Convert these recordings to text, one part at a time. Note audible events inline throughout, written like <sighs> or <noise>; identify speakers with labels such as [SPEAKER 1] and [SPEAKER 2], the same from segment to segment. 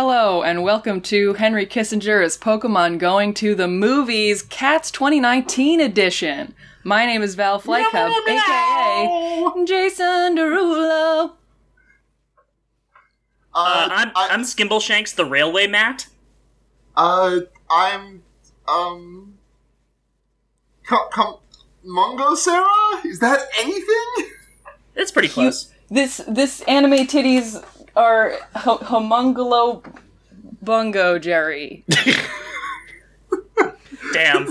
[SPEAKER 1] Hello and welcome to Henry Kissinger is Pokemon Going to the Movies Cats 2019 edition. My name is Val Flycub, aka Jason Derulo.
[SPEAKER 2] Uh,
[SPEAKER 3] Uh, I'm,
[SPEAKER 2] I,
[SPEAKER 3] I'm Skimbleshanks the Railway Mat.
[SPEAKER 2] uh, I'm, um, come, come, Mongo Sarah? Is that anything?
[SPEAKER 3] That's pretty close.
[SPEAKER 1] This this anime titties are ho- homungalo bungo Jerry.
[SPEAKER 3] Damn.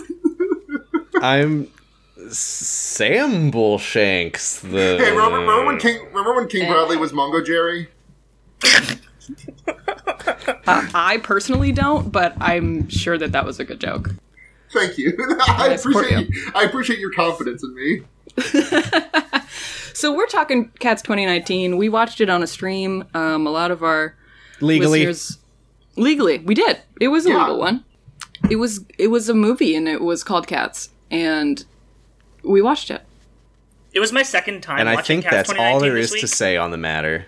[SPEAKER 4] I'm Samble Shanks. The
[SPEAKER 2] Hey, remember, remember when King, remember when King Bradley was Mongo Jerry?
[SPEAKER 1] I, I personally don't, but I'm sure that that was a good joke.
[SPEAKER 2] Thank you. <laughs> I
[SPEAKER 1] I support
[SPEAKER 2] appreciate you. I appreciate your confidence in me.
[SPEAKER 1] So we're talking Cats 2019. We watched it on a stream. Um, a lot of our
[SPEAKER 4] legally?
[SPEAKER 1] listeners- legally we did it was a
[SPEAKER 2] Yeah.
[SPEAKER 1] legal one it was it was a movie and it was called cats and we watched it
[SPEAKER 3] It was my second time
[SPEAKER 4] And I
[SPEAKER 3] watching
[SPEAKER 4] think
[SPEAKER 3] Cats
[SPEAKER 4] that's all
[SPEAKER 3] 2019
[SPEAKER 4] there
[SPEAKER 3] this
[SPEAKER 4] is to
[SPEAKER 3] week.
[SPEAKER 4] say on the matter.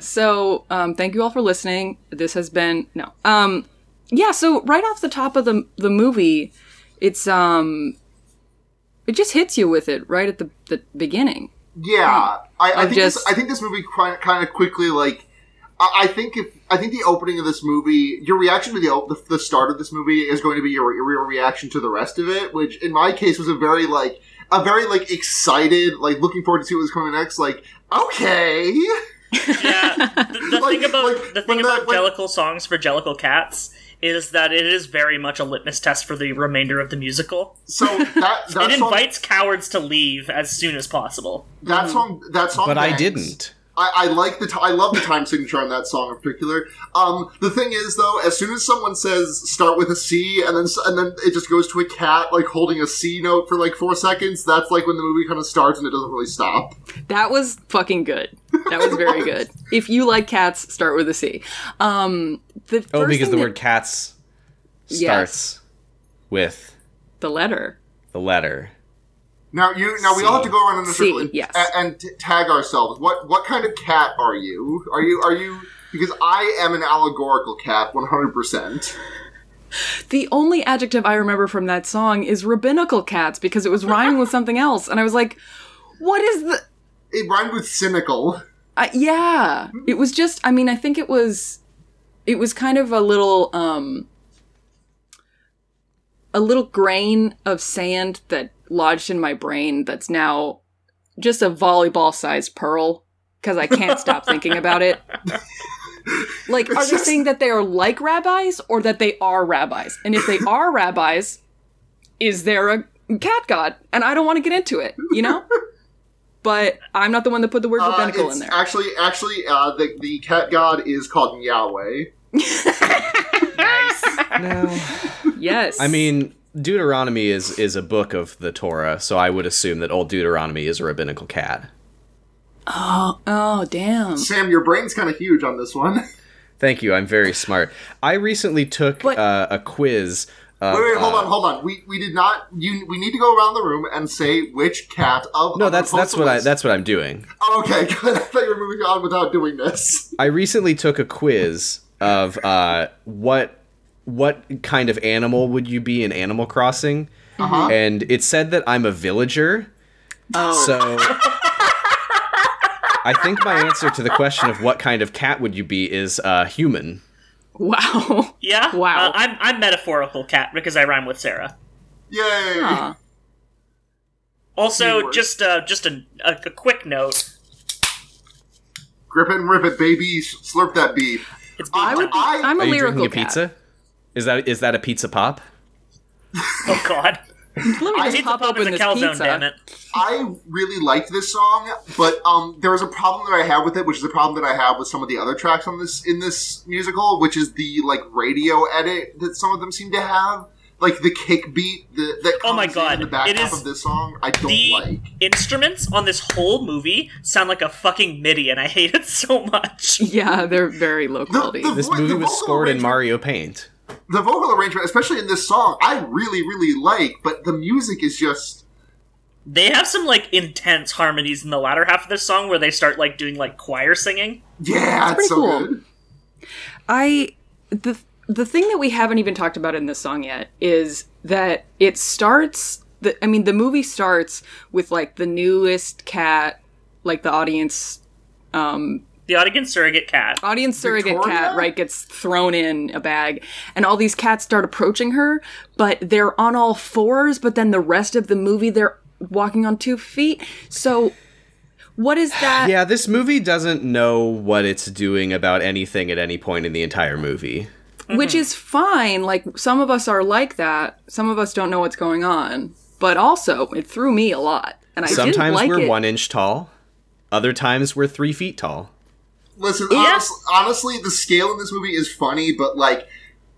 [SPEAKER 1] so um, thank you all for listening this has been no um yeah so right off the top of the the movie it's um it just hits you with it right at the, the beginning
[SPEAKER 2] Yeah, I, I
[SPEAKER 1] I'm
[SPEAKER 2] think this,
[SPEAKER 1] just-
[SPEAKER 2] I think this movie kind of quickly like I, I think if I think the opening of this movie, your reaction to the, op- the the start of this movie is going to be your, your reaction to the rest of it, which in my case was a very like a very like excited like looking forward to see what was coming next. Like okay, <laughs>
[SPEAKER 3] yeah. The, the
[SPEAKER 2] Like-
[SPEAKER 3] thing about
[SPEAKER 2] like,
[SPEAKER 3] the
[SPEAKER 2] when
[SPEAKER 3] thing
[SPEAKER 2] that-
[SPEAKER 3] about
[SPEAKER 2] when-
[SPEAKER 3] Jellicle songs for Jellicle cats is that it is very much a litmus test for the remainder of the musical.
[SPEAKER 2] so that that
[SPEAKER 3] it
[SPEAKER 2] song
[SPEAKER 3] invites cowards to leave as soon as possible.
[SPEAKER 2] that song that song,
[SPEAKER 4] But I
[SPEAKER 2] bangs.
[SPEAKER 4] didn't.
[SPEAKER 2] I, I like the t- I love the time signature on that song in particular. Um, the thing is, though, as soon as someone says "start with a C" and then s- and then it just goes to a cat like holding a C note for like four seconds, that's like when the movie kind of starts and it doesn't really stop.
[SPEAKER 1] That was fucking good. That was very good. If you like cats, start with a C. Um, the
[SPEAKER 4] Oh,
[SPEAKER 1] first
[SPEAKER 4] because
[SPEAKER 1] thing
[SPEAKER 4] the
[SPEAKER 1] that-
[SPEAKER 4] word cats starts with
[SPEAKER 1] the letter.
[SPEAKER 4] the letter.
[SPEAKER 2] Now you now we all have to go around in a
[SPEAKER 1] C,
[SPEAKER 2] circle and,
[SPEAKER 1] yes.
[SPEAKER 2] a- and t- tag ourselves. What what kind of cat are you? Are you are you? Because I am an allegorical cat, one hundred percent.
[SPEAKER 1] The only adjective I remember from that song is rabbinical cats because it was rhyming with something else, and I was like, "What is the?"
[SPEAKER 2] It rhymed with cynical.
[SPEAKER 1] Uh, yeah, it was just. I mean, I think it was, it was kind of a little, um, a little grain of sand that lodged in my brain that's now just a volleyball-sized pearl because I can't stop thinking about
[SPEAKER 2] <laughs>
[SPEAKER 1] it. Like, are they
[SPEAKER 2] just-
[SPEAKER 1] saying that they are like rabbis or that they are rabbis? And
[SPEAKER 2] <laughs>
[SPEAKER 1] if they are rabbis, is there a cat god? And I don't want to get into it, you
[SPEAKER 2] <laughs>
[SPEAKER 1] know. But I'm not the one that put the word
[SPEAKER 2] Uh,
[SPEAKER 1] rabbinical
[SPEAKER 2] it's
[SPEAKER 1] in there.
[SPEAKER 2] Actually, actually, uh, the the cat god is called Yahweh.
[SPEAKER 3] Nice.
[SPEAKER 4] No.
[SPEAKER 1] Yes.
[SPEAKER 4] <laughs> I mean, Deuteronomy is is a book of the Torah, so I would assume that old Deuteronomy is a rabbinical cat.
[SPEAKER 1] Oh, damn.
[SPEAKER 2] Sam, your brain's kind of huge on this
[SPEAKER 4] <laughs>
[SPEAKER 2] one.
[SPEAKER 4] Thank you. I'm very smart. I recently took
[SPEAKER 1] But-
[SPEAKER 4] uh, a quiz. Of,
[SPEAKER 2] Wait, wait, hold
[SPEAKER 4] uh,
[SPEAKER 2] on, hold on. We we did not. You we need to go around the room and say which cat of
[SPEAKER 4] No, oh, that's that's what I
[SPEAKER 2] That
[SPEAKER 4] that's what I'm doing.
[SPEAKER 2] okay. <laughs> Good. I thought you were moving on without doing this.
[SPEAKER 4] I recently took a quiz of uh, what what kind of animal would you be in Animal Crossing, and it said that I'm a villager.
[SPEAKER 1] Uh-huh. Oh.
[SPEAKER 4] So I think my answer to the question of what kind of cat would you be is uh, human.
[SPEAKER 1] Wow.
[SPEAKER 3] Yeah.
[SPEAKER 1] Wow.
[SPEAKER 3] Uh, I'm I'm metaphorical cat because I rhyme with Sarah.
[SPEAKER 2] Yay!
[SPEAKER 1] Huh.
[SPEAKER 3] Also,
[SPEAKER 2] Keyword.
[SPEAKER 3] just uh, just a, a, a quick note.
[SPEAKER 2] Grip it and rip it, baby. S- Slurp that beef.
[SPEAKER 3] It's being
[SPEAKER 2] I,
[SPEAKER 3] done.
[SPEAKER 2] I,
[SPEAKER 1] <laughs> I'm a
[SPEAKER 4] Are you
[SPEAKER 1] lyrical
[SPEAKER 4] drinking a
[SPEAKER 1] cat.
[SPEAKER 4] pizza? Is that is that a pizza pop?
[SPEAKER 3] Oh God.
[SPEAKER 1] Let me just
[SPEAKER 3] Pizza
[SPEAKER 1] pop
[SPEAKER 3] pop is
[SPEAKER 1] open
[SPEAKER 3] a
[SPEAKER 1] this
[SPEAKER 3] calzone.
[SPEAKER 1] pizza.
[SPEAKER 3] Damn it.
[SPEAKER 2] I really liked this song, but um, there was a problem that I had with it, which is a problem that I have with some of the other tracks on this in this musical, which is the like radio edit that some of them seem to have, like the kick beat the, that comes
[SPEAKER 3] Oh my
[SPEAKER 2] in,
[SPEAKER 3] God.
[SPEAKER 2] the back
[SPEAKER 3] It
[SPEAKER 2] half
[SPEAKER 3] is
[SPEAKER 2] of this song. I don't
[SPEAKER 3] the
[SPEAKER 2] like.
[SPEAKER 3] instruments on this whole movie sound like a fucking MIDI, and I hate it <laughs> so much.
[SPEAKER 1] Yeah, they're very low quality.
[SPEAKER 2] the-
[SPEAKER 4] This
[SPEAKER 2] What-
[SPEAKER 4] movie was
[SPEAKER 2] vocal
[SPEAKER 4] scored in
[SPEAKER 2] arrangement-
[SPEAKER 4] Mario Paint.
[SPEAKER 2] the vocal arrangement, especially in this song, I really really like, but the music is just
[SPEAKER 3] They have some like intense harmonies in the latter half of this song where they start like doing like choir singing.
[SPEAKER 2] Yeah, it's,
[SPEAKER 1] pretty
[SPEAKER 2] so
[SPEAKER 1] cool.
[SPEAKER 2] good.
[SPEAKER 1] I the the thing that we haven't even talked about in this song yet is that it starts the I mean the movie starts with like the newest cat like the audience
[SPEAKER 3] The audience surrogate cat.
[SPEAKER 1] audience surrogate
[SPEAKER 2] Victoria?
[SPEAKER 1] cat right gets thrown in a bag and all these cats start approaching her but they're on all fours but then the rest of the movie they're walking on two feet so what is that
[SPEAKER 4] Yeah, this movie doesn't know what it's doing about anything at any point in the entire movie.
[SPEAKER 2] Mm-hmm.
[SPEAKER 1] which is fine. Like some of us are like that. Some of us don't know what's going on. But also, it threw me a lot, and I didn't
[SPEAKER 4] Sometimes
[SPEAKER 1] like
[SPEAKER 4] we're
[SPEAKER 1] it.
[SPEAKER 4] one inch tall, other times we're three feet tall.
[SPEAKER 2] Listen,
[SPEAKER 3] Yeah.
[SPEAKER 2] honest, honestly, the scale in this movie is funny, but like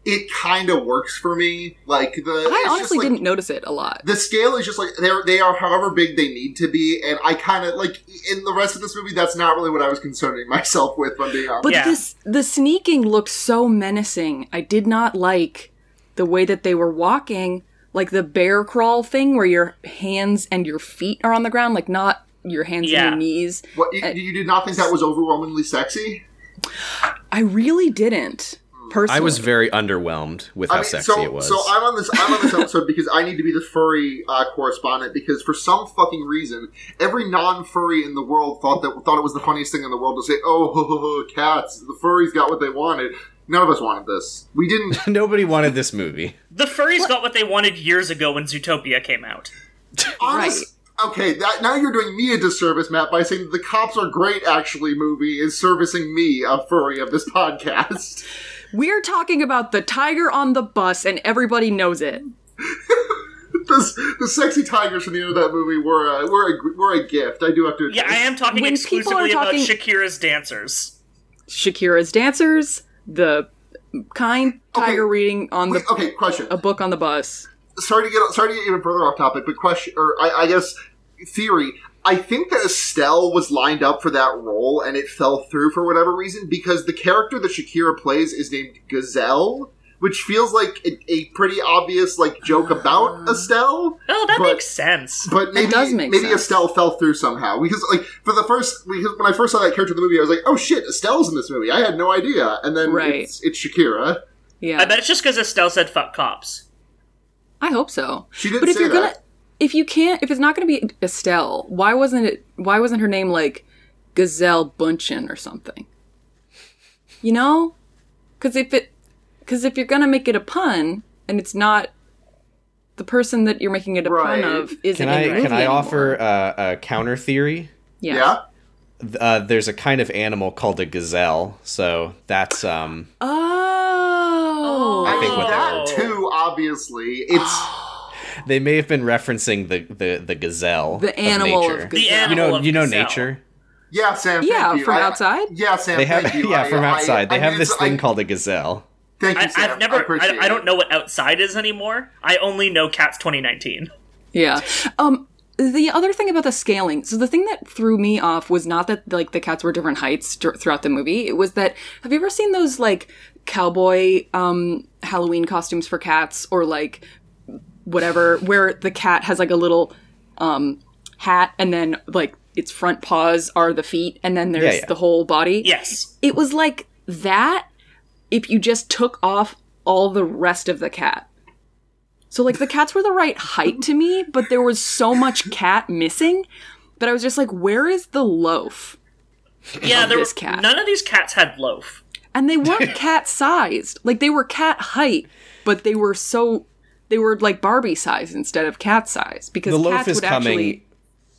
[SPEAKER 2] it kind of works for me. Like the
[SPEAKER 1] I
[SPEAKER 2] it's just,
[SPEAKER 1] honestly
[SPEAKER 2] like,
[SPEAKER 1] didn't notice it a lot.
[SPEAKER 2] The scale is just like they're they are however big they need to be, and I kind of like in the rest of this movie. That's not really what I was concerning <laughs> myself with. If I'm being honest.
[SPEAKER 1] But
[SPEAKER 3] Yeah.
[SPEAKER 1] this the sneaking looked so menacing. I did not like the way that they were walking, like the bear crawl thing where your hands and your feet are on the ground, like not your hands
[SPEAKER 3] Yeah.
[SPEAKER 1] and your knees.
[SPEAKER 2] what, you, you did not think that was overwhelmingly sexy.
[SPEAKER 1] I really didn't personally.
[SPEAKER 4] I was very underwhelmed with how
[SPEAKER 2] I mean,
[SPEAKER 4] sexy
[SPEAKER 2] so,
[SPEAKER 4] it was.
[SPEAKER 2] So I'm on this I'm
[SPEAKER 4] <laughs>
[SPEAKER 2] on this episode because I need to be the furry uh, correspondent because for some fucking reason every non-furry in the world thought that thought it was the funniest thing in the world to say, "Oh, ho, ho, ho, cats! The furries got what they wanted." None of us wanted this. We didn't.
[SPEAKER 4] Nobody wanted
[SPEAKER 1] <laughs>
[SPEAKER 4] this movie.
[SPEAKER 3] The furries got what they wanted years ago when Zootopia came out.
[SPEAKER 2] honest- Okay, that, now you're doing me a disservice, Matt, by saying that the cops are great. Actually, movie is servicing me, a furry of this <laughs> podcast.
[SPEAKER 1] We're talking about the tiger on the bus, and everybody knows it.
[SPEAKER 2] this, the sexy tigers from the end of that movie were a, were a, were a gift. I do have to.
[SPEAKER 3] Yeah, I am talking
[SPEAKER 1] When people are
[SPEAKER 3] exclusively about
[SPEAKER 1] talking-
[SPEAKER 3] Shakira's dancers.
[SPEAKER 1] Shakira's dancers, the kind tiger
[SPEAKER 2] Okay.
[SPEAKER 1] reading on the
[SPEAKER 2] Okay, question.
[SPEAKER 1] a book on the bus.
[SPEAKER 2] sorry to get sorry to get even further off topic, but question or I, I guess theory. I think that Estelle was lined up for that role and it fell through for whatever reason because the character that Shakira plays is named Gazelle, which feels like a, a pretty obvious like joke about Estelle.
[SPEAKER 3] Oh, that
[SPEAKER 2] But-
[SPEAKER 3] makes sense.
[SPEAKER 2] But maybe
[SPEAKER 1] does make
[SPEAKER 2] maybe
[SPEAKER 1] sense.
[SPEAKER 2] Estelle fell through somehow because like for the first because when I first saw that character in the movie, I was like, oh shit, Estelle's in this movie. I had no idea, and then
[SPEAKER 1] Right.
[SPEAKER 2] it's, it's Shakira.
[SPEAKER 1] Yeah,
[SPEAKER 3] I bet it's just because Estelle said "fuck cops."
[SPEAKER 1] I hope so.
[SPEAKER 2] She didn't
[SPEAKER 1] but if
[SPEAKER 2] say
[SPEAKER 1] you're gonna,
[SPEAKER 2] that.
[SPEAKER 1] if you can't, if it's not gonna be Estelle, why wasn't it? Why wasn't her name like Gazelle Bunchen or something? You know, because if it, because if you're gonna make it a pun and it's not the person that you're making it a
[SPEAKER 2] Right.
[SPEAKER 1] pun of, is
[SPEAKER 4] Can
[SPEAKER 1] in
[SPEAKER 4] I
[SPEAKER 1] the movie
[SPEAKER 4] can I
[SPEAKER 1] anymore.
[SPEAKER 4] offer uh, a counter theory?
[SPEAKER 1] Yeah.
[SPEAKER 2] Yeah.
[SPEAKER 4] Uh, there's a kind of animal called a gazelle, so that's um.
[SPEAKER 1] Oh.
[SPEAKER 4] I think what they
[SPEAKER 2] that
[SPEAKER 3] were-
[SPEAKER 2] too, obviously.
[SPEAKER 1] <sighs>
[SPEAKER 2] It's <sighs>
[SPEAKER 4] They may have been referencing the the, the gazelle,
[SPEAKER 1] The
[SPEAKER 4] of
[SPEAKER 1] animal of
[SPEAKER 4] nature.
[SPEAKER 1] gazelle.
[SPEAKER 3] The
[SPEAKER 4] You
[SPEAKER 3] animal
[SPEAKER 4] know,
[SPEAKER 3] of
[SPEAKER 4] you know
[SPEAKER 3] gazelle.
[SPEAKER 4] nature.
[SPEAKER 2] Yeah, Sam.
[SPEAKER 1] Yeah,
[SPEAKER 2] thank you.
[SPEAKER 1] from
[SPEAKER 2] I-
[SPEAKER 1] outside?
[SPEAKER 2] Yeah, Sam.
[SPEAKER 4] They have
[SPEAKER 2] thank you.
[SPEAKER 4] <laughs> yeah
[SPEAKER 2] I-
[SPEAKER 4] from
[SPEAKER 2] I-
[SPEAKER 4] outside.
[SPEAKER 2] I
[SPEAKER 4] they have
[SPEAKER 2] mean,
[SPEAKER 4] this
[SPEAKER 2] it's-
[SPEAKER 4] thing
[SPEAKER 2] I-
[SPEAKER 4] called a gazelle.
[SPEAKER 2] Thank you,
[SPEAKER 3] I,
[SPEAKER 2] Sam.
[SPEAKER 3] I've never.
[SPEAKER 2] appreciate
[SPEAKER 3] I, I
[SPEAKER 2] it.
[SPEAKER 3] don't know what outside is anymore. I only know Cats 2019.
[SPEAKER 1] Yeah. Um the other thing about the scaling. So the thing that threw me off was not that like the cats were different heights dur- throughout the movie. It was that have you ever seen those like cowboy um Halloween costumes for cats or like whatever where the cat has like a little um hat and then like its front paws are the feet and then there's
[SPEAKER 4] Yeah, yeah.
[SPEAKER 1] the whole body?
[SPEAKER 3] Yes,
[SPEAKER 1] It was like that if you just took off all the rest of the cat. So like the cats were the right height to me, but there was so much cat missing that I was just like, where is the loaf?
[SPEAKER 3] yeah. There
[SPEAKER 1] this
[SPEAKER 3] were-
[SPEAKER 1] cat.
[SPEAKER 3] none of these cats had loaf.
[SPEAKER 1] And they
[SPEAKER 4] <laughs>
[SPEAKER 1] weren't cat sized. Like they were cat height, but they were so they were like Barbie size instead of cat size because
[SPEAKER 4] The loaf
[SPEAKER 1] cats
[SPEAKER 4] is
[SPEAKER 1] would
[SPEAKER 4] coming.
[SPEAKER 1] actually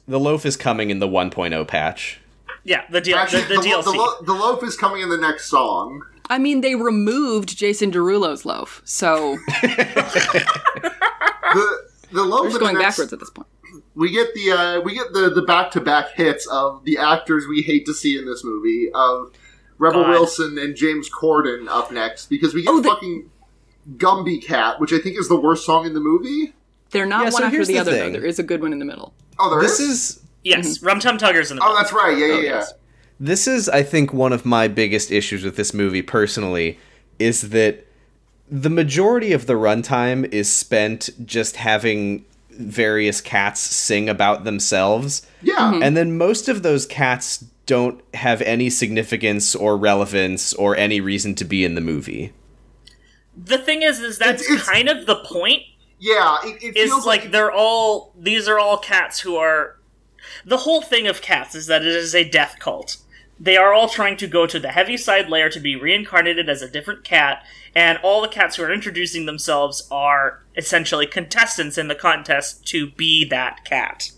[SPEAKER 4] The loaf is coming in the 1.0 patch.
[SPEAKER 3] Yeah, the deal. The,
[SPEAKER 2] Actually,
[SPEAKER 3] the
[SPEAKER 2] the, lo-
[SPEAKER 3] DLC.
[SPEAKER 2] the, lo- the loaf is coming in the next song.
[SPEAKER 1] I mean they removed Jason Derulo's loaf.
[SPEAKER 4] <laughs>
[SPEAKER 1] So
[SPEAKER 2] The the loaf
[SPEAKER 1] we're
[SPEAKER 2] in the
[SPEAKER 1] just going
[SPEAKER 2] next,
[SPEAKER 1] backwards at this point.
[SPEAKER 2] We get the uh, we get the the back to back hits of the actors we hate to see in this movie of Rebel
[SPEAKER 3] God.
[SPEAKER 2] Wilson and James Corden up next because we get
[SPEAKER 1] Oh, the-
[SPEAKER 2] fucking Gumby Cat, which I think is the worst song in the movie.
[SPEAKER 1] They're not
[SPEAKER 4] Yeah,
[SPEAKER 1] one
[SPEAKER 4] so
[SPEAKER 1] after
[SPEAKER 4] here's
[SPEAKER 1] the,
[SPEAKER 4] the
[SPEAKER 1] other though.
[SPEAKER 4] thing.
[SPEAKER 1] There is a good one in the middle.
[SPEAKER 2] Oh, there
[SPEAKER 4] This
[SPEAKER 2] is.
[SPEAKER 4] is
[SPEAKER 3] yes,
[SPEAKER 1] Mm-hmm.
[SPEAKER 3] Rum Tum Tugger's in the
[SPEAKER 2] Oh,
[SPEAKER 3] middle.
[SPEAKER 2] that's right. Yeah, yeah, yeah.
[SPEAKER 1] yes.
[SPEAKER 4] this is I think one of my biggest issues with this movie personally is that the majority of the runtime is spent just having various cats sing about themselves.
[SPEAKER 2] Yeah.
[SPEAKER 1] Mm-hmm.
[SPEAKER 4] And then most of those cats don't have any significance or relevance or any reason to be in the movie.
[SPEAKER 3] The thing is, is that's
[SPEAKER 2] It's- it's-
[SPEAKER 3] kind of the point.
[SPEAKER 2] Yeah. It, it
[SPEAKER 3] Is
[SPEAKER 2] feels
[SPEAKER 3] like they're all these are all cats who are. The whole thing of cats is that it is a death cult. They are all trying to go to the Heaviside Layer to be reincarnated as a different cat, and all the cats who are introducing themselves are essentially contestants in the contest to be that cat.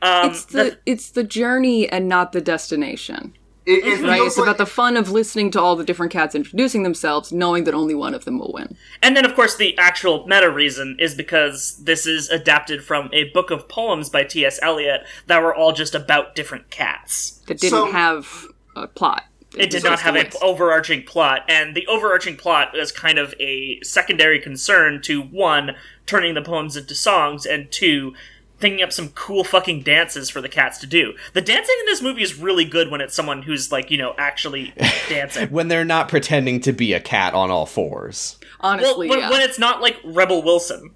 [SPEAKER 3] Um,
[SPEAKER 1] it's the, it's the journey and not the destination.
[SPEAKER 2] it, it
[SPEAKER 1] Right?
[SPEAKER 2] feels
[SPEAKER 1] It's about
[SPEAKER 2] like
[SPEAKER 1] the fun of listening to all the different cats introducing themselves, knowing that only one of them will win.
[SPEAKER 3] And then, of course, the actual meta reason is because this is adapted from a book of poems by T.S. Eliot that were all just about different cats.
[SPEAKER 1] That didn't
[SPEAKER 2] So-
[SPEAKER 1] have a plot.
[SPEAKER 3] It did
[SPEAKER 1] So
[SPEAKER 3] not
[SPEAKER 1] it's
[SPEAKER 3] have
[SPEAKER 1] the
[SPEAKER 3] an
[SPEAKER 1] waste.
[SPEAKER 3] overarching plot, and the overarching plot is kind of a secondary concern to one, turning the poems into songs, and two, thinking up some cool fucking dances for the cats to do. The dancing in this movie is really good when it's someone who's, like, you know, actually dancing.
[SPEAKER 4] When they're not pretending to be a cat on all fours.
[SPEAKER 3] well,
[SPEAKER 1] Honestly,
[SPEAKER 3] when,
[SPEAKER 1] yeah.
[SPEAKER 3] when it's not, like, Rebel Wilson.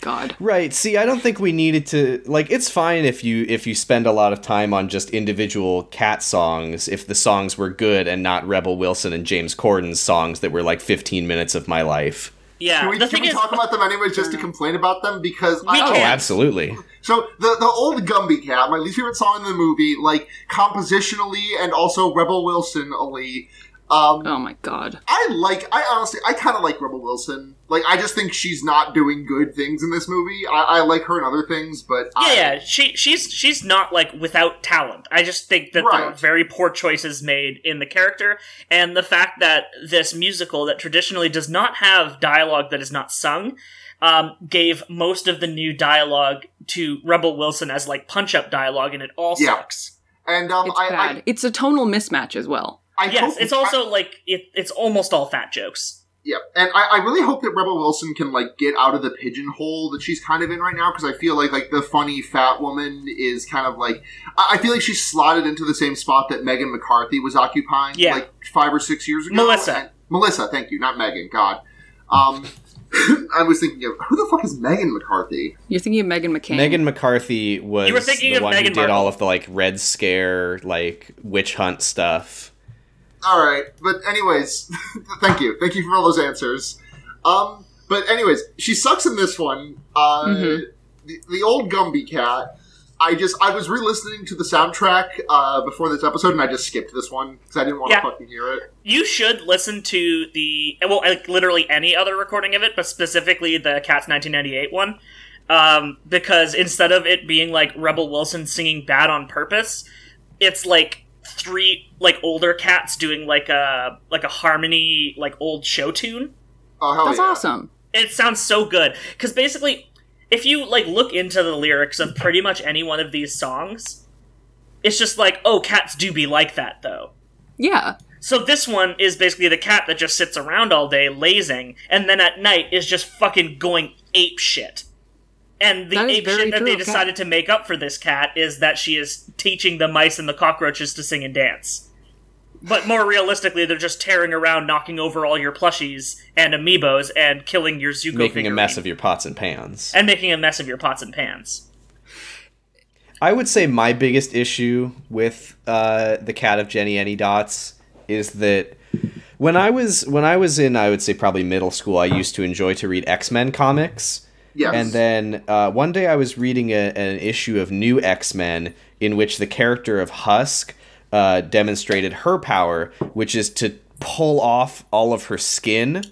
[SPEAKER 1] God.
[SPEAKER 4] Right. See, I don't think we needed to like it's fine if you if you spend a lot of time on just individual cat songs if the songs were good and not Rebel Wilson and James Corden's songs that were like 15 minutes of my life.
[SPEAKER 3] Yeah.
[SPEAKER 2] Can we,
[SPEAKER 3] Uh, the
[SPEAKER 2] can
[SPEAKER 3] thing
[SPEAKER 2] we
[SPEAKER 3] is,
[SPEAKER 2] talk about them anyway just
[SPEAKER 1] Hmm.
[SPEAKER 2] to complain about them? Because I,
[SPEAKER 4] Oh,
[SPEAKER 3] can.
[SPEAKER 4] absolutely.
[SPEAKER 2] So the the old Gumby Cat, my least favorite song in the movie, like compositionally and also Rebel Wilson-ally. Um,
[SPEAKER 1] Oh my God.
[SPEAKER 2] I like. I honestly, I kind of like Rebel Wilson. Like, I just think she's not doing good things in this movie. I, I like her in other things, but
[SPEAKER 3] Yeah,
[SPEAKER 2] I,
[SPEAKER 3] yeah, she she's she's not like without talent. I just think that there were
[SPEAKER 2] Right.
[SPEAKER 3] very poor choices made in the character, and the fact that this musical that traditionally does not have dialogue that is not sung um, gave most of the new dialogue to Rebel Wilson as like punch up dialogue, and it all
[SPEAKER 2] Yeah.
[SPEAKER 3] sucks.
[SPEAKER 2] And um,
[SPEAKER 1] It's
[SPEAKER 2] I,
[SPEAKER 1] bad.
[SPEAKER 2] I,
[SPEAKER 1] it's a tonal mismatch as well.
[SPEAKER 2] I
[SPEAKER 3] Yes,
[SPEAKER 2] hope-
[SPEAKER 3] it's
[SPEAKER 2] I-
[SPEAKER 3] also like it, it's almost all fat jokes.
[SPEAKER 2] Yeah, and I, I really hope that Rebel Wilson can like get out of the pigeonhole that she's kind of in right now because I feel like like the funny fat woman is kind of like I, I feel like she's slotted into the same spot that Megan McCarthy was occupying
[SPEAKER 3] Yeah.
[SPEAKER 2] like five or six years ago.
[SPEAKER 3] Melissa.
[SPEAKER 2] And- Melissa, thank you, not Megan. God, um, <laughs> I was thinking of who the fuck is Megan McCarthy?
[SPEAKER 1] You're thinking of Megan McCain.
[SPEAKER 4] Megan McCarthy was
[SPEAKER 3] You were thinking
[SPEAKER 4] the
[SPEAKER 3] of
[SPEAKER 4] one who
[SPEAKER 3] Meghan
[SPEAKER 4] did
[SPEAKER 3] Markle.
[SPEAKER 4] all of the like Red Scare, like witch hunt stuff.
[SPEAKER 2] All right, but anyways, <laughs> thank you, thank you for all those answers. Um, but anyways, she sucks in this one. Uh,
[SPEAKER 1] Mhm.
[SPEAKER 2] the, the old Gumby cat. I just I was re-listening to the soundtrack uh, before this episode, and I just skipped this one because I didn't want to
[SPEAKER 3] Yeah.
[SPEAKER 2] fucking hear it.
[SPEAKER 3] You should listen to the well, like literally any other recording of it, but specifically the Cats 1998 one, um, because instead of it being like Rebel Wilson singing "Bad on Purpose," it's like three like older cats doing like a like a harmony like old show tune.
[SPEAKER 2] Oh hell
[SPEAKER 1] That's
[SPEAKER 2] yeah.
[SPEAKER 1] awesome.
[SPEAKER 3] It sounds so good because basically, if you like look into the lyrics of pretty much any one of these songs, it's just like, oh, cats do be like that though.
[SPEAKER 1] Yeah.
[SPEAKER 3] So this one is basically the cat that just sits around all day lazing, and then at night is just fucking going ape shit. And the
[SPEAKER 1] That is
[SPEAKER 3] ape
[SPEAKER 1] very
[SPEAKER 3] shit that
[SPEAKER 1] true
[SPEAKER 3] they
[SPEAKER 1] of cat.
[SPEAKER 3] decided to make up for this cat is that she is teaching the mice and the cockroaches to sing and dance. But more realistically, they're just tearing around, knocking over all your plushies and amiibos, and killing your Zuko
[SPEAKER 4] making a mess
[SPEAKER 3] figurine.
[SPEAKER 4] of your pots and pans.
[SPEAKER 3] and making a mess of your pots and pans.
[SPEAKER 4] I would say my biggest issue with uh, the cat of Jenny Any Dots is that when I was when I was in I would say probably middle school I used to enjoy to read X Men comics.
[SPEAKER 2] Yes.
[SPEAKER 4] And then uh, one day I was reading a, an issue of New X Men in which the character of Husk uh, demonstrated her power, which is to pull off all of her skin.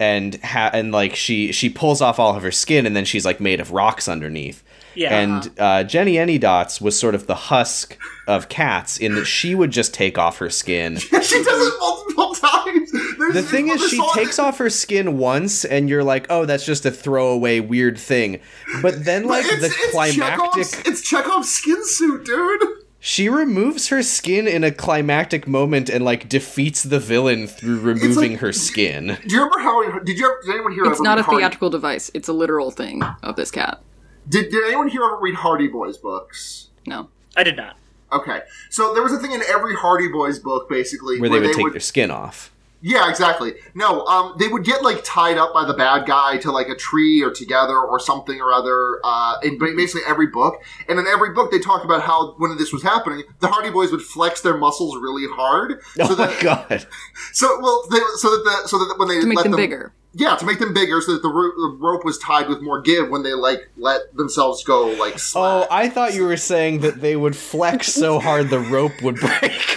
[SPEAKER 4] And ha- and like she she pulls off all of her skin and then she's like made of rocks underneath.
[SPEAKER 3] Yeah.
[SPEAKER 4] And uh, Jenny Anydots was sort of the husk of cats in that she would just take off her
[SPEAKER 2] <laughs>
[SPEAKER 4] skin
[SPEAKER 2] she does
[SPEAKER 4] <laughs>
[SPEAKER 2] it multiple times. There's
[SPEAKER 4] the
[SPEAKER 2] this
[SPEAKER 4] thing is,
[SPEAKER 2] other
[SPEAKER 4] she
[SPEAKER 2] song-
[SPEAKER 4] takes off her skin once, and you're like, "Oh, that's just a throwaway weird thing." But then, like
[SPEAKER 2] It's,
[SPEAKER 4] the
[SPEAKER 2] it's
[SPEAKER 4] climactic,
[SPEAKER 2] Chekhov's, it's Chekhov's skin suit, dude.
[SPEAKER 4] she removes her skin in a climactic moment and like defeats the villain through removing her skin.
[SPEAKER 2] Do you remember how? Did you? Did anyone here?
[SPEAKER 1] It's
[SPEAKER 2] ever
[SPEAKER 1] not a
[SPEAKER 2] read Hardy?
[SPEAKER 1] theatrical device. It's a literal thing of this cat.
[SPEAKER 2] Did, did anyone here ever read Hardy Boys books?
[SPEAKER 1] No.
[SPEAKER 3] I did not.
[SPEAKER 2] Okay, so there was a thing in every Hardy Boys book, basically,
[SPEAKER 4] Where they would take their skin off.
[SPEAKER 2] Yeah, exactly. No, um, they would get like tied up by the bad guy to like a tree or together or something or other uh, in ba- basically every book. And in every book, they talked about how when this was happening, the Hardy Boys would flex their muscles really hard.
[SPEAKER 4] <laughs> Oh
[SPEAKER 2] so
[SPEAKER 4] my
[SPEAKER 2] that,
[SPEAKER 4] god.
[SPEAKER 2] so well, they, so that the, so that when they
[SPEAKER 1] to make
[SPEAKER 2] let
[SPEAKER 1] them bigger.
[SPEAKER 2] yeah, to make them bigger, so that the, ro- the rope was tied with more give when they like let themselves go like.
[SPEAKER 4] Oh,
[SPEAKER 2] slack.
[SPEAKER 4] I thought you were saying that they would flex so hard the rope would
[SPEAKER 2] <laughs>
[SPEAKER 4] break.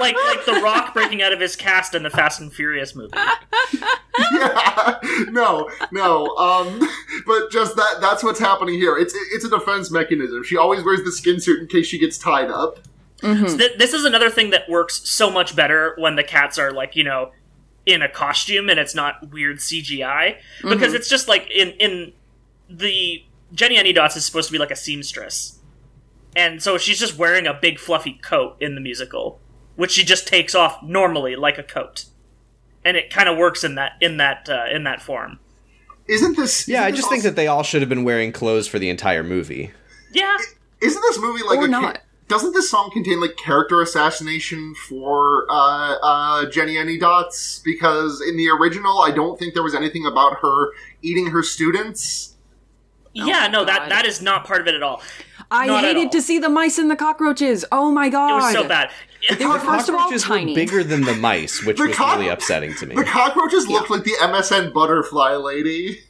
[SPEAKER 3] like like the Rock breaking out of his cast in the Fast and Furious movie.
[SPEAKER 2] yeah, <laughs> no, no. Um, but just that—that's what's happening here. It's it's a defense mechanism. She always wears the skin suit in case she gets tied up.
[SPEAKER 3] So th- this is another thing that works so much better when the cats are like you know in a costume and it's not weird CGI because
[SPEAKER 1] Mm-hmm.
[SPEAKER 3] it's just like in in the Jenny Anydots is supposed to be like a seamstress, and so she's just wearing a big fluffy coat in the musical, which she just takes off normally like a coat, and it kind of works in that in that uh, in that form.
[SPEAKER 2] Isn't this?
[SPEAKER 4] Yeah,
[SPEAKER 2] isn't
[SPEAKER 4] I
[SPEAKER 2] this
[SPEAKER 4] just think
[SPEAKER 2] also-
[SPEAKER 4] that they all should have been wearing clothes for the entire movie.
[SPEAKER 3] Yeah,
[SPEAKER 2] isn't this movie like
[SPEAKER 1] Or
[SPEAKER 2] a ca-
[SPEAKER 1] not.
[SPEAKER 2] doesn't this song contain like character assassination for uh, uh, Jenny Any Dots? Because in the original, I don't think there was anything about her eating her students.
[SPEAKER 3] yeah,
[SPEAKER 1] my
[SPEAKER 3] no that
[SPEAKER 1] Oh God.
[SPEAKER 3] that is not part of it at all.
[SPEAKER 1] I
[SPEAKER 3] Not at all.
[SPEAKER 1] hated to see the mice and the cockroaches. Oh my god.
[SPEAKER 3] It was so bad.
[SPEAKER 1] They were first of all
[SPEAKER 4] Cockroaches were
[SPEAKER 1] tiny.
[SPEAKER 4] bigger than the mice,
[SPEAKER 2] <laughs>
[SPEAKER 4] which
[SPEAKER 2] The
[SPEAKER 4] was
[SPEAKER 2] cock-
[SPEAKER 4] really upsetting to me.
[SPEAKER 2] The cockroaches looked like the MSN butterfly lady.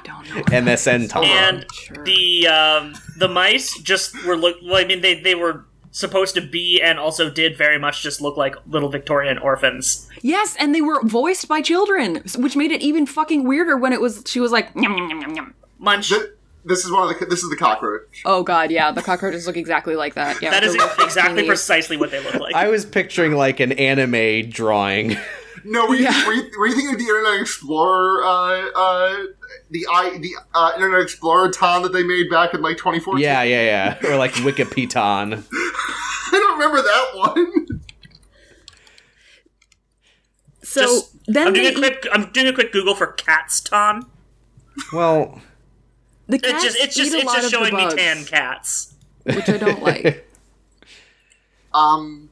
[SPEAKER 1] I don't know.
[SPEAKER 4] MSN Tom.
[SPEAKER 3] and
[SPEAKER 1] Oh, Sure.
[SPEAKER 3] the um, the mice just were look. Well, I mean, they they were supposed to be and also did very much just look like little Victorian orphans.
[SPEAKER 1] Yes, and they were voiced by children, s- which made it even fucking weirder when it was she was like "Nyam, nyam, nyam, nyam, nyam."
[SPEAKER 3] Munch.
[SPEAKER 2] Th- This is one of the this is the cockroach.
[SPEAKER 1] Oh god, yeah, the cockroaches look exactly like that. Yeah.
[SPEAKER 3] that is
[SPEAKER 1] the little
[SPEAKER 3] exactly
[SPEAKER 1] thingies.
[SPEAKER 3] precisely what they look like.
[SPEAKER 4] I was picturing like an anime drawing. <laughs>
[SPEAKER 2] No, were you, were you, were you thinking of the Internet Explorer, uh, uh, the I, the uh, Internet Explorer town that they made back in like 2014?
[SPEAKER 4] yeah, yeah, yeah. Or like Wikipeton.
[SPEAKER 2] <laughs> I don't remember that one. <laughs>
[SPEAKER 1] So
[SPEAKER 3] Just-
[SPEAKER 1] then
[SPEAKER 3] I'm doing
[SPEAKER 1] they
[SPEAKER 3] a quick. I'm doing a quick Google for cats, Tom.
[SPEAKER 4] Well,
[SPEAKER 1] eat- the
[SPEAKER 3] It's
[SPEAKER 1] cats
[SPEAKER 3] just. It's just.
[SPEAKER 1] eat a
[SPEAKER 3] It's
[SPEAKER 1] lot
[SPEAKER 3] just
[SPEAKER 1] of the
[SPEAKER 3] showing me
[SPEAKER 1] bugs,
[SPEAKER 3] tan cats.
[SPEAKER 1] which I don't like.
[SPEAKER 3] <laughs>
[SPEAKER 2] Um,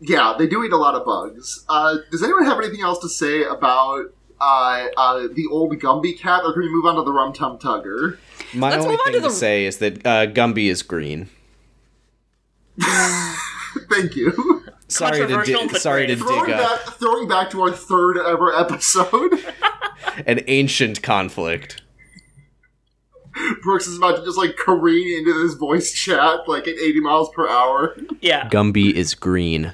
[SPEAKER 2] yeah, they do eat a lot of bugs. Uh, does anyone have anything else to say about uh, uh, the old Gumby cat, or can we move on to the Rum Tum Tugger? <laughs>
[SPEAKER 4] my
[SPEAKER 1] Let's
[SPEAKER 4] only
[SPEAKER 1] move on
[SPEAKER 4] thing
[SPEAKER 1] to
[SPEAKER 4] to,
[SPEAKER 1] the-
[SPEAKER 4] say is that uh, Gumby is green.
[SPEAKER 2] Thank you.
[SPEAKER 4] Sorry to
[SPEAKER 3] Controversial,
[SPEAKER 4] di-
[SPEAKER 3] but
[SPEAKER 4] sorry to
[SPEAKER 3] great.
[SPEAKER 4] <laughs> dig
[SPEAKER 2] throwing,
[SPEAKER 4] up
[SPEAKER 2] back, throwing back to our third ever episode, <laughs>
[SPEAKER 4] an ancient conflict.
[SPEAKER 2] Brooks is about to just like careen into this voice chat like at 80 miles per hour.
[SPEAKER 3] Yeah.
[SPEAKER 4] Gumby is green.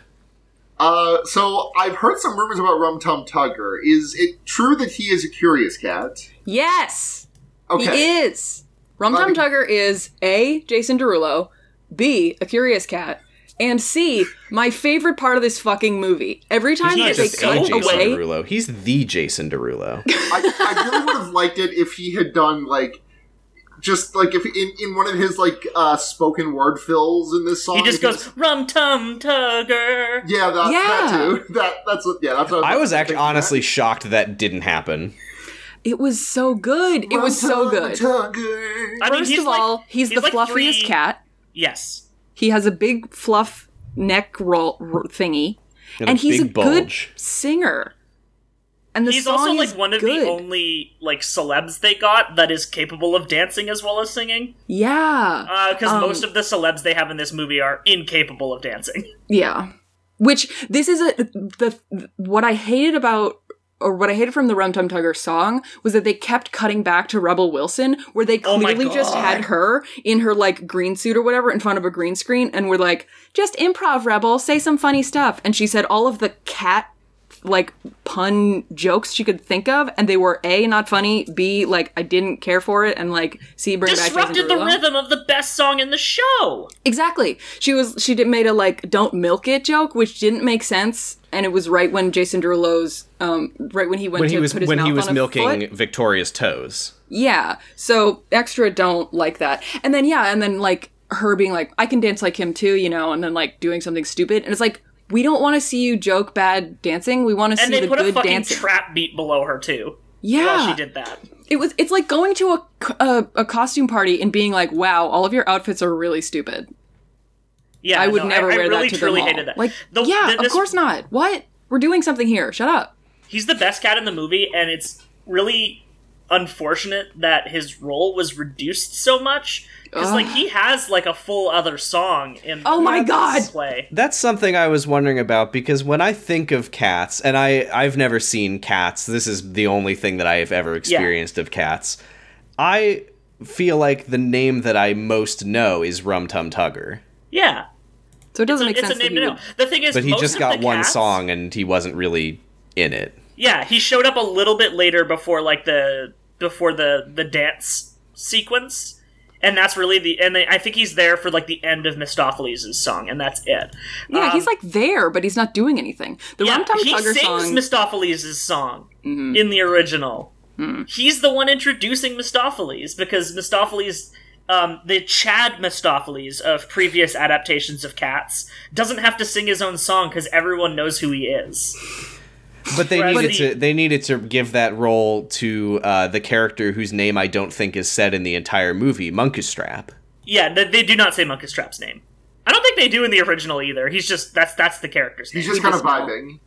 [SPEAKER 2] Uh, so I've heard some rumors about Rum Tum Tugger. Is it true that he is a curious cat?
[SPEAKER 1] Yes.
[SPEAKER 2] Okay.
[SPEAKER 1] He is. Rum Tum Tugger is A, Jason Derulo, B, a curious cat, and C, my favorite part of this fucking movie. Every time
[SPEAKER 4] He's not
[SPEAKER 1] that they
[SPEAKER 4] just a
[SPEAKER 1] cut
[SPEAKER 4] Jason
[SPEAKER 1] away,
[SPEAKER 4] Derulo. He's the
[SPEAKER 1] <laughs>
[SPEAKER 4] Jason Derulo.
[SPEAKER 2] I, I really would have liked it if he had done like just like if in, in one of his like uh spoken word fills in this song.
[SPEAKER 3] He just
[SPEAKER 2] because-
[SPEAKER 3] goes rum tum tugger.
[SPEAKER 2] Yeah, that, that
[SPEAKER 1] Yeah.
[SPEAKER 2] too. <laughs> That that's what yeah, that's what
[SPEAKER 4] I was
[SPEAKER 2] thinking
[SPEAKER 4] actually honestly shocked that didn't happen.
[SPEAKER 1] it was so good. It
[SPEAKER 2] about.
[SPEAKER 1] was so
[SPEAKER 2] Rum-tum
[SPEAKER 1] good.
[SPEAKER 2] tugger.
[SPEAKER 3] I mean,
[SPEAKER 1] First
[SPEAKER 3] he's
[SPEAKER 1] of
[SPEAKER 3] like-
[SPEAKER 1] all, he's,
[SPEAKER 3] he's
[SPEAKER 1] the
[SPEAKER 3] like
[SPEAKER 1] fluffiest
[SPEAKER 3] three-
[SPEAKER 1] cat.
[SPEAKER 3] Yes.
[SPEAKER 1] He has a big fluff neck roll r- thingy,
[SPEAKER 4] And
[SPEAKER 1] and,
[SPEAKER 4] a
[SPEAKER 1] he's a
[SPEAKER 4] big bulge.
[SPEAKER 1] good singer. And the
[SPEAKER 3] He's
[SPEAKER 1] song
[SPEAKER 3] also
[SPEAKER 1] is
[SPEAKER 3] like one of
[SPEAKER 1] good.
[SPEAKER 3] the only like celebs they got that is capable of dancing as well as singing.
[SPEAKER 1] Yeah.
[SPEAKER 3] because
[SPEAKER 1] Um,
[SPEAKER 3] most of the celebs they have in this movie are incapable
[SPEAKER 1] <laughs>
[SPEAKER 3] of dancing.
[SPEAKER 1] Yeah. Which this is a the what I hated about or what I hated from the Rum Tum Tugger song was that they kept cutting back to Rebel Wilson, where they
[SPEAKER 3] Oh my
[SPEAKER 1] clearly just
[SPEAKER 3] God.
[SPEAKER 1] had her in her like green suit or whatever in front of a green screen and were like, just improv Rebel, say some funny stuff. And she said all of the cat like pun jokes she could think of, and they were A, not funny, B, like I didn't care for it, and like C bring back Jason
[SPEAKER 3] Disrupted the
[SPEAKER 1] Derulo.
[SPEAKER 3] rhythm of the best song in the show.
[SPEAKER 1] Exactly. She was she did made a like don't milk it joke, which didn't make sense, and it was right when Jason Derulo's um right when he went
[SPEAKER 4] When
[SPEAKER 1] to
[SPEAKER 4] he was
[SPEAKER 1] put his
[SPEAKER 4] when
[SPEAKER 1] mouth
[SPEAKER 4] he was
[SPEAKER 1] on a
[SPEAKER 4] milking
[SPEAKER 1] foot.
[SPEAKER 4] Victoria's toes.
[SPEAKER 1] Yeah. So extra don't like that. And then yeah, and then like her being like, I can dance like him too, you know, and then like doing something stupid. And it's like, we don't want to see you joke bad dancing. We want to see
[SPEAKER 3] And they
[SPEAKER 1] the
[SPEAKER 3] put a
[SPEAKER 1] good
[SPEAKER 3] fucking
[SPEAKER 1] dancing.
[SPEAKER 3] trap beat below her too.
[SPEAKER 1] yeah.
[SPEAKER 3] While she did that.
[SPEAKER 1] It was it's like going to a, c- a a costume party and being like, wow, all of your outfits are really stupid.
[SPEAKER 3] Yeah,
[SPEAKER 1] I would
[SPEAKER 3] no,
[SPEAKER 1] never
[SPEAKER 3] I,
[SPEAKER 1] wear
[SPEAKER 3] I really,
[SPEAKER 1] that to the
[SPEAKER 3] truly
[SPEAKER 1] mall.
[SPEAKER 3] hated that.
[SPEAKER 1] Like,
[SPEAKER 3] The-
[SPEAKER 1] yeah,
[SPEAKER 3] the-
[SPEAKER 1] of
[SPEAKER 3] this-
[SPEAKER 1] course not. What? We're doing something here. Shut up.
[SPEAKER 3] he's the best cat in the movie, and it's really unfortunate that his role was reduced so much because like he has like a full other song in
[SPEAKER 1] Oh my God.
[SPEAKER 3] play.
[SPEAKER 4] That's something I was wondering about because when I think of cats, and I, I've never seen cats, this is the only thing that I have ever experienced of cats. I feel like the name that I most know is Rum Tum Tugger.
[SPEAKER 3] Yeah,
[SPEAKER 1] So it doesn't make
[SPEAKER 3] it's
[SPEAKER 1] sense.
[SPEAKER 3] a name
[SPEAKER 1] that
[SPEAKER 3] to
[SPEAKER 1] he
[SPEAKER 3] know.
[SPEAKER 1] would-
[SPEAKER 3] The thing is,
[SPEAKER 4] But he
[SPEAKER 3] most
[SPEAKER 4] just
[SPEAKER 3] of
[SPEAKER 4] got
[SPEAKER 3] the
[SPEAKER 4] one
[SPEAKER 3] cats-
[SPEAKER 4] song and he wasn't really in it.
[SPEAKER 3] Yeah, he showed up a little bit later before like the before the the dance sequence, and that's really the and they, I think he's there for like the end of Mistopheles' song, and that's it.
[SPEAKER 1] Yeah,
[SPEAKER 3] Um,
[SPEAKER 1] he's like there, but he's not doing anything. The
[SPEAKER 3] yeah,
[SPEAKER 1] Rum Tum
[SPEAKER 3] he
[SPEAKER 1] Tugger
[SPEAKER 3] sings
[SPEAKER 1] song. Mm-hmm.
[SPEAKER 3] Mistopheles' song in the original. He's the one introducing Mistopheles because Mistopheles. Um, the Chad Mistopheles of previous adaptations of Cats doesn't have to sing his own song because everyone knows who he is.
[SPEAKER 4] But they
[SPEAKER 3] Whereas
[SPEAKER 4] needed
[SPEAKER 3] the-
[SPEAKER 4] to they needed to give that role to uh, the character whose name I don't think is said in the entire movie, Monkustrap.
[SPEAKER 3] Yeah, they, they do not say Monkey Strap's name. I don't think they do in the original either. He's just that's that's the character's name.
[SPEAKER 2] He's just kind of
[SPEAKER 1] just know.
[SPEAKER 2] vibing.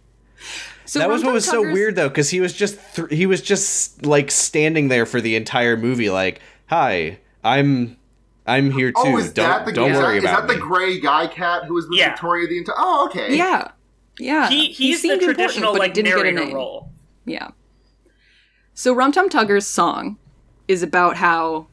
[SPEAKER 1] so
[SPEAKER 4] that
[SPEAKER 1] Rum
[SPEAKER 4] was what
[SPEAKER 1] Tum
[SPEAKER 4] was so
[SPEAKER 1] Tugger's-
[SPEAKER 4] weird though because he was just thr he was just like standing there for the entire movie like hi i'm i'm here too
[SPEAKER 2] Oh, is
[SPEAKER 4] don't
[SPEAKER 2] that the
[SPEAKER 4] don't
[SPEAKER 2] is
[SPEAKER 4] worry
[SPEAKER 2] that, is
[SPEAKER 4] about
[SPEAKER 2] that the
[SPEAKER 4] me
[SPEAKER 2] gray guy cat who was with
[SPEAKER 3] Yeah.
[SPEAKER 2] Victoria the entire? Oh, okay.
[SPEAKER 1] Yeah. Yeah.
[SPEAKER 3] he he's the
[SPEAKER 1] seemed important,
[SPEAKER 3] traditional
[SPEAKER 1] but he
[SPEAKER 3] like
[SPEAKER 1] didn't get a
[SPEAKER 3] narrator
[SPEAKER 1] name.
[SPEAKER 3] role.
[SPEAKER 1] Yeah. So Rum Tum Tugger's song is about how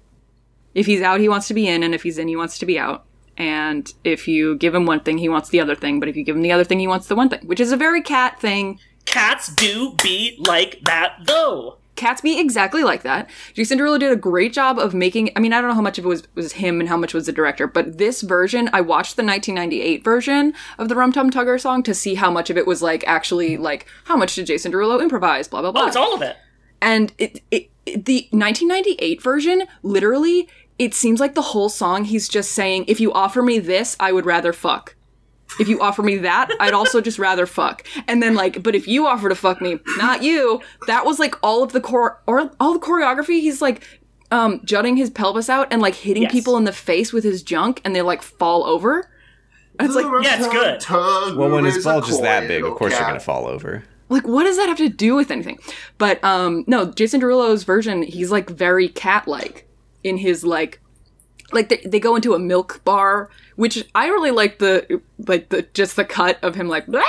[SPEAKER 1] if he's out, he wants to be in, and if he's in, he wants to be out. And if you give him one thing, he wants the other thing. But if you give him the other thing, he wants the one thing, which is a very cat thing.
[SPEAKER 3] Cats do be like that though.
[SPEAKER 1] Cats be exactly like that. Cinderella did a great job of making. I mean, I don't know how much of it was, was him and how much was the director, but this version, I watched the 1998 version of the Rum Tum Tugger song to see how much of it was like actually like how much did Jason Derulo improvise, blah blah blah.
[SPEAKER 3] Oh, it's all of it.
[SPEAKER 1] and it, it, it- the 1998 version literally it seems like the whole song he's just saying if you offer me this i would rather fuck if you offer me that i'd also just rather fuck and then like but if you offer to fuck me not you that was like all of the core or all the choreography he's like um jutting his pelvis out and like hitting
[SPEAKER 3] Yes.
[SPEAKER 1] people in the face with his junk and they like fall over it's like
[SPEAKER 3] Yeah, it's good.
[SPEAKER 4] well when his bulge is that big of course you're gonna fall over
[SPEAKER 1] like what does that have to do with anything but um no jason derulo's version he's like very cat-like in his like like they, they go into a milk bar which i really like the like the just the cut of him like "Blah!"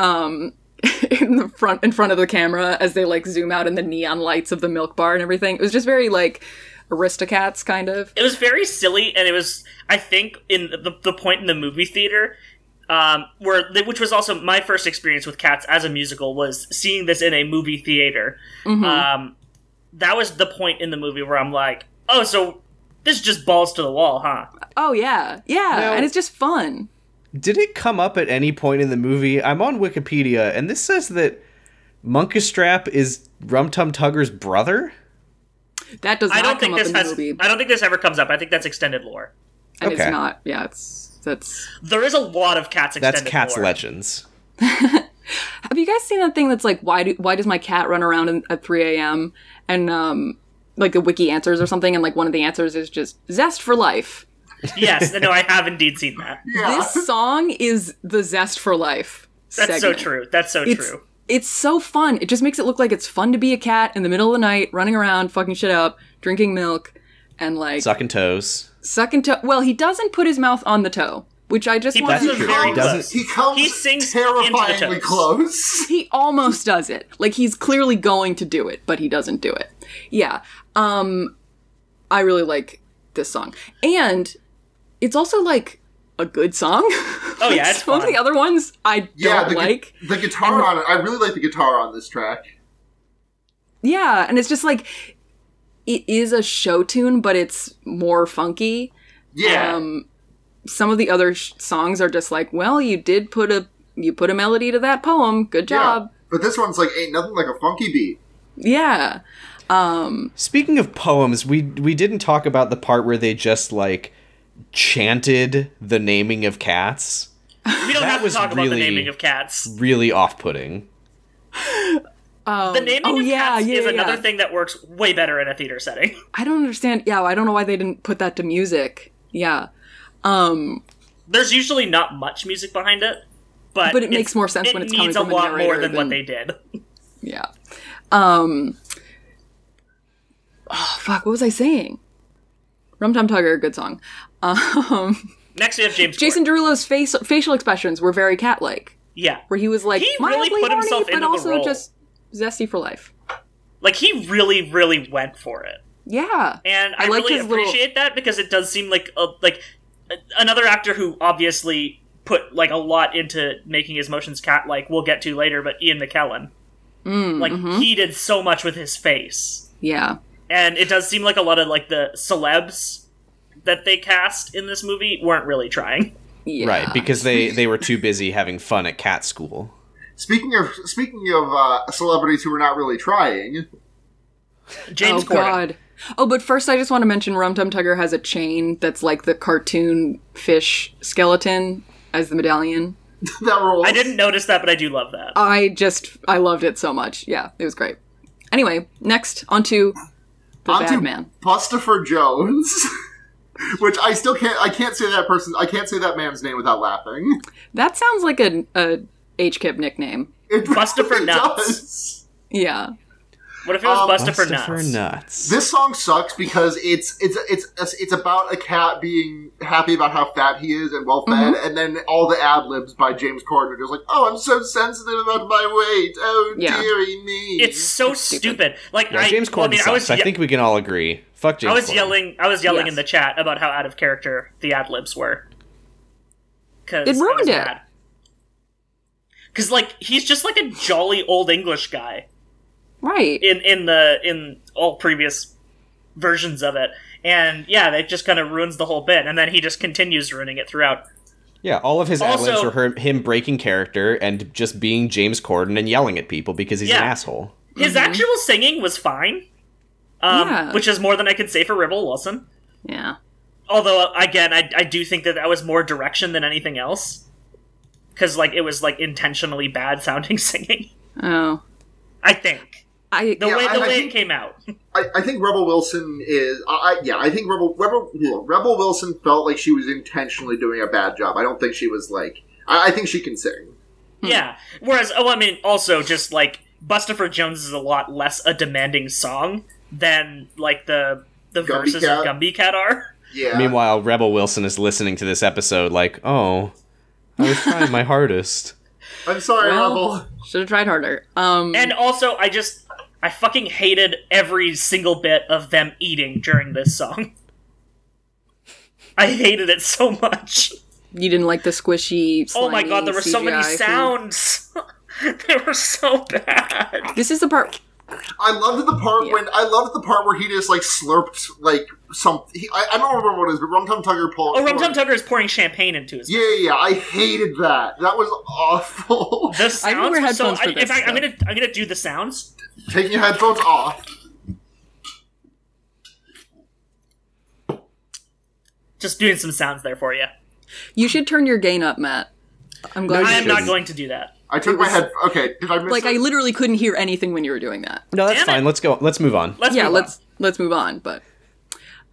[SPEAKER 1] um <laughs> in the front in front of the camera as they like zoom out in the neon lights of the milk bar and everything it was just very like aristocats kind of
[SPEAKER 3] It was very silly, and it was I think in the the point in the movie theater. Um, where which was also my first experience with cats as a musical was seeing this in a movie theater.
[SPEAKER 1] Mm-hmm.
[SPEAKER 3] Um, that was the point in the movie where I'm like, oh, so this is just balls to the wall, huh?
[SPEAKER 1] oh yeah yeah
[SPEAKER 4] Now-
[SPEAKER 1] and it's just fun
[SPEAKER 4] did it come up at any point in the movie i'm on wikipedia and this says that monkustrap is rum tum tugger's brother
[SPEAKER 1] that does
[SPEAKER 3] I
[SPEAKER 1] not come
[SPEAKER 3] don't think
[SPEAKER 1] up
[SPEAKER 3] this
[SPEAKER 1] in the
[SPEAKER 3] has.
[SPEAKER 1] movie
[SPEAKER 3] I don't think this ever comes up. I think that's extended lore.
[SPEAKER 1] and
[SPEAKER 4] Okay.
[SPEAKER 1] it's not yeah it's that's
[SPEAKER 3] There is a lot of cats extended.
[SPEAKER 4] that's cat's
[SPEAKER 3] lore.
[SPEAKER 4] legends
[SPEAKER 1] Have you guys seen that thing that's like why do why does my cat run around in, at 3 a.m. and um like the wiki answers or something and like one of the answers is just zest for life.
[SPEAKER 3] <laughs> yes, no, I have indeed seen that.
[SPEAKER 2] Yeah.
[SPEAKER 1] This song is the zest for life.
[SPEAKER 3] That's so
[SPEAKER 1] segment.
[SPEAKER 3] true. That's so
[SPEAKER 1] It's
[SPEAKER 3] true.
[SPEAKER 1] it's so fun. It just makes it look like it's fun to be a cat in the middle of the night running around fucking shit up, drinking milk and like
[SPEAKER 4] sucking toes
[SPEAKER 1] sucking toe. Well, he doesn't put his mouth on the toe, which I just
[SPEAKER 3] He
[SPEAKER 1] want
[SPEAKER 3] puts
[SPEAKER 1] to
[SPEAKER 3] his
[SPEAKER 4] That's true.
[SPEAKER 3] very
[SPEAKER 4] He doesn't-
[SPEAKER 3] close.
[SPEAKER 2] He comes
[SPEAKER 3] He sings into
[SPEAKER 2] terrifyingly
[SPEAKER 3] the toes.
[SPEAKER 1] <laughs>
[SPEAKER 2] close.
[SPEAKER 1] he almost does it. Like he's clearly going to do it, but he doesn't do it. Yeah. Um I really like this song. And it's also like a good song. <laughs>
[SPEAKER 3] Oh yeah, it's
[SPEAKER 1] Some of
[SPEAKER 3] fun.
[SPEAKER 1] the other ones I don't
[SPEAKER 2] Yeah, the, gu-
[SPEAKER 1] like.
[SPEAKER 2] the guitar on it. I really like the guitar on this track.
[SPEAKER 1] Yeah, and it's just like it is a show tune, but it's more funky.
[SPEAKER 2] Yeah,
[SPEAKER 1] Um some of the other sh- songs are just like, well, you did put a you put a melody to that poem. Good
[SPEAKER 2] yeah.
[SPEAKER 1] job.
[SPEAKER 2] But this one's like ain't nothing like a funky beat.
[SPEAKER 1] Yeah.
[SPEAKER 4] Speaking of poems, we we didn't talk about the part where they just like chanted the naming of cats.
[SPEAKER 3] We don't
[SPEAKER 4] That
[SPEAKER 3] have to
[SPEAKER 4] was
[SPEAKER 3] talk about the
[SPEAKER 4] really-
[SPEAKER 3] naming of cats.
[SPEAKER 4] Really off-putting.
[SPEAKER 3] The naming
[SPEAKER 1] oh,
[SPEAKER 3] of
[SPEAKER 1] yeah,
[SPEAKER 3] cats
[SPEAKER 1] yeah,
[SPEAKER 3] is
[SPEAKER 1] yeah,
[SPEAKER 3] another
[SPEAKER 1] yeah.
[SPEAKER 3] thing that works way better in a theater setting.
[SPEAKER 1] I don't understand. Yeah, I don't know why they didn't put that to music. Yeah. Um
[SPEAKER 3] There's usually not much music behind it, but
[SPEAKER 1] But it makes
[SPEAKER 3] it's-
[SPEAKER 1] more sense
[SPEAKER 3] it
[SPEAKER 1] when it's
[SPEAKER 3] needs
[SPEAKER 1] coming from
[SPEAKER 3] a
[SPEAKER 1] a
[SPEAKER 3] lot more
[SPEAKER 1] narrator
[SPEAKER 3] than, what
[SPEAKER 1] than-
[SPEAKER 3] they did.
[SPEAKER 1] Yeah. Um. Oh, fuck. What was I saying? Rum Tum Tugger, good song. Um, <laughs>
[SPEAKER 3] Next we have James.
[SPEAKER 1] Jason
[SPEAKER 3] Gordon.
[SPEAKER 1] Derulo's face facial expressions were very cat-like,
[SPEAKER 3] yeah,
[SPEAKER 1] where he was like
[SPEAKER 3] He really
[SPEAKER 1] mildly
[SPEAKER 3] put
[SPEAKER 1] horny,
[SPEAKER 3] himself
[SPEAKER 1] but
[SPEAKER 3] into the
[SPEAKER 1] also
[SPEAKER 3] role.
[SPEAKER 1] just zesty for life.
[SPEAKER 3] like he really, really went for it.
[SPEAKER 1] Yeah.
[SPEAKER 3] and I,
[SPEAKER 1] I like
[SPEAKER 3] really
[SPEAKER 1] his little-
[SPEAKER 3] appreciate that because it does seem like a, like a- another actor who obviously put like a lot into making his motions cat like we'll get to later, but Ian McKellen, like he did so much with his face,
[SPEAKER 1] yeah.
[SPEAKER 3] and it does seem like a lot of like the celebs that they cast in this movie weren't really trying.
[SPEAKER 1] Yeah.
[SPEAKER 4] Right, because they they were too <laughs> busy having fun at cat school.
[SPEAKER 2] Speaking of speaking of uh, celebrities who are not really trying, <laughs>
[SPEAKER 3] James
[SPEAKER 1] oh
[SPEAKER 3] Corden,
[SPEAKER 1] god. Oh, but first I just want to mention Rum Tum Tugger has a chain that's like the cartoon fish skeleton as the medallion.
[SPEAKER 2] that role.
[SPEAKER 3] I didn't notice that, but I do love that.
[SPEAKER 1] I just I loved it so much. Yeah, it was great. Anyway, next onto the
[SPEAKER 2] Onto
[SPEAKER 1] bad man.
[SPEAKER 2] Bustopher Jones, <laughs> which I still can't. I can't say that person. I can't say that man's name without laughing.
[SPEAKER 1] That sounds like a a HKIP nickname.
[SPEAKER 2] It
[SPEAKER 3] Bustopher
[SPEAKER 2] really
[SPEAKER 3] Nuts.
[SPEAKER 2] does.
[SPEAKER 1] Yeah.
[SPEAKER 3] What if it was
[SPEAKER 2] um,
[SPEAKER 3] Busta for
[SPEAKER 4] Busta for
[SPEAKER 3] Nuts?
[SPEAKER 4] nuts.
[SPEAKER 2] This song sucks because it's it's it's it's about a cat being happy about how fat he is and well fed,
[SPEAKER 1] Mm-hmm.
[SPEAKER 2] and then all the ad libs by James Corden are just like, "Oh, I'm so sensitive about my weight. Oh,
[SPEAKER 1] Yeah.
[SPEAKER 2] dearie me."
[SPEAKER 3] It's so
[SPEAKER 1] stupid.
[SPEAKER 3] stupid. Like
[SPEAKER 4] Yeah,
[SPEAKER 3] I,
[SPEAKER 4] James
[SPEAKER 3] well, I
[SPEAKER 4] Corden
[SPEAKER 3] mean, I was
[SPEAKER 4] sucks. I,
[SPEAKER 3] ye-
[SPEAKER 4] think we can all agree. Fuck James.
[SPEAKER 3] I was
[SPEAKER 4] Corden.
[SPEAKER 3] yelling. I was yelling
[SPEAKER 1] Yes.
[SPEAKER 3] in the chat about how out of character the ad libs were. Cause
[SPEAKER 1] It ruined it.
[SPEAKER 3] Because like he's just like a jolly old English guy
[SPEAKER 1] Right.
[SPEAKER 3] in in the in all previous versions of it, and yeah, that just kind of ruins the whole bit, and then he just continues ruining it throughout.
[SPEAKER 4] Yeah, all of his ad libs
[SPEAKER 3] Also-
[SPEAKER 4] were her, him breaking character and just being James Corden and yelling at people because he's an
[SPEAKER 3] Yeah.
[SPEAKER 4] asshole.
[SPEAKER 3] His actual singing was fine, um,
[SPEAKER 1] Mm-hmm. Yeah.
[SPEAKER 3] which is more than I could say for Rebel Wilson.
[SPEAKER 1] yeah.
[SPEAKER 3] although uh, again I, I do think that that was more direction than anything else because like it was like intentionally bad sounding <laughs> singing
[SPEAKER 1] Oh.
[SPEAKER 3] i think
[SPEAKER 1] I
[SPEAKER 3] the
[SPEAKER 2] Yeah,
[SPEAKER 3] way
[SPEAKER 2] I-
[SPEAKER 3] the
[SPEAKER 2] I
[SPEAKER 3] way
[SPEAKER 2] think-
[SPEAKER 3] it came out <laughs>
[SPEAKER 2] I, I think Rebel Wilson is. I, I yeah. I think Rebel Rebel yeah, Rebel Wilson felt like she was intentionally doing a bad job. I don't think she was like. I, I think she can sing.
[SPEAKER 3] yeah whereas oh i mean also just like busta for jones is a lot less a demanding song than like the the
[SPEAKER 2] Gumby
[SPEAKER 3] verses
[SPEAKER 2] Cat.
[SPEAKER 3] of gumby cat are
[SPEAKER 2] Yeah.
[SPEAKER 4] Meanwhile, Rebel Wilson is listening to this episode like, "Oh, I was trying
[SPEAKER 3] <laughs>
[SPEAKER 4] my hardest."
[SPEAKER 2] I'm sorry,
[SPEAKER 1] Well-
[SPEAKER 2] Rebel.
[SPEAKER 1] should have tried harder. Um
[SPEAKER 3] and also i just i fucking hated every single bit of them eating during this song <laughs> i hated it so much
[SPEAKER 1] you didn't like the squishy
[SPEAKER 3] Oh my god,
[SPEAKER 1] slimy
[SPEAKER 3] there were so many
[SPEAKER 1] CGI food.
[SPEAKER 3] sounds. <laughs> they were so
[SPEAKER 1] <laughs>
[SPEAKER 3] bad.
[SPEAKER 1] This is the part
[SPEAKER 2] I loved the part
[SPEAKER 1] Yeah.
[SPEAKER 2] when I loved the part where he just like slurped like some. He, I, I don't remember what it is, but Rum Tum Tugger pulled.
[SPEAKER 3] Oh, Rum Tum Tugger is pouring champagne into his.
[SPEAKER 2] Yeah, yeah, yeah. I hated that. That was
[SPEAKER 4] <laughs>
[SPEAKER 2] awful.
[SPEAKER 3] The
[SPEAKER 1] I didn't
[SPEAKER 3] sounds
[SPEAKER 1] wear
[SPEAKER 3] were so.
[SPEAKER 1] headphones for
[SPEAKER 3] I, in
[SPEAKER 1] this,
[SPEAKER 3] fact, I'm
[SPEAKER 1] though.
[SPEAKER 3] gonna I'm gonna do the sounds.
[SPEAKER 2] <laughs> Taking your headphones off.
[SPEAKER 3] Just doing some sounds there for you.
[SPEAKER 1] you should turn your gain up, Matt. I'm glad
[SPEAKER 4] No,
[SPEAKER 1] you
[SPEAKER 3] I am not
[SPEAKER 4] shouldn't.
[SPEAKER 3] going to do that.
[SPEAKER 2] I took my
[SPEAKER 1] was-
[SPEAKER 2] head. Okay, did I miss?
[SPEAKER 1] like I
[SPEAKER 2] it?
[SPEAKER 1] literally couldn't hear anything when you were doing that.
[SPEAKER 4] No, that's
[SPEAKER 3] Damn it.
[SPEAKER 4] fine. Let's go. Let's move on.
[SPEAKER 3] Let's
[SPEAKER 1] yeah,
[SPEAKER 3] move on.
[SPEAKER 1] let's let's move on, but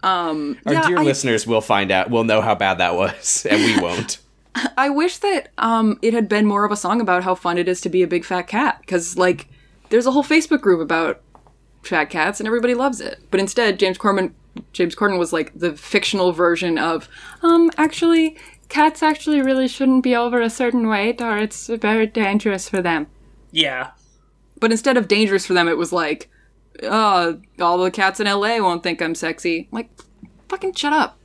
[SPEAKER 1] um
[SPEAKER 4] Our
[SPEAKER 1] yeah,
[SPEAKER 4] dear
[SPEAKER 1] I,
[SPEAKER 4] listeners will find out. Will know how bad that was, <laughs> and we won't.
[SPEAKER 1] I wish that um it had been more of a song about how fun it is to be a big fat cat cuz like there's a whole Facebook group about fat cats and everybody loves it. But instead James Corman James Corden was like the fictional version of um actually cats actually really shouldn't be over a certain weight or it's very dangerous for them.
[SPEAKER 3] Yeah.
[SPEAKER 1] But instead of dangerous for them, it was like, oh, all the cats in LA won't think I'm sexy. Like, fucking shut up.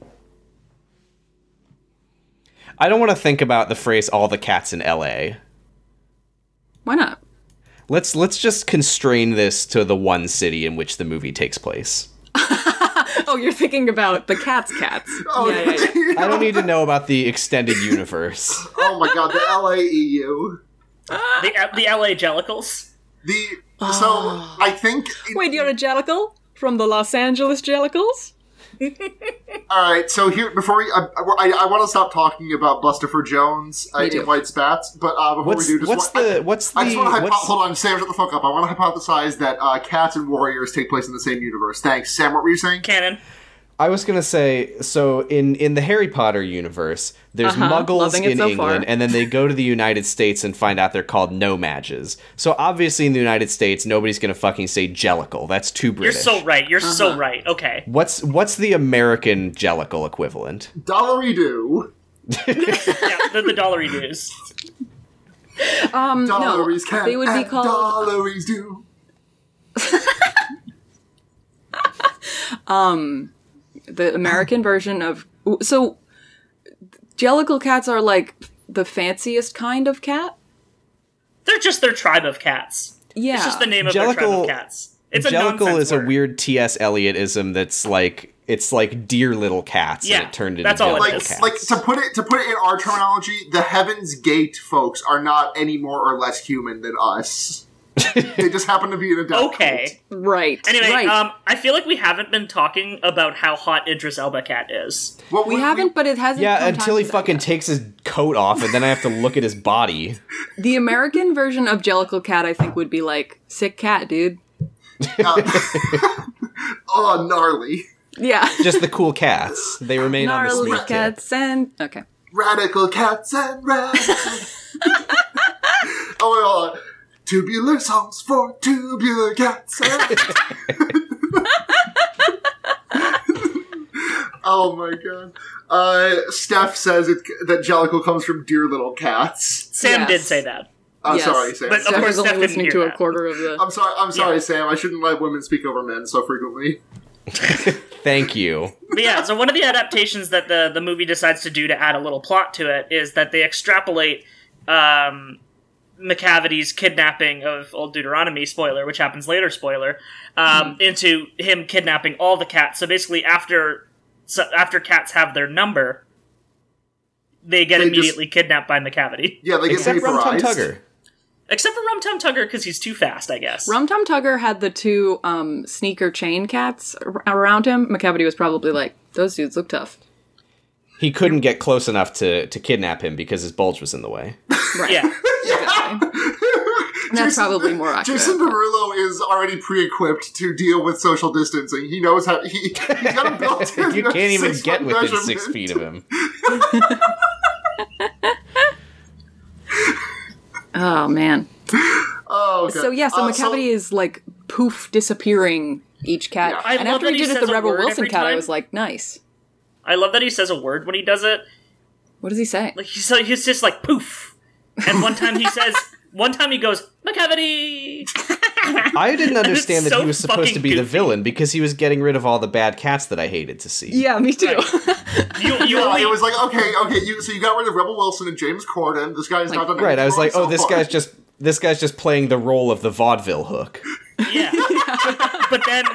[SPEAKER 4] I don't want to think about the phrase "all the cats in L.A."
[SPEAKER 1] Why not?
[SPEAKER 4] Let's let's just constrain this to the one city in which the movie takes place.
[SPEAKER 1] <laughs> Oh, you're thinking about the cats, cats.
[SPEAKER 2] Oh,
[SPEAKER 1] <laughs> yeah, yeah, yeah.
[SPEAKER 4] I don't need to know about the
[SPEAKER 2] <laughs>
[SPEAKER 4] extended universe.
[SPEAKER 2] oh my god, the E LAEU.
[SPEAKER 3] The the LA Jellicles.
[SPEAKER 2] The
[SPEAKER 1] <sighs>
[SPEAKER 2] so I think
[SPEAKER 1] Wait, you're a jellicle from the Los Angeles Jellicles?
[SPEAKER 2] All right, so here before we, I, I, I want to stop talking about Buster for Jones uh,
[SPEAKER 1] Me too.
[SPEAKER 2] in White Spats, but uh, before
[SPEAKER 4] What's
[SPEAKER 2] we do, just
[SPEAKER 4] what's
[SPEAKER 2] wa- I-
[SPEAKER 4] the what's the
[SPEAKER 2] I, just want to hypo-
[SPEAKER 4] what's,
[SPEAKER 2] hold on, Sam, shut the fuck up. I want to hypothesize that uh, cats and warriors take place in the same universe. Thanks, Sam. What were you saying?
[SPEAKER 3] Canon.
[SPEAKER 4] I was gonna say, so in in the Harry Potter universe, there's
[SPEAKER 1] Uh-huh,
[SPEAKER 4] Muggles
[SPEAKER 1] loving it
[SPEAKER 4] in
[SPEAKER 1] so far.
[SPEAKER 4] England, and then they go to the United States and find out they're called no matches. So obviously, in the United States, nobody's gonna fucking say Jellicle. That's too
[SPEAKER 3] You're
[SPEAKER 4] British.
[SPEAKER 3] so right. You're
[SPEAKER 1] Uh-huh.
[SPEAKER 3] so right. Okay.
[SPEAKER 4] What's what's the American Jellicle equivalent?
[SPEAKER 2] Dollary do.
[SPEAKER 3] Yeah, the, the dollary dues.
[SPEAKER 1] Um, no,
[SPEAKER 2] Dollaries can.
[SPEAKER 1] they would be
[SPEAKER 2] and
[SPEAKER 1] called.
[SPEAKER 2] Dollaries do.
[SPEAKER 1] the American version of so jellicle cats are like the fanciest kind of cat.
[SPEAKER 3] They're just their tribe of cats.
[SPEAKER 1] Yeah,
[SPEAKER 3] It's just the name of their tribe
[SPEAKER 4] Jellicle-
[SPEAKER 3] of cats. It's a
[SPEAKER 4] Jellicle
[SPEAKER 3] nonsense
[SPEAKER 4] is a
[SPEAKER 3] word.
[SPEAKER 4] weird T.S. Eliotism that's like it's like dear little cats,
[SPEAKER 3] Yeah,
[SPEAKER 4] and it turned into
[SPEAKER 3] that's all it
[SPEAKER 4] Jellicle
[SPEAKER 2] Like,
[SPEAKER 3] is.
[SPEAKER 4] cats.
[SPEAKER 2] like to put it to put it in our terminology, the Heaven's Gate folks are not any more or less human than us. they just happen to be in a death cult.
[SPEAKER 3] Okay.
[SPEAKER 1] right.
[SPEAKER 3] Anyway,
[SPEAKER 1] right.
[SPEAKER 3] um, I feel like we haven't been talking about how hot Idris Elba cat is.
[SPEAKER 2] Well,
[SPEAKER 1] we haven't, but it hasn't.
[SPEAKER 4] yeah,
[SPEAKER 1] come
[SPEAKER 4] until he
[SPEAKER 1] time to that
[SPEAKER 4] fucking
[SPEAKER 1] yet.
[SPEAKER 4] takes his coat off, and then I have to look at his body.
[SPEAKER 1] the American version of jellicle cat, I think, would be like sick cat, dude.
[SPEAKER 2] oh, gnarly.
[SPEAKER 1] Yeah,
[SPEAKER 4] Just the cool cats. They remain on the
[SPEAKER 1] gnarly
[SPEAKER 4] sneak tip.
[SPEAKER 1] cats and okay.
[SPEAKER 2] Radical cats and radical. oh, wait, hold on. Tubular songs for tubular cats. and- oh my god. Uh, Steph says it, that Jellicle comes from Dear Little Cats.
[SPEAKER 3] Sam
[SPEAKER 1] Yes.
[SPEAKER 3] did say that.
[SPEAKER 2] I'm
[SPEAKER 1] Yes.
[SPEAKER 2] sorry, Sam.
[SPEAKER 3] But- Of
[SPEAKER 1] Steph
[SPEAKER 3] course
[SPEAKER 1] is only
[SPEAKER 3] Steph didn't
[SPEAKER 1] listening
[SPEAKER 3] hear
[SPEAKER 1] to a
[SPEAKER 3] that. Um,
[SPEAKER 1] quarter of the.
[SPEAKER 2] I'm sorry. I'm sorry,
[SPEAKER 3] Yeah.
[SPEAKER 2] Sam. I shouldn't let women speak over men so frequently.
[SPEAKER 4] Thank you.
[SPEAKER 3] But yeah, so one of the adaptations that the the movie decides to do to add a little plot to it is that they extrapolate um, McCavity's kidnapping of old Deuteronomy spoiler, which happens later spoiler, um,
[SPEAKER 1] Hmm.
[SPEAKER 3] into him kidnapping all the cats. So basically, after so after cats have their number, they get
[SPEAKER 2] They just-
[SPEAKER 3] immediately kidnapped by McCavity.
[SPEAKER 2] Yeah, they get
[SPEAKER 4] Except Rum Tum
[SPEAKER 2] vaporized.
[SPEAKER 4] Tugger.
[SPEAKER 3] Except for Rum Tum Tugger because he's too fast, I guess.
[SPEAKER 1] Rum Tum Tugger had the two um, sneaker chain cats ar- around him. McCavity was probably like, "Those dudes look tough."
[SPEAKER 4] He couldn't get close enough to, to kidnap him because his bulge was in the way.
[SPEAKER 1] Right.
[SPEAKER 3] yeah,
[SPEAKER 1] And that's
[SPEAKER 2] Jason-
[SPEAKER 1] probably <laughs> more accurate.
[SPEAKER 2] Jason Derulo is already pre-equipped to deal with social distancing. He knows how he he's
[SPEAKER 4] <laughs>
[SPEAKER 2] got a built-in.
[SPEAKER 4] You can't even
[SPEAKER 2] six-foot
[SPEAKER 4] get within
[SPEAKER 2] measurement.
[SPEAKER 4] six feet of him.
[SPEAKER 1] oh man.
[SPEAKER 2] Oh, okay.
[SPEAKER 1] So yeah, so
[SPEAKER 2] Uh,
[SPEAKER 1] McCavity is like poof disappearing each cat.
[SPEAKER 2] Yeah.
[SPEAKER 3] I
[SPEAKER 1] and
[SPEAKER 3] love
[SPEAKER 1] after
[SPEAKER 3] that
[SPEAKER 1] he
[SPEAKER 3] he
[SPEAKER 1] did it
[SPEAKER 3] says
[SPEAKER 1] the
[SPEAKER 3] a
[SPEAKER 1] Rebel
[SPEAKER 3] word
[SPEAKER 1] Wilson
[SPEAKER 3] every
[SPEAKER 1] cat, I
[SPEAKER 3] time.
[SPEAKER 1] was like, nice.
[SPEAKER 3] I love that he says a word when he does it.
[SPEAKER 1] What does he say?
[SPEAKER 3] Like he's like, he's just like poof. And one time he
[SPEAKER 1] <laughs>
[SPEAKER 3] says, one time he goes McCavity.
[SPEAKER 4] I didn't understand that
[SPEAKER 3] so
[SPEAKER 4] he was supposed to
[SPEAKER 3] fucking
[SPEAKER 4] be the
[SPEAKER 3] goofy.
[SPEAKER 4] villain because he was getting rid of all the bad cats that I hated to see.
[SPEAKER 1] yeah, me too.
[SPEAKER 3] You, you
[SPEAKER 2] Oh,
[SPEAKER 3] only
[SPEAKER 2] it was like okay, okay. You so you got rid of Rebel Wilson and James Corden. This guy's not done
[SPEAKER 4] Right, I was like,
[SPEAKER 2] anything
[SPEAKER 4] oh,
[SPEAKER 2] wrong
[SPEAKER 4] this
[SPEAKER 2] so far.
[SPEAKER 4] guy's just this guy's just playing the role of the vaudeville hook.
[SPEAKER 3] <laughs> yeah. but then,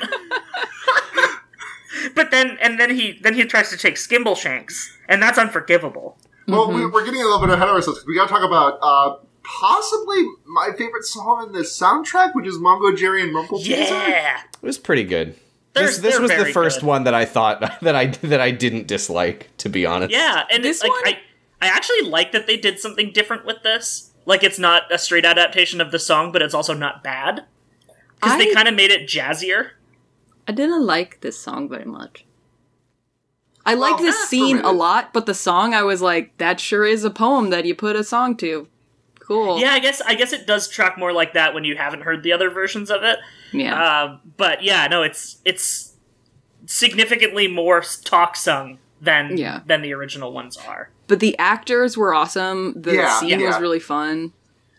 [SPEAKER 3] but then, and then he then he tries to take Skimble Shanks, and that's unforgivable.
[SPEAKER 2] Well, we,
[SPEAKER 4] mm-hmm.
[SPEAKER 2] we're getting a little bit ahead of ourselves. We got to talk about uh, possibly my favorite song in this soundtrack, which is Mongo Jerry and Rumpelpooza.
[SPEAKER 3] Yeah.
[SPEAKER 4] It was pretty good.
[SPEAKER 3] They're-
[SPEAKER 4] this this
[SPEAKER 3] they're
[SPEAKER 4] was the
[SPEAKER 3] very
[SPEAKER 4] first
[SPEAKER 3] good.
[SPEAKER 4] one that I thought <laughs> that I that I didn't dislike, to be honest.
[SPEAKER 3] Yeah, and
[SPEAKER 1] This
[SPEAKER 3] it's like
[SPEAKER 1] one-
[SPEAKER 3] I, I actually like that they did something different with this. Like it's not a straight adaptation of the song, but it's also not bad because they
[SPEAKER 1] I-
[SPEAKER 3] kind of made it jazzier.
[SPEAKER 1] <laughs> I didn't like this song very much. I liked
[SPEAKER 2] Well,
[SPEAKER 1] this
[SPEAKER 2] that's
[SPEAKER 1] scene a
[SPEAKER 2] rude.
[SPEAKER 1] lot, but the song I was like, that sure is a poem that you put a song to. Cool.
[SPEAKER 3] Yeah, I guess I guess it does track more like that when you haven't heard the other versions of it.
[SPEAKER 1] Yeah.
[SPEAKER 3] Um, but yeah, no, it's it's significantly more s- talk sung than
[SPEAKER 1] Yeah.
[SPEAKER 3] than the original ones are.
[SPEAKER 1] but the actors were awesome. The
[SPEAKER 2] Yeah,
[SPEAKER 1] scene was
[SPEAKER 2] yeah.
[SPEAKER 1] really fun.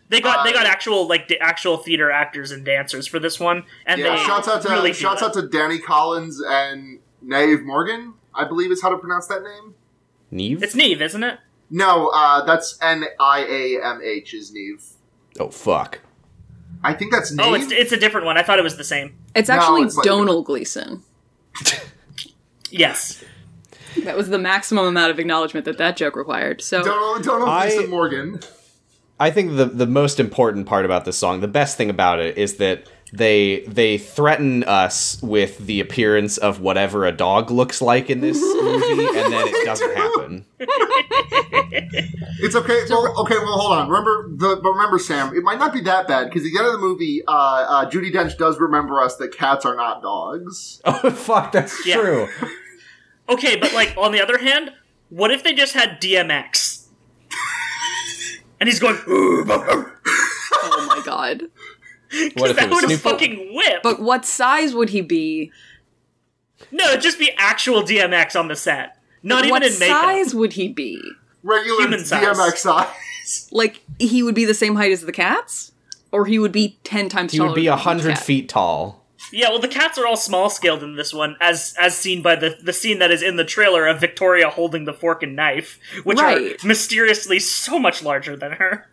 [SPEAKER 3] They got they
[SPEAKER 2] Uh,
[SPEAKER 3] got actual like the actual theater actors and dancers for this one, and
[SPEAKER 2] Yeah,
[SPEAKER 3] they
[SPEAKER 2] shouts out to
[SPEAKER 3] really do
[SPEAKER 2] shouts
[SPEAKER 3] it.
[SPEAKER 2] out to Danny Collins and Nave Morgan. I believe is how to pronounce that name.
[SPEAKER 4] Neve?
[SPEAKER 3] It's Neve, isn't it?
[SPEAKER 2] No, uh, that's N I A M H is Neve.
[SPEAKER 4] oh fuck.
[SPEAKER 2] I think that's Neve.
[SPEAKER 3] Oh, it's it's a different one. I thought it was the same.
[SPEAKER 1] It's
[SPEAKER 2] No,
[SPEAKER 1] actually
[SPEAKER 2] it's like-
[SPEAKER 1] Donal Gleason.
[SPEAKER 3] Yes,
[SPEAKER 1] That was the maximum amount of acknowledgement that that joke required. So
[SPEAKER 2] Donald Donald
[SPEAKER 4] I-
[SPEAKER 2] Gleason Morgan.
[SPEAKER 4] I think the the most important part about this song, the best thing about it, is that they they threaten us with the appearance of whatever a dog looks like
[SPEAKER 3] <laughs>
[SPEAKER 4] in this movie, and then it doesn't happen. <laughs>
[SPEAKER 2] It's okay. Well, okay. Well, hold on. Remember the but remember Sam. It might not be that bad because at the end of the movie, uh, uh,
[SPEAKER 3] Oh,
[SPEAKER 2] Judy Dench does remember us that cats are not dogs.
[SPEAKER 4] Oh fuck, that's
[SPEAKER 3] Yeah.
[SPEAKER 4] true.
[SPEAKER 3] Okay, but like on the other hand, what if they just had DMX? <laughs> and he's going, <gasps>
[SPEAKER 1] Oh my god.
[SPEAKER 4] What if it
[SPEAKER 3] that
[SPEAKER 4] was
[SPEAKER 3] would
[SPEAKER 4] Snoop?
[SPEAKER 3] fucking whip.
[SPEAKER 1] But what size would he be?
[SPEAKER 3] no, it'd just be actual DMX on the set. Not even
[SPEAKER 1] what
[SPEAKER 3] in makeup.
[SPEAKER 1] size would he be?
[SPEAKER 2] Regular
[SPEAKER 3] Human size.
[SPEAKER 2] DMX size.
[SPEAKER 1] Like he would be the same height as the cats, or he would be ten times.
[SPEAKER 4] He would
[SPEAKER 1] taller
[SPEAKER 4] be
[SPEAKER 1] than
[SPEAKER 4] a
[SPEAKER 1] each
[SPEAKER 4] hundred
[SPEAKER 1] cat?
[SPEAKER 4] feet tall.
[SPEAKER 3] Yeah, well, the cats are all small scaled in this one, as as seen by the the scene that is in the trailer of Victoria holding the fork and knife, which
[SPEAKER 1] Right.
[SPEAKER 3] are mysteriously so much larger than her.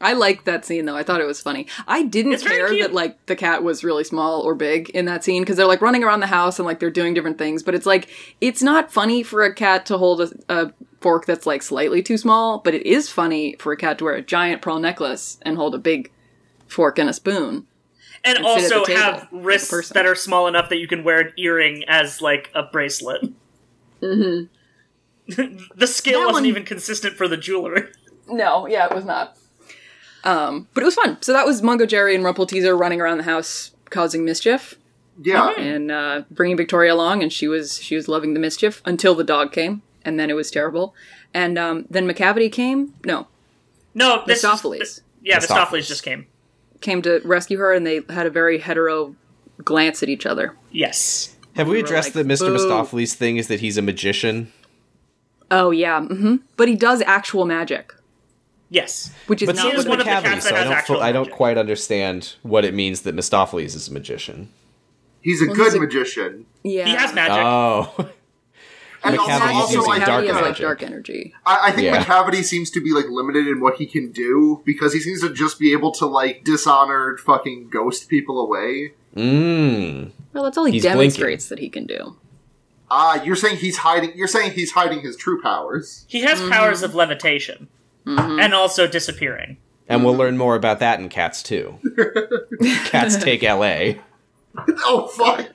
[SPEAKER 1] I liked that scene though. I thought it was funny. I didn't
[SPEAKER 3] It's very
[SPEAKER 1] care
[SPEAKER 3] cute.
[SPEAKER 1] that like the cat was really small or big in that scene because they're like running around the house and like they're doing different things. But it's like it's not funny for a cat to hold a, a fork that's like slightly too small. But it is funny for a cat to wear a giant pearl necklace and hold a big fork and a spoon. And
[SPEAKER 3] And,
[SPEAKER 1] sit at
[SPEAKER 3] also
[SPEAKER 1] the table
[SPEAKER 3] have
[SPEAKER 1] like a
[SPEAKER 3] wrists
[SPEAKER 1] person.
[SPEAKER 3] that are small enough that you can wear an earring as like a bracelet. Mm-hmm. <laughs> the scale
[SPEAKER 1] That
[SPEAKER 3] wasn't
[SPEAKER 1] one-
[SPEAKER 3] even consistent for the jewelry.
[SPEAKER 1] No, yeah, it was not. Um, but it was fun. So that was Mungo Jerry and Rumple Teaser running around the house causing mischief
[SPEAKER 2] <laughs> Yeah.
[SPEAKER 1] and uh, bringing Victoria along, and she was she was loving the mischief until the dog came, and then it was terrible. And um, then McCavity came. No,
[SPEAKER 3] No, this is-
[SPEAKER 1] Mistopheles
[SPEAKER 3] yeah,
[SPEAKER 4] Mistopheles.
[SPEAKER 3] Mistopheles just came.
[SPEAKER 1] came to rescue her, and they had a very hetero glance at each other.
[SPEAKER 3] Yes.
[SPEAKER 4] Have we
[SPEAKER 1] were
[SPEAKER 4] addressed
[SPEAKER 1] like,
[SPEAKER 4] that Mr.
[SPEAKER 1] "Boo."
[SPEAKER 4] Mistopheles thing is that he's a magician?
[SPEAKER 1] Oh yeah, hmm but he does actual magic,
[SPEAKER 3] Yes.
[SPEAKER 1] which is
[SPEAKER 4] But
[SPEAKER 1] not
[SPEAKER 4] so
[SPEAKER 3] he is
[SPEAKER 4] is
[SPEAKER 1] what
[SPEAKER 3] one of the
[SPEAKER 4] McCavity,
[SPEAKER 3] cats that
[SPEAKER 4] so I
[SPEAKER 3] has
[SPEAKER 4] don't,
[SPEAKER 3] actual
[SPEAKER 4] fu- I don't
[SPEAKER 3] magic.
[SPEAKER 4] quite understand what it means that Mistopheles is a magician.
[SPEAKER 2] He's a
[SPEAKER 1] he's
[SPEAKER 2] good
[SPEAKER 1] a-
[SPEAKER 2] magician.
[SPEAKER 1] yeah.
[SPEAKER 3] He has magic.
[SPEAKER 4] Oh. <laughs>
[SPEAKER 2] And
[SPEAKER 4] McCavity
[SPEAKER 2] also, also
[SPEAKER 4] using
[SPEAKER 2] I,
[SPEAKER 1] McCavity
[SPEAKER 4] dark
[SPEAKER 1] has,
[SPEAKER 2] think, uh,
[SPEAKER 1] like
[SPEAKER 4] magic.
[SPEAKER 1] dark energy.
[SPEAKER 2] I, I think
[SPEAKER 4] Yeah.
[SPEAKER 2] McCavity seems to be like limited in what he can do because he seems to just be able to like dishonored fucking ghost people away.
[SPEAKER 4] Mmm.
[SPEAKER 1] Well, that's all he
[SPEAKER 4] He's blinking.
[SPEAKER 1] demonstrates that he can do.
[SPEAKER 2] Ah, you're saying he's hiding. You're saying he's hiding his true powers. <laughs>
[SPEAKER 3] He
[SPEAKER 1] Mm-hmm.
[SPEAKER 3] has powers of levitation and also disappearing.
[SPEAKER 4] And we'll learn more about that in
[SPEAKER 3] <laughs>
[SPEAKER 4] Cats too. Cats take LA.
[SPEAKER 2] oh fuck!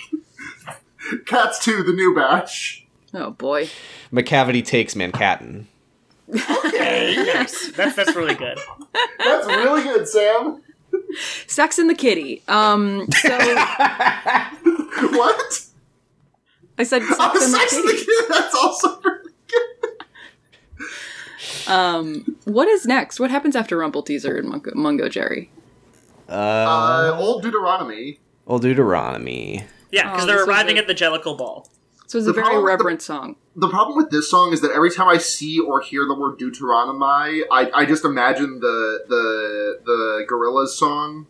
[SPEAKER 2] Cats two, the new batch.
[SPEAKER 1] Oh boy.
[SPEAKER 4] McCavity takes Manhattan.
[SPEAKER 3] Yes, that's that's really good.
[SPEAKER 2] That's really good, Sam.
[SPEAKER 1] Sex and the Kitty. Um, so I
[SPEAKER 2] What?
[SPEAKER 1] said Sex
[SPEAKER 2] <laughs> Oh,
[SPEAKER 1] and the
[SPEAKER 2] Sex and the
[SPEAKER 1] Kitty.
[SPEAKER 2] Kid. That's also.
[SPEAKER 1] Um, what is next? What happens after Rumple Teaser and Mungo, Mungo Jerry?
[SPEAKER 4] Uh,
[SPEAKER 2] Uh, old Deuteronomy.
[SPEAKER 4] old Deuteronomy.
[SPEAKER 3] Yeah,
[SPEAKER 1] <laughs>
[SPEAKER 3] because
[SPEAKER 1] Oh,
[SPEAKER 3] they're
[SPEAKER 1] this was
[SPEAKER 3] arriving
[SPEAKER 1] a-
[SPEAKER 3] at the Jellicle Ball.
[SPEAKER 1] So it's
[SPEAKER 2] The
[SPEAKER 1] a very
[SPEAKER 2] problem-
[SPEAKER 1] reverent song.
[SPEAKER 2] The problem with this song is that every time I see or hear the word Deuteronomy, I, I just imagine the the the Gorillas song,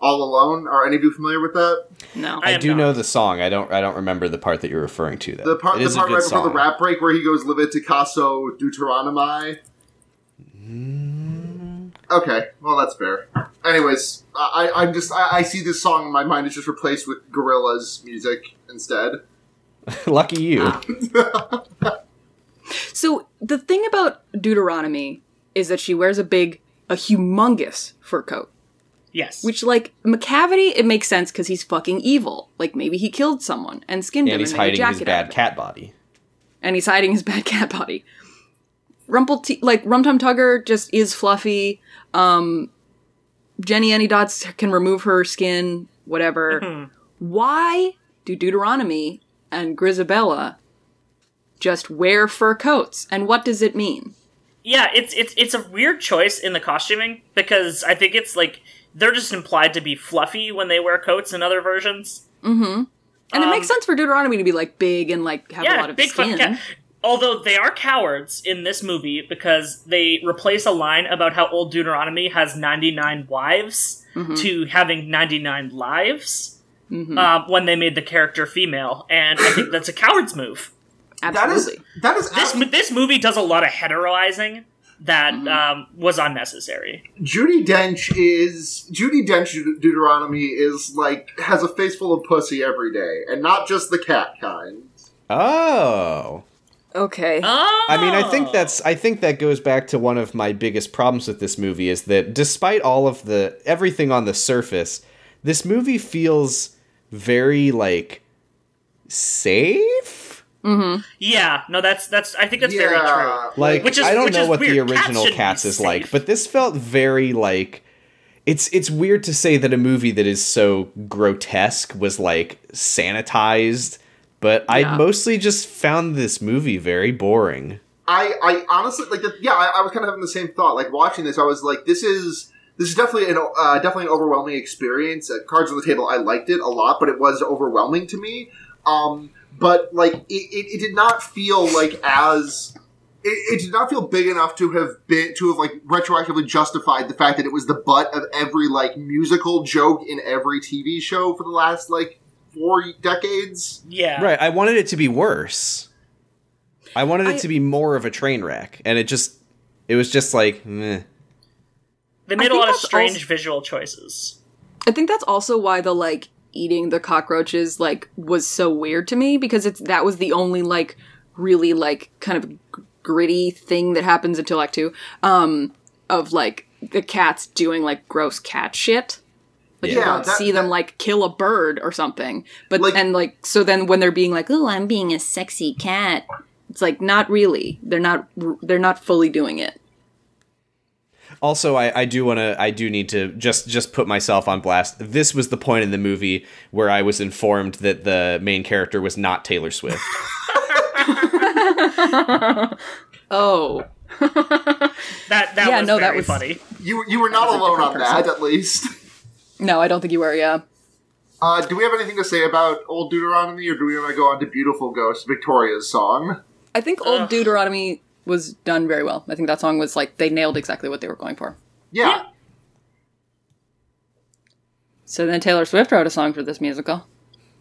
[SPEAKER 2] "All Alone." Are any of you familiar with that?
[SPEAKER 1] No.
[SPEAKER 3] I
[SPEAKER 4] I,
[SPEAKER 3] am
[SPEAKER 4] do
[SPEAKER 3] not.
[SPEAKER 4] know the song. I don't. I don't remember the part that you're referring to. Though
[SPEAKER 2] The part
[SPEAKER 4] It
[SPEAKER 2] the
[SPEAKER 4] is a
[SPEAKER 2] part
[SPEAKER 4] good
[SPEAKER 2] right
[SPEAKER 4] song.
[SPEAKER 2] before the rap break where he goes "Leviticasso Deuteronomy."
[SPEAKER 4] Mm.
[SPEAKER 2] Okay, well that's fair. Anyways, I, I- I'm just I, I see this song and my mind is just replaced with Gorillas music instead.
[SPEAKER 4] <laughs>
[SPEAKER 2] <laughs>
[SPEAKER 4] Lucky you.
[SPEAKER 1] So the thing about Deuteronomy is that she wears a big, a humongous fur coat.
[SPEAKER 3] Yes.
[SPEAKER 1] Which, like, McCavity, it makes sense because he's fucking evil. Like, maybe he killed someone and skinned him
[SPEAKER 4] and he's
[SPEAKER 1] and made a
[SPEAKER 4] hiding his
[SPEAKER 1] jacket out of
[SPEAKER 4] bad
[SPEAKER 1] it.
[SPEAKER 4] cat body.
[SPEAKER 1] and he's hiding his <laughs> bad cat body. Rumple, T- like Rum Tum Tugger, just is fluffy. Um, Jenny Any Dots can remove her skin, whatever.
[SPEAKER 3] Mm-hmm.
[SPEAKER 1] Why do Deuteronomy and Grisabella just wear fur coats? And what does it mean?
[SPEAKER 3] yeah, it's it's it's a weird choice in the costuming because I think it's like they're just implied to be fluffy when they wear coats in other versions.
[SPEAKER 1] And it
[SPEAKER 3] Um,
[SPEAKER 1] makes sense for Deuteronomy to be like big and like have a
[SPEAKER 3] yeah,
[SPEAKER 1] lot of
[SPEAKER 3] big
[SPEAKER 1] skin.
[SPEAKER 3] fucking cat. Although they are cowards in this movie because they replace a line about how old Deuteronomy has 99 wives
[SPEAKER 1] Mm-hmm.
[SPEAKER 3] to having 99 lives uh, when they made the character female. And I think that's a coward's move.
[SPEAKER 2] That is
[SPEAKER 1] Absolutely.
[SPEAKER 2] that is
[SPEAKER 3] This,
[SPEAKER 1] Um,
[SPEAKER 2] ab-
[SPEAKER 3] this movie does a lot of heteroizing that
[SPEAKER 1] Mm-hmm.
[SPEAKER 3] um, was unnecessary.
[SPEAKER 2] Judy Dench is Judy Dench Deut- Deuteronomy is like has a face full of pussy every day, and not just the cat kind.
[SPEAKER 4] Oh.
[SPEAKER 1] okay.
[SPEAKER 3] Oh!
[SPEAKER 4] I mean, I think that's I think that goes back to one of my biggest problems with this movie is that despite all of the everything on the surface, this movie feels very like safe.
[SPEAKER 3] yeah. No, that's that's. I think that's very
[SPEAKER 2] Yeah.
[SPEAKER 3] true.
[SPEAKER 4] Like
[SPEAKER 3] Which is-
[SPEAKER 4] I don't
[SPEAKER 3] which
[SPEAKER 4] know
[SPEAKER 3] is
[SPEAKER 4] what the
[SPEAKER 3] weird. Cats
[SPEAKER 4] original
[SPEAKER 3] shouldn't be
[SPEAKER 4] Cats is like,
[SPEAKER 3] safe.
[SPEAKER 4] but this felt very like it's it's weird to say that a movie that is so grotesque was like sanitized, But I
[SPEAKER 1] Yeah.
[SPEAKER 4] mostly just found this movie very boring.
[SPEAKER 2] I, I honestly like the, yeah I, I was kind of having the same thought like watching this I was like this is this is definitely an uh, definitely an overwhelming experience uh, cards on the table I liked it a lot but it was overwhelming to me um but like it, it, it did not feel like as it, it did not feel big enough to have been to have like retroactively justified the fact that it was the butt of every like musical joke in every TV show for the last like four decades
[SPEAKER 3] Yeah.
[SPEAKER 4] Right. I wanted it to be worse. I wanted it
[SPEAKER 1] I-
[SPEAKER 4] to be more of a train wreck, and it just it was just like meh.
[SPEAKER 3] They made a
[SPEAKER 1] think
[SPEAKER 3] lot of
[SPEAKER 1] that's
[SPEAKER 3] strange
[SPEAKER 1] also-
[SPEAKER 3] visual choices.
[SPEAKER 1] I think that's also why the like eating the cockroaches like was so weird to me because it's that was the only like really like kind of g- gritty thing that happens until Act Two um, of like the cats doing like gross cat shit. Like you
[SPEAKER 2] Yeah,
[SPEAKER 1] don't
[SPEAKER 2] that-
[SPEAKER 1] see them
[SPEAKER 2] that-
[SPEAKER 1] like kill a bird or something. But
[SPEAKER 2] Like-
[SPEAKER 1] and like so then when they're being like, "Oh, I'm being a sexy cat," it's like not really. They're not. They're not fully doing it.
[SPEAKER 4] Also, I, I do want to I do need to just just put myself on blast. This was the point in the movie where I was informed that the main character was not
[SPEAKER 1] <laughs>
[SPEAKER 4] Taylor Swift.
[SPEAKER 1] Oh,
[SPEAKER 3] That that
[SPEAKER 1] Yeah,
[SPEAKER 3] was
[SPEAKER 1] no, that
[SPEAKER 3] very
[SPEAKER 1] was-
[SPEAKER 3] funny.
[SPEAKER 2] you you were not
[SPEAKER 1] was a
[SPEAKER 2] alone on
[SPEAKER 1] different
[SPEAKER 2] that at least.
[SPEAKER 1] no, I don't think you were. Yeah.
[SPEAKER 2] Uh, do we have anything to say about Old Deuteronomy, or do we want to go on to Beautiful Ghost, Victoria's song?
[SPEAKER 1] I think Old
[SPEAKER 3] Ugh.
[SPEAKER 1] Deuteronomy was done very well. I think that song was like they nailed exactly what they were going for.
[SPEAKER 2] Yeah.
[SPEAKER 3] Yeah.
[SPEAKER 1] So then Taylor Swift wrote a song for this musical.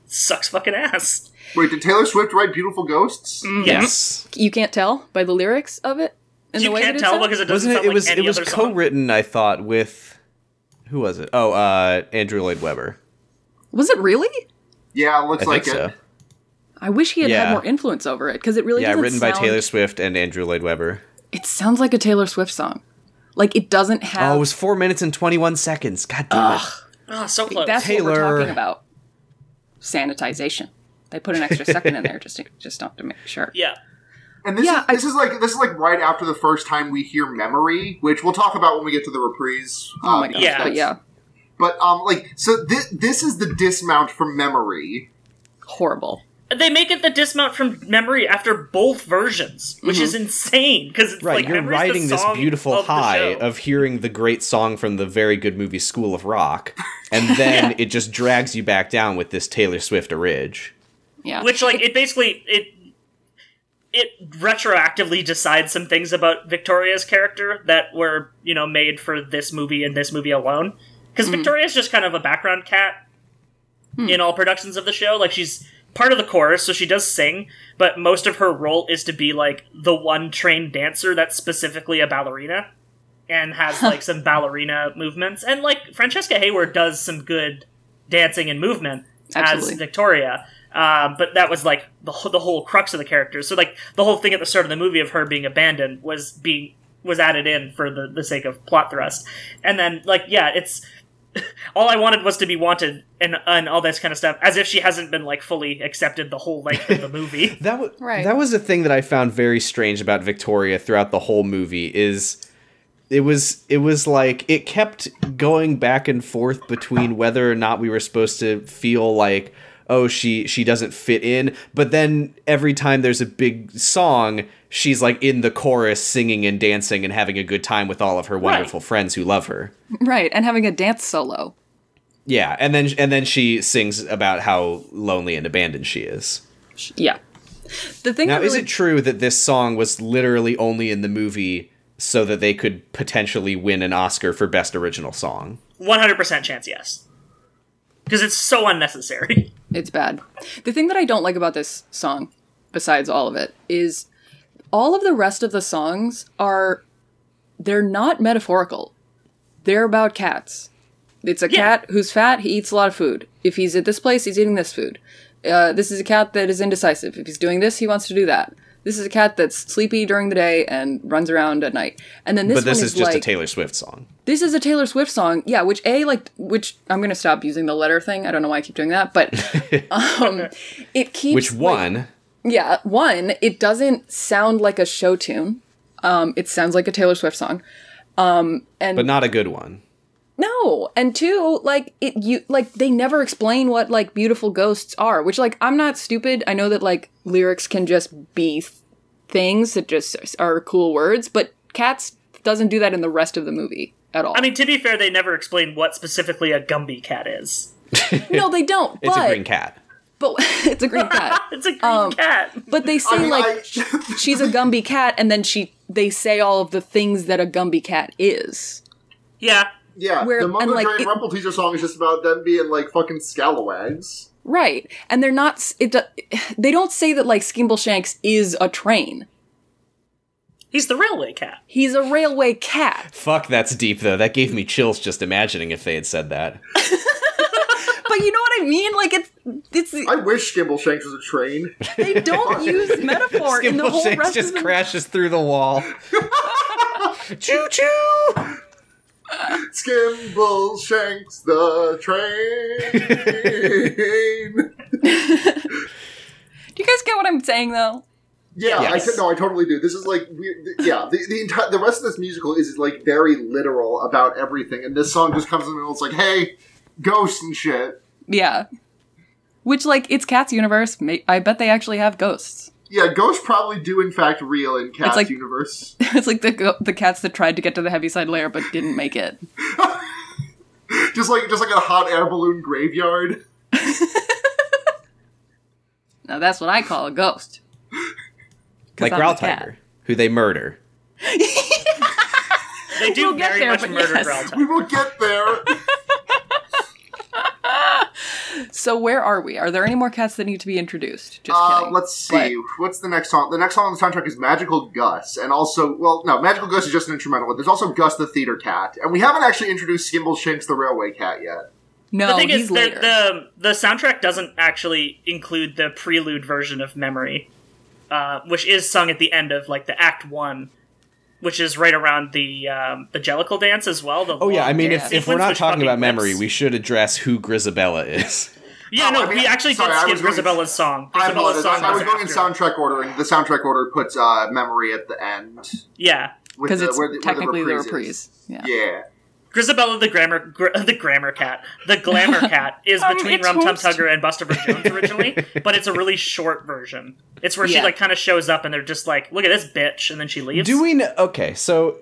[SPEAKER 3] Sucks fucking ass.
[SPEAKER 2] Wait, did Taylor Swift write Beautiful Ghosts?
[SPEAKER 1] Mm.
[SPEAKER 4] yes,
[SPEAKER 1] You can't tell by the lyrics of it. And
[SPEAKER 3] You
[SPEAKER 1] the way
[SPEAKER 3] can't
[SPEAKER 1] that
[SPEAKER 3] tell
[SPEAKER 1] it's
[SPEAKER 3] because it doesn't
[SPEAKER 4] wasn't it?
[SPEAKER 3] sound
[SPEAKER 4] It
[SPEAKER 3] like
[SPEAKER 4] was
[SPEAKER 3] any
[SPEAKER 4] it was
[SPEAKER 3] other song.
[SPEAKER 4] co-written. I thought with who was it? Oh, uh, Andrew Lloyd Webber.
[SPEAKER 1] was it really?
[SPEAKER 2] Yeah, looks
[SPEAKER 4] I
[SPEAKER 2] like
[SPEAKER 4] think
[SPEAKER 2] it.
[SPEAKER 4] so.
[SPEAKER 1] I wish he had
[SPEAKER 4] Yeah.
[SPEAKER 1] had more influence over it because it really
[SPEAKER 4] Yeah,
[SPEAKER 1] doesn't
[SPEAKER 4] written by
[SPEAKER 1] sound-
[SPEAKER 4] Taylor Swift and Andrew Lloyd Webber.
[SPEAKER 1] It sounds like a Taylor Swift song. Like it doesn't have.
[SPEAKER 4] Oh, it was four minutes and twenty one seconds. God damn it!
[SPEAKER 1] Ah,
[SPEAKER 3] Oh, so close.
[SPEAKER 1] That's what
[SPEAKER 4] Taylor.
[SPEAKER 1] we're talking about. Sanitization. They put an extra second in there just to, just not to make sure.
[SPEAKER 3] <laughs> yeah.
[SPEAKER 2] And this,
[SPEAKER 1] Yeah,
[SPEAKER 2] is, this is like this is like right after the first time we hear "Memory," which we'll talk about when we get to the reprise.
[SPEAKER 1] Oh my
[SPEAKER 2] Um,
[SPEAKER 1] gosh.
[SPEAKER 3] yeah.
[SPEAKER 1] But yeah,
[SPEAKER 2] But um, like, so this this is the dismount from "Memory."
[SPEAKER 1] horrible.
[SPEAKER 3] They make it the dismount from memory after both versions, which is
[SPEAKER 1] Mm-hmm.
[SPEAKER 3] insane because it's
[SPEAKER 4] Right,
[SPEAKER 3] like
[SPEAKER 4] you're
[SPEAKER 3] Memory's the
[SPEAKER 4] riding this
[SPEAKER 3] song
[SPEAKER 4] beautiful
[SPEAKER 3] of the
[SPEAKER 4] high
[SPEAKER 3] show.
[SPEAKER 4] of hearing the great song from the very good movie School of Rock, and
[SPEAKER 3] <laughs>
[SPEAKER 4] then it just drags you back down with this Taylor Swift ridge.
[SPEAKER 1] Yeah.
[SPEAKER 3] which like it basically it it retroactively decides some things about Victoria's character that were you know made for this movie and this movie alone because
[SPEAKER 1] Mm-hmm.
[SPEAKER 3] Victoria's just kind of a background cat in all productions of the show like she's part of the chorus so she does sing but most of her role is to be like the one trained dancer that's specifically a ballerina and has like some ballerina movements and like Francesca Hayward does some good dancing and movement
[SPEAKER 1] Absolutely.
[SPEAKER 3] as Victoria. Um, but that was like the whole, the whole crux of the character. So like the whole thing at the start of the movie of her being abandoned was being was added in for the, the sake of plot thrust. And then like yeah, it's all I wanted was to be wanted and and all this kind of stuff as if she hasn't been like fully accepted the whole length of the movie.
[SPEAKER 4] That was
[SPEAKER 1] Right.
[SPEAKER 4] that was a thing that I found very strange about Victoria throughout the whole movie is it was it was like it kept going back and forth between whether or not we were supposed to feel like oh she she doesn't fit in but then every time there's a big song she's like in the chorus singing and dancing and having a good time with all of her wonderful friends who love her
[SPEAKER 1] Right. And having a dance solo.
[SPEAKER 4] yeah and then and then she sings about how lonely and abandoned she is
[SPEAKER 1] Yeah. The thing
[SPEAKER 4] Now,
[SPEAKER 1] that
[SPEAKER 4] is
[SPEAKER 1] really
[SPEAKER 4] it true that this song was literally only in the movie so that they could potentially win an Oscar for Best Original Song?
[SPEAKER 3] One hundred percent chance yes, because it's so unnecessary. <laughs>
[SPEAKER 1] It's bad. The thing that I don't like about this song, besides all of it, is all of the rest of the songs are they're not metaphorical. They're about cats. It's a
[SPEAKER 3] Yeah.
[SPEAKER 1] cat who's fat, he eats a lot of food. If he's at this place, he's eating this food. Uh, this is a cat that is indecisive. If he's doing this, he wants to do that. This is a cat that's sleepy during the day and runs around at night. And then this,
[SPEAKER 4] but this
[SPEAKER 1] one
[SPEAKER 4] is just
[SPEAKER 1] like,
[SPEAKER 4] a Taylor Swift song.
[SPEAKER 1] this is a Taylor Swift song. Yeah, which a like which I'm gonna stop using the letter thing. I don't know why I keep doing that,
[SPEAKER 4] <laughs>
[SPEAKER 1] but um, it keeps
[SPEAKER 4] Which
[SPEAKER 1] like-
[SPEAKER 4] one?
[SPEAKER 1] yeah, one. It doesn't sound like a show tune. Um, it sounds like a Taylor Swift song. Um, and
[SPEAKER 4] but not a good one.
[SPEAKER 1] No, and two, like it you like they never explain what like beautiful ghosts are, which like I'm not stupid. I know that like lyrics can just be th- things that just are cool words, but Cats doesn't do that in the rest of the movie at all.
[SPEAKER 3] I mean, to be fair, they never explain what specifically a Gumby cat is.
[SPEAKER 1] no, they don't.
[SPEAKER 4] <laughs> It's
[SPEAKER 1] but,
[SPEAKER 4] a green cat.
[SPEAKER 1] But <laughs> it's a green cat.
[SPEAKER 3] <laughs> It's a green
[SPEAKER 1] Um,
[SPEAKER 3] cat.
[SPEAKER 1] But they say
[SPEAKER 2] I mean,
[SPEAKER 1] like
[SPEAKER 2] I- <laughs>
[SPEAKER 1] she's a Gumby cat, and then she they say all of the things that a Gumby cat is.
[SPEAKER 3] Yeah.
[SPEAKER 2] Yeah,
[SPEAKER 1] Where-
[SPEAKER 2] the
[SPEAKER 1] and,
[SPEAKER 2] Mother
[SPEAKER 1] like,
[SPEAKER 2] Drain
[SPEAKER 1] it-
[SPEAKER 2] Rumble teaser song is just about them being like fucking scalawags.
[SPEAKER 1] Right. And they're not s- it do- <sighs> they don't say that like Skimbleshanks is a train.
[SPEAKER 3] He's the railway cat.
[SPEAKER 1] He's a railway cat.
[SPEAKER 4] Fuck, that's deep though. That gave me chills just imagining if they had said that.
[SPEAKER 1] But you know what I mean? Like it's it's
[SPEAKER 2] I wish Skimble Shanks was a train.
[SPEAKER 1] they
[SPEAKER 2] <laughs>
[SPEAKER 1] don't use metaphor
[SPEAKER 4] <laughs>
[SPEAKER 1] in the whole
[SPEAKER 4] Skimbleshanks
[SPEAKER 1] rest
[SPEAKER 4] just
[SPEAKER 1] of the
[SPEAKER 4] crashes through
[SPEAKER 1] <laughs>
[SPEAKER 4] the wall. choo choo.
[SPEAKER 2] Skimble Shanks the train.
[SPEAKER 1] Do you guys get what I'm saying though?
[SPEAKER 2] yeah,
[SPEAKER 4] Yes.
[SPEAKER 2] I could, no, I totally do. This is like weird. th- Yeah, the, the entire the rest of this musical is like very literal about everything, and this song just comes in the middle. It's like, hey, ghosts and shit.
[SPEAKER 1] Yeah. Which like it's Cats universe. may- I bet they actually have ghosts. <laughs>
[SPEAKER 2] Yeah, ghosts probably do in fact real in Cat's
[SPEAKER 1] like-
[SPEAKER 2] universe.
[SPEAKER 1] it's like the go- the cats that tried to get to the Heaviside Layer but didn't make it.
[SPEAKER 2] Just like just like a hot air balloon graveyard.
[SPEAKER 1] Now that's what I call a ghost. 'Cause
[SPEAKER 4] Like
[SPEAKER 1] I'm a
[SPEAKER 4] Growl
[SPEAKER 1] cat.
[SPEAKER 4] Tiger, who they murder.
[SPEAKER 1] <laughs>
[SPEAKER 3] They do
[SPEAKER 1] We'll get
[SPEAKER 3] very
[SPEAKER 1] there,
[SPEAKER 3] much
[SPEAKER 1] but
[SPEAKER 3] murder
[SPEAKER 1] yes.
[SPEAKER 3] ground
[SPEAKER 2] We will get there.
[SPEAKER 1] So where are we? Are there any more cats that need to be introduced? Just
[SPEAKER 2] Uh,
[SPEAKER 1] kidding.
[SPEAKER 2] let's see. What's the next song? The next song on the soundtrack is Magical Gus, and also, well, no, Magical Gus is just an instrumental. But there's also Gus the Theater Cat, and we haven't actually introduced Skimble Shanks the Railway Cat yet.
[SPEAKER 1] no,
[SPEAKER 2] Oh,
[SPEAKER 3] The thing
[SPEAKER 1] he's
[SPEAKER 3] is, the,
[SPEAKER 1] later.
[SPEAKER 3] the the soundtrack doesn't actually include the prelude version of Memory, uh, which is sung at the end of like the Act One, which is right around the um, the Jellicle dance as well. The
[SPEAKER 4] Oh yeah,
[SPEAKER 3] long
[SPEAKER 4] I mean
[SPEAKER 3] dance
[SPEAKER 4] if, if we're
[SPEAKER 3] sequence,
[SPEAKER 4] not
[SPEAKER 3] which
[SPEAKER 4] talking
[SPEAKER 3] fucking
[SPEAKER 4] about memory,
[SPEAKER 3] rips.
[SPEAKER 4] we should address who Grisabella is.
[SPEAKER 3] yeah,
[SPEAKER 2] Oh,
[SPEAKER 3] no,
[SPEAKER 2] I mean,
[SPEAKER 3] we actually
[SPEAKER 2] sorry, I
[SPEAKER 3] did
[SPEAKER 2] was
[SPEAKER 3] skip
[SPEAKER 2] going-
[SPEAKER 3] Grisabella's song.
[SPEAKER 2] I
[SPEAKER 3] Grisabella's
[SPEAKER 2] apologize.
[SPEAKER 3] song.
[SPEAKER 2] I was
[SPEAKER 3] was
[SPEAKER 2] going in
[SPEAKER 3] after.
[SPEAKER 2] soundtrack order, and the soundtrack order puts uh, memory at the end
[SPEAKER 3] Yeah,
[SPEAKER 2] with
[SPEAKER 1] because
[SPEAKER 2] the-
[SPEAKER 1] it's
[SPEAKER 2] where the- where
[SPEAKER 1] technically the
[SPEAKER 2] is.
[SPEAKER 1] reprise. Yeah.
[SPEAKER 2] Yeah.
[SPEAKER 3] Grisabella the grammar gr- <laughs> the grammar cat the glamour
[SPEAKER 4] <laughs>
[SPEAKER 3] cat is
[SPEAKER 1] Um,
[SPEAKER 3] between
[SPEAKER 1] it's
[SPEAKER 3] Rum Tum
[SPEAKER 1] hosted.
[SPEAKER 3] Tugger and Buster Bird Jones originally, but it's a really short version. It's where she
[SPEAKER 1] Yeah.
[SPEAKER 3] like kind of shows up and they're just like, "Look at this bitch," and then she leaves.
[SPEAKER 4] Do we know? Okay, so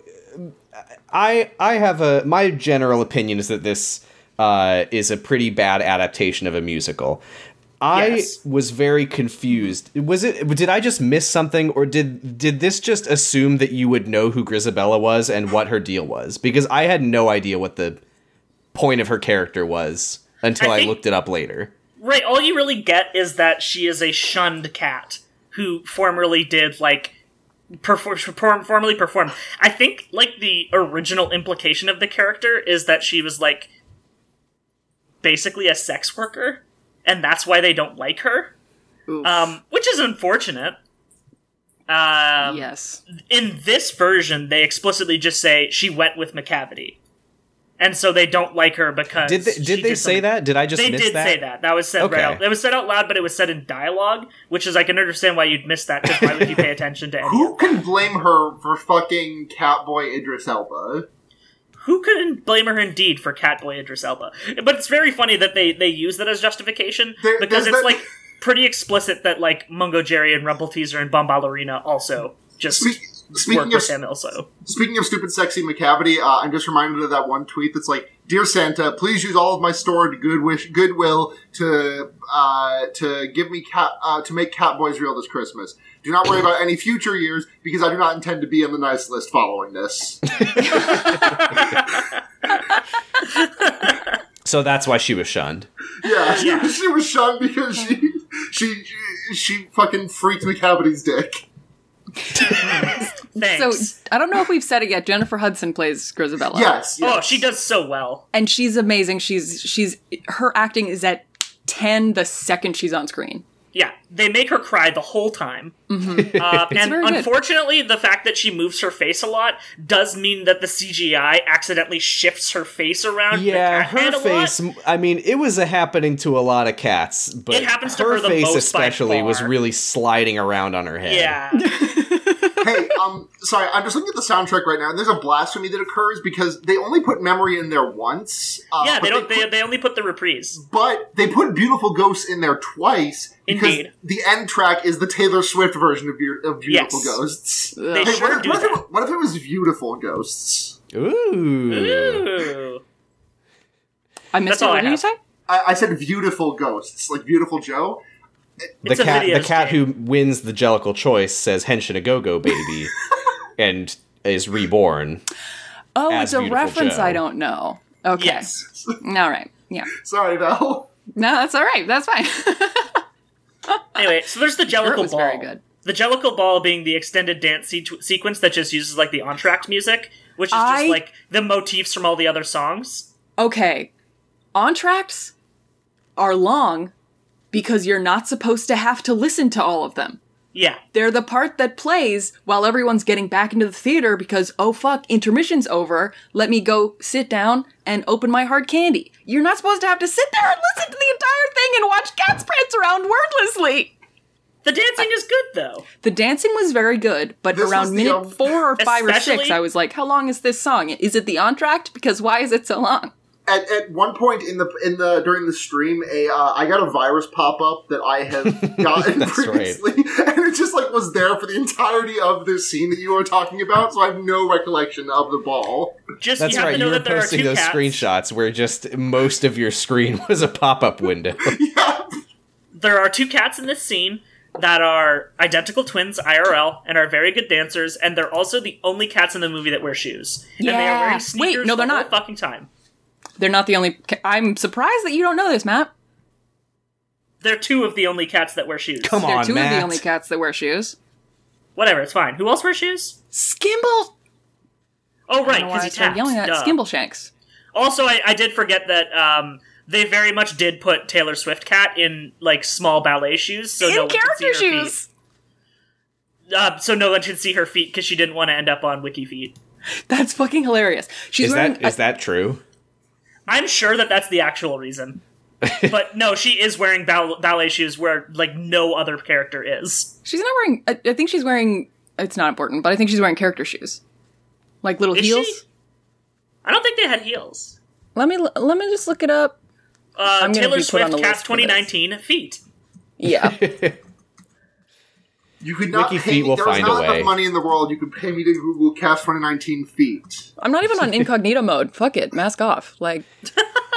[SPEAKER 4] uh, I I have a my general opinion is that this uh, is a pretty bad adaptation of a musical. I
[SPEAKER 3] Yes.
[SPEAKER 4] was very confused. Was it? Did I just miss something, or did did this just assume that you would know who Grisabella was and what her deal was? Because I had no idea what the point of her character was until
[SPEAKER 3] I
[SPEAKER 4] I,
[SPEAKER 3] think-
[SPEAKER 4] looked it up later.
[SPEAKER 3] Right, all you really get is that she is a shunned cat who formerly did like perform, perform formerly performed. I think like the original implication of the character is that she was like basically a sex worker, and that's why they don't like her.
[SPEAKER 1] Oof.
[SPEAKER 3] Um, which is unfortunate. Um,
[SPEAKER 1] yes.
[SPEAKER 3] in this version, they explicitly just say she went with McCavity, and so they don't like her because
[SPEAKER 4] Did they,
[SPEAKER 3] she
[SPEAKER 4] did they say
[SPEAKER 3] something-
[SPEAKER 4] that? Did I just
[SPEAKER 3] they
[SPEAKER 4] miss
[SPEAKER 3] did say that. That was said
[SPEAKER 4] Okay.
[SPEAKER 3] right out. It was said out loud, but it was said in dialogue, which is I can understand why you'd miss that. Because why would you pay attention to any?
[SPEAKER 2] Who can blame her for fucking Catboy Idris Elba?
[SPEAKER 3] Who couldn't blame her indeed for Catboy Idris Elba? But it's very funny that they they use that as justification
[SPEAKER 2] There-
[SPEAKER 3] because
[SPEAKER 2] there's
[SPEAKER 3] it's
[SPEAKER 2] that-
[SPEAKER 3] like pretty explicit that like Mungo Jerry and Rumble Teaser and Bomb Ballerina also just
[SPEAKER 2] Speak,
[SPEAKER 3] work
[SPEAKER 2] speaking
[SPEAKER 3] with
[SPEAKER 2] of
[SPEAKER 3] him also.
[SPEAKER 2] Speaking of stupid, sexy McCavity, uh, I'm just reminded of that one tweet that's like, "Dear Santa, please use all of my stored good wish, goodwill to uh, to give me cat uh, to make Catboys real this Christmas. Do not worry about any future years because I do not intend to be on the nice list following
[SPEAKER 3] <laughs>
[SPEAKER 2] this."
[SPEAKER 4] So that's why she was shunned.
[SPEAKER 2] yeah, she, she was shunned because she she she fucking freaked McCavity's dick.
[SPEAKER 3] Thanks.
[SPEAKER 1] So I don't know if we've said it yet. Jennifer Hudson plays Grisabella.
[SPEAKER 2] Yes, yes.
[SPEAKER 3] Oh, she does so well.
[SPEAKER 1] And she's amazing. She's she's her acting is at ten the second she's on screen.
[SPEAKER 3] Yeah, they make her cry the whole time. Uh, and
[SPEAKER 1] very good.
[SPEAKER 3] unfortunately, the fact that she moves her face a lot does mean that the CGI accidentally shifts her face around. <laughs>
[SPEAKER 4] Yeah,
[SPEAKER 3] the cat head
[SPEAKER 4] her
[SPEAKER 3] a lot.
[SPEAKER 4] face. I mean, it was a happening to a lot of cats, but
[SPEAKER 3] It happens to her the
[SPEAKER 4] face
[SPEAKER 3] most by
[SPEAKER 4] especially was
[SPEAKER 3] far.
[SPEAKER 4] really sliding around on her head.
[SPEAKER 3] Yeah,
[SPEAKER 2] hey, um, sorry, I'm just looking at the soundtrack right now, and there's a blasphemy that occurs because they only put memory in there once. Uh,
[SPEAKER 3] yeah,
[SPEAKER 2] but
[SPEAKER 3] they don't.
[SPEAKER 2] put-
[SPEAKER 3] They, they only put the reprise.
[SPEAKER 2] But they put "Beautiful Ghosts" in there twice because
[SPEAKER 3] Indeed.
[SPEAKER 2] the end track is the Taylor Swift version of, Beau- of "Beautiful
[SPEAKER 3] Yes.
[SPEAKER 2] Ghosts."
[SPEAKER 3] They
[SPEAKER 2] Hey,
[SPEAKER 3] sure
[SPEAKER 2] what, if,
[SPEAKER 3] do
[SPEAKER 2] what, if
[SPEAKER 3] that.
[SPEAKER 2] it, what if it was "Beautiful Ghosts"?
[SPEAKER 4] Ooh.
[SPEAKER 3] Ooh.
[SPEAKER 1] I missed
[SPEAKER 3] That's
[SPEAKER 1] it.
[SPEAKER 3] all
[SPEAKER 1] What
[SPEAKER 3] I
[SPEAKER 1] did you
[SPEAKER 3] have.
[SPEAKER 1] say?
[SPEAKER 2] I, I said "Beautiful Ghosts," like "Beautiful Joe."
[SPEAKER 4] The
[SPEAKER 3] It's a
[SPEAKER 4] cat,
[SPEAKER 3] video
[SPEAKER 4] the cat
[SPEAKER 3] game.
[SPEAKER 4] who wins the Jellicle choice says "Henshin a go go
[SPEAKER 3] <laughs>
[SPEAKER 4] baby," and is reborn.
[SPEAKER 1] Oh,
[SPEAKER 4] As
[SPEAKER 1] it's a
[SPEAKER 4] Beautiful
[SPEAKER 1] reference
[SPEAKER 4] Joe.
[SPEAKER 1] I don't know. Okay.
[SPEAKER 3] Yes.
[SPEAKER 1] All right. Yeah.
[SPEAKER 2] Sorry, Val. <laughs>
[SPEAKER 1] No, that's all right. That's fine. <laughs>
[SPEAKER 3] Anyway, so there's the Jellicle
[SPEAKER 1] It was
[SPEAKER 3] Ball.
[SPEAKER 1] very good.
[SPEAKER 3] The Jellicle Ball being the extended dance se- sequence that just uses like the entr'acte music, which is
[SPEAKER 1] I-
[SPEAKER 3] just like the motifs from all the other songs.
[SPEAKER 1] okay. Entracts are long because you're not supposed to have to listen to all of them.
[SPEAKER 3] Yeah,
[SPEAKER 1] They're the part that plays while everyone's getting back into the theater because, oh fuck, intermission's over. Let me go sit down and open my hard candy. You're not supposed to have to sit there and listen to the entire thing and watch cats prance around wordlessly.
[SPEAKER 3] the dancing is good though.
[SPEAKER 1] The dancing was very good, but
[SPEAKER 2] This was
[SPEAKER 1] around
[SPEAKER 2] the,
[SPEAKER 1] minute
[SPEAKER 2] um,
[SPEAKER 1] four or five or six,
[SPEAKER 3] especially-
[SPEAKER 1] I was like, how long is this song? Is it the entract? Because why is it so long?
[SPEAKER 2] at, at one point in the in the during the stream, a uh, I got a virus pop up that I have gotten
[SPEAKER 4] <laughs> That's right.
[SPEAKER 2] previously, <laughs> and it just like was there for the entirety of this scene that you were talking about. So I have no recollection of the ball.
[SPEAKER 3] Just
[SPEAKER 4] That's
[SPEAKER 3] you have
[SPEAKER 4] right.
[SPEAKER 3] to know
[SPEAKER 4] You were
[SPEAKER 3] that there are
[SPEAKER 4] posting
[SPEAKER 3] two
[SPEAKER 4] those
[SPEAKER 3] cats.
[SPEAKER 4] screenshots where just most of your screen <laughs> was a pop-up window.
[SPEAKER 3] There are two cats in this scene that are identical twins IRL and are very good dancers, and they're also the only cats in the movie that wear shoes. And they are
[SPEAKER 1] Yeah.
[SPEAKER 3] wearing
[SPEAKER 1] Wait,
[SPEAKER 3] sneakers
[SPEAKER 1] no, they're
[SPEAKER 3] the whole
[SPEAKER 1] not.
[SPEAKER 3] fucking time.
[SPEAKER 1] They're not the only. ca- I'm surprised that you don't know this, Matt.
[SPEAKER 3] They're two of the only cats that wear shoes.
[SPEAKER 4] Come
[SPEAKER 1] They're
[SPEAKER 4] on,
[SPEAKER 1] two
[SPEAKER 4] Matt.
[SPEAKER 1] of the only cats that wear shoes.
[SPEAKER 3] Whatever, it's fine. Who else wears shoes?
[SPEAKER 1] Skimble.
[SPEAKER 3] Oh,
[SPEAKER 1] I
[SPEAKER 3] right,
[SPEAKER 1] don't know why
[SPEAKER 3] because
[SPEAKER 1] I
[SPEAKER 3] he
[SPEAKER 1] started
[SPEAKER 3] taps.
[SPEAKER 1] yelling at
[SPEAKER 3] Duh.
[SPEAKER 1] Skimbleshanks.
[SPEAKER 3] Also, I, I did forget that um, they very much did put Taylor Swift cat in like small ballet shoes, so no
[SPEAKER 1] in
[SPEAKER 3] one could see
[SPEAKER 1] character
[SPEAKER 3] her
[SPEAKER 1] shoes.
[SPEAKER 3] Feet. Uh, so no one should see her feet because she didn't want to end up on Wiki Feet.
[SPEAKER 1] That's fucking hilarious. She's
[SPEAKER 4] Is
[SPEAKER 1] wearing.
[SPEAKER 4] that is that true?
[SPEAKER 3] I'm sure that that's the actual reason, but no, she is wearing bal- ballet shoes where like no other character is.
[SPEAKER 1] she's not wearing. I, I think she's wearing. It's not important, but I think she's wearing character shoes, like little
[SPEAKER 3] Is
[SPEAKER 1] heels.
[SPEAKER 3] she? I don't think they had heels.
[SPEAKER 1] Let me l- let me just look it up.
[SPEAKER 3] Uh,
[SPEAKER 1] I'm gonna
[SPEAKER 3] Taylor
[SPEAKER 1] be put on
[SPEAKER 3] Swift
[SPEAKER 1] the
[SPEAKER 3] Cats
[SPEAKER 1] list for this.
[SPEAKER 3] 2019 feet.
[SPEAKER 4] <laughs>
[SPEAKER 1] Yeah,
[SPEAKER 2] You could not.
[SPEAKER 4] Wiki
[SPEAKER 2] pay
[SPEAKER 4] feet
[SPEAKER 2] me-
[SPEAKER 4] will
[SPEAKER 2] there was
[SPEAKER 4] find
[SPEAKER 2] not
[SPEAKER 4] a
[SPEAKER 2] enough
[SPEAKER 4] way.
[SPEAKER 2] money in the world. You could pay me to Google Cast 2019 feet.
[SPEAKER 1] I'm not even on incognito mode. Fuck it, mask off. Like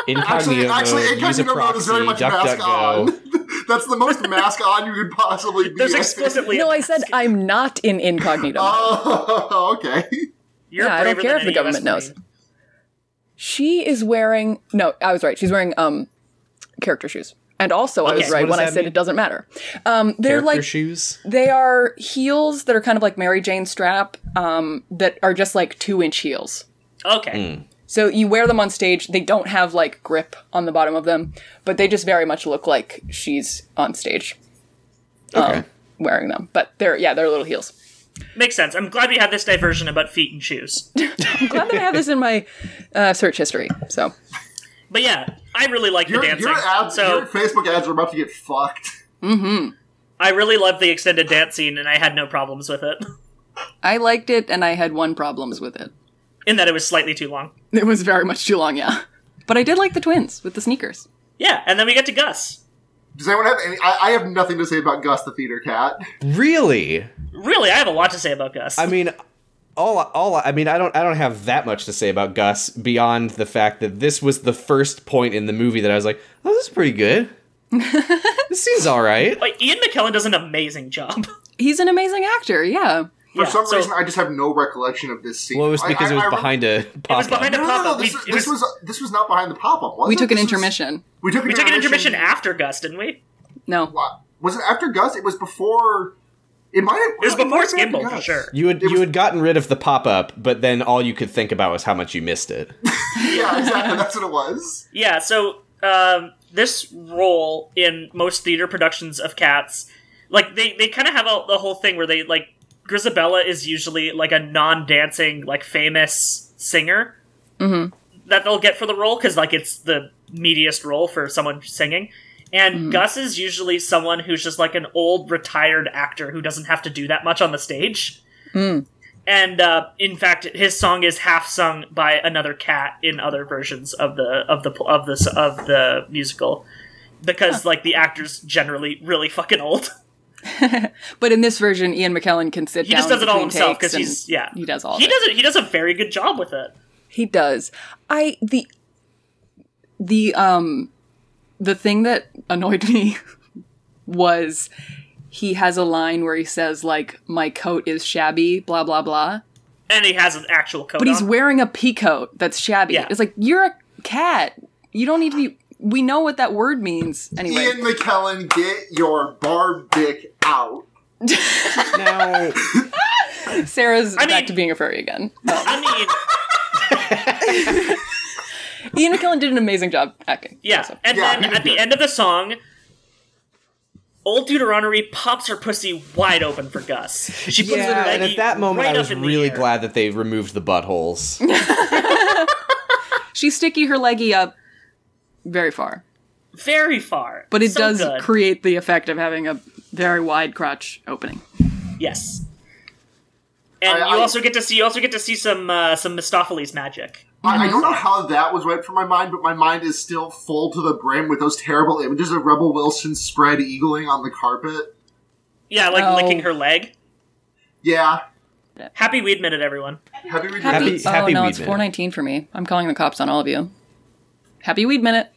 [SPEAKER 4] Incognito
[SPEAKER 2] actually,
[SPEAKER 4] mode,
[SPEAKER 2] actually,
[SPEAKER 4] use a
[SPEAKER 2] incognito mode
[SPEAKER 4] proxy,
[SPEAKER 2] is very much
[SPEAKER 4] duck,
[SPEAKER 2] mask
[SPEAKER 4] duck,
[SPEAKER 2] on.
[SPEAKER 4] go.
[SPEAKER 2] <laughs> That's the most mask on you could possibly be.
[SPEAKER 3] There's explicitly
[SPEAKER 1] no, I said I'm not in
[SPEAKER 3] <laughs>
[SPEAKER 1] incognito. mode.
[SPEAKER 2] <laughs> Oh, okay.
[SPEAKER 3] You're
[SPEAKER 1] Yeah, I don't
[SPEAKER 3] braver
[SPEAKER 1] care
[SPEAKER 3] than
[SPEAKER 1] if the
[SPEAKER 3] any of us
[SPEAKER 1] government knows.
[SPEAKER 3] Marine.
[SPEAKER 1] She is wearing no, I was right. She's wearing um character shoes. And also I was
[SPEAKER 3] Okay.
[SPEAKER 1] right
[SPEAKER 4] What does
[SPEAKER 1] when I
[SPEAKER 4] that
[SPEAKER 1] said
[SPEAKER 4] mean?
[SPEAKER 1] it doesn't matter. Um they're
[SPEAKER 4] Character
[SPEAKER 1] like
[SPEAKER 4] shoes.
[SPEAKER 1] they are heels that are kind of like Mary Jane strap um that are just like 2-inch heels.
[SPEAKER 3] Okay,
[SPEAKER 1] So you wear them on stage. They don't have like grip on the bottom of them, but they just very much look like she's on stage
[SPEAKER 4] Okay.
[SPEAKER 1] wearing them. But they're yeah, they're little heels.
[SPEAKER 3] makes sense. I'm glad we had this diversion about feet and shoes.
[SPEAKER 1] I'm glad that I have this in my uh, search history. So
[SPEAKER 3] But yeah, I really like the
[SPEAKER 2] Your,
[SPEAKER 3] dancing.
[SPEAKER 2] your, ads,
[SPEAKER 3] so
[SPEAKER 2] your Facebook ads are about to get fucked.
[SPEAKER 3] I really loved the extended dance scene, and I had no problems with it. <laughs>
[SPEAKER 1] I liked it and I had one problems with it.
[SPEAKER 3] In that it was slightly too long.
[SPEAKER 1] <laughs> It was very much too long, yeah. But I did like the twins with the sneakers.
[SPEAKER 3] Yeah, and then we get to Gus.
[SPEAKER 2] Does anyone have any? I, I have nothing to say about Gus the theater cat.
[SPEAKER 4] Really?
[SPEAKER 3] Really, I have a lot to say about Gus.
[SPEAKER 4] I mean, all all I mean, I don't I don't have that much to say about Gus beyond the fact that this was the first point in the movie that I was like, "Oh, this is pretty good. this seems all right."
[SPEAKER 3] But Ian McKellen does an amazing job.
[SPEAKER 1] He's an amazing actor, yeah.
[SPEAKER 2] For
[SPEAKER 3] Yeah,
[SPEAKER 2] some
[SPEAKER 3] so-
[SPEAKER 2] reason, I just have no recollection of this scene.
[SPEAKER 4] Well, it was
[SPEAKER 2] I-
[SPEAKER 4] because
[SPEAKER 2] I-
[SPEAKER 4] it was
[SPEAKER 2] I re-
[SPEAKER 4] behind a
[SPEAKER 3] It
[SPEAKER 4] pop.
[SPEAKER 3] was behind a
[SPEAKER 2] No, no,
[SPEAKER 3] pop
[SPEAKER 2] no,
[SPEAKER 3] up. We,
[SPEAKER 2] This,
[SPEAKER 3] it
[SPEAKER 2] this
[SPEAKER 3] was-
[SPEAKER 2] was this was not behind the pop up.
[SPEAKER 3] Oh,
[SPEAKER 1] We took an intermission.
[SPEAKER 2] we took an
[SPEAKER 3] we took
[SPEAKER 2] intermission.
[SPEAKER 3] an intermission after Gus, didn't we?
[SPEAKER 1] No.
[SPEAKER 2] Wa- Was it after Gus? It was before. It might have.
[SPEAKER 3] It was before
[SPEAKER 2] might have been
[SPEAKER 3] Skimble,
[SPEAKER 2] after
[SPEAKER 3] for
[SPEAKER 2] Gus.
[SPEAKER 3] sure.
[SPEAKER 4] You had
[SPEAKER 2] It
[SPEAKER 4] you
[SPEAKER 2] was-
[SPEAKER 4] had gotten rid of the pop up, but then all you could think about was how much you missed it.
[SPEAKER 2] <laughs> Yeah, exactly. That's what it
[SPEAKER 3] <laughs>
[SPEAKER 2] was.
[SPEAKER 3] Yeah, so um, this role in most theater productions of Cats, like they, they kind of have a, the whole thing where they like Grisabella is usually like a non-dancing like famous singer
[SPEAKER 2] Mm-hmm.
[SPEAKER 3] that they'll get for the role because like it's the meatiest role for someone singing. And
[SPEAKER 2] Mm.
[SPEAKER 3] Gus is usually someone who's just like an old retired actor who doesn't have to do that much on the stage. And uh, in fact, his song is half sung by another cat in other versions of the of the of this of the musical, because like the actors generally really fucking old. <laughs>
[SPEAKER 1] But in this version, Ian McKellen can sit
[SPEAKER 3] He
[SPEAKER 1] down.
[SPEAKER 3] just does it all
[SPEAKER 1] between
[SPEAKER 3] himself
[SPEAKER 1] takes
[SPEAKER 3] because he's
[SPEAKER 1] and
[SPEAKER 3] yeah
[SPEAKER 1] He does all.
[SPEAKER 3] He
[SPEAKER 1] of it.
[SPEAKER 3] does it. He does a very good job with it.
[SPEAKER 1] He does. I the the um the thing that annoyed <laughs> me was he has a line where he says like my coat is shabby blah blah blah
[SPEAKER 3] And he has an actual coat.
[SPEAKER 1] but he's
[SPEAKER 3] on.
[SPEAKER 1] wearing a pea coat that's shabby
[SPEAKER 3] Yeah.
[SPEAKER 1] it's like you're a cat you don't need to be we know what that word means anyway
[SPEAKER 2] Ian McKellen, get your barb dick out.
[SPEAKER 4] Now,
[SPEAKER 1] sarah's
[SPEAKER 3] I
[SPEAKER 1] back
[SPEAKER 3] mean-
[SPEAKER 1] to being a furry again
[SPEAKER 3] I
[SPEAKER 1] <laughs>
[SPEAKER 3] mean,
[SPEAKER 1] ian mckellen did an amazing job acting
[SPEAKER 3] yeah.
[SPEAKER 1] also.
[SPEAKER 3] And
[SPEAKER 2] Yeah, he
[SPEAKER 3] then
[SPEAKER 2] was
[SPEAKER 3] at the
[SPEAKER 2] good.
[SPEAKER 3] end of the song, old Deuteronomy pops her pussy wide open for Gus. She puts
[SPEAKER 4] yeah,
[SPEAKER 3] her
[SPEAKER 4] and
[SPEAKER 3] leggy
[SPEAKER 4] at that moment,
[SPEAKER 3] right
[SPEAKER 4] I
[SPEAKER 3] up
[SPEAKER 4] was
[SPEAKER 3] in the
[SPEAKER 4] really
[SPEAKER 3] air.
[SPEAKER 4] glad that they removed the buttholes.
[SPEAKER 1] she sticky her leggy up very far
[SPEAKER 3] Very far,
[SPEAKER 1] but it
[SPEAKER 3] So
[SPEAKER 1] does
[SPEAKER 3] good.
[SPEAKER 1] create the effect of having a very wide crotch opening.
[SPEAKER 3] Yes. And
[SPEAKER 2] I-
[SPEAKER 3] you
[SPEAKER 2] I-
[SPEAKER 3] also get to see you also get to see some uh, some Mistopheles magic.
[SPEAKER 2] I, I don't know how that was right from my mind, but my mind is still full to the brim with those terrible images of Rebel Wilson spread eagling on the carpet.
[SPEAKER 3] Yeah, like
[SPEAKER 1] Oh.
[SPEAKER 3] licking her leg.
[SPEAKER 2] Yeah.
[SPEAKER 3] Happy Weed Minute, everyone.
[SPEAKER 2] Happy we
[SPEAKER 4] Happy-
[SPEAKER 2] did this.
[SPEAKER 1] oh
[SPEAKER 4] Happy
[SPEAKER 1] no,
[SPEAKER 4] Weed
[SPEAKER 1] it's
[SPEAKER 4] Minute.
[SPEAKER 1] four nineteen for me. I'm calling the cops on all of you. Happy Weed Minute.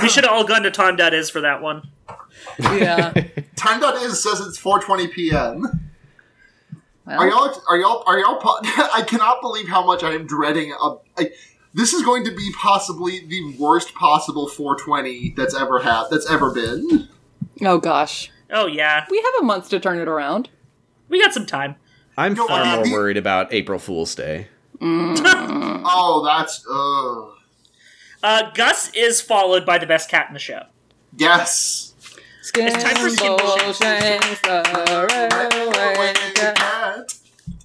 [SPEAKER 3] We should have all gone to Tom.is for that one.
[SPEAKER 1] Yeah.
[SPEAKER 2] Time dot is says it's 4:20 p.m. Are
[SPEAKER 1] Well,
[SPEAKER 2] y'all? Are y'all? Are y'all? Po- <laughs> I cannot believe how much I am dreading. A, like, this is going to be possibly the worst possible 4:20 that's ever had. That's ever been.
[SPEAKER 1] oh gosh,
[SPEAKER 3] Oh yeah,
[SPEAKER 1] we have a month to turn it around.
[SPEAKER 3] we got some time. <laughs>
[SPEAKER 4] I'm
[SPEAKER 2] No,
[SPEAKER 4] far
[SPEAKER 2] uh,
[SPEAKER 4] more
[SPEAKER 2] the-
[SPEAKER 4] worried about April Fool's Day.
[SPEAKER 2] Oh, that's. Uh,
[SPEAKER 3] Uh, Gus is followed by the best cat in the show.
[SPEAKER 2] yes.
[SPEAKER 1] Skin
[SPEAKER 3] time for skin
[SPEAKER 1] motions, alright.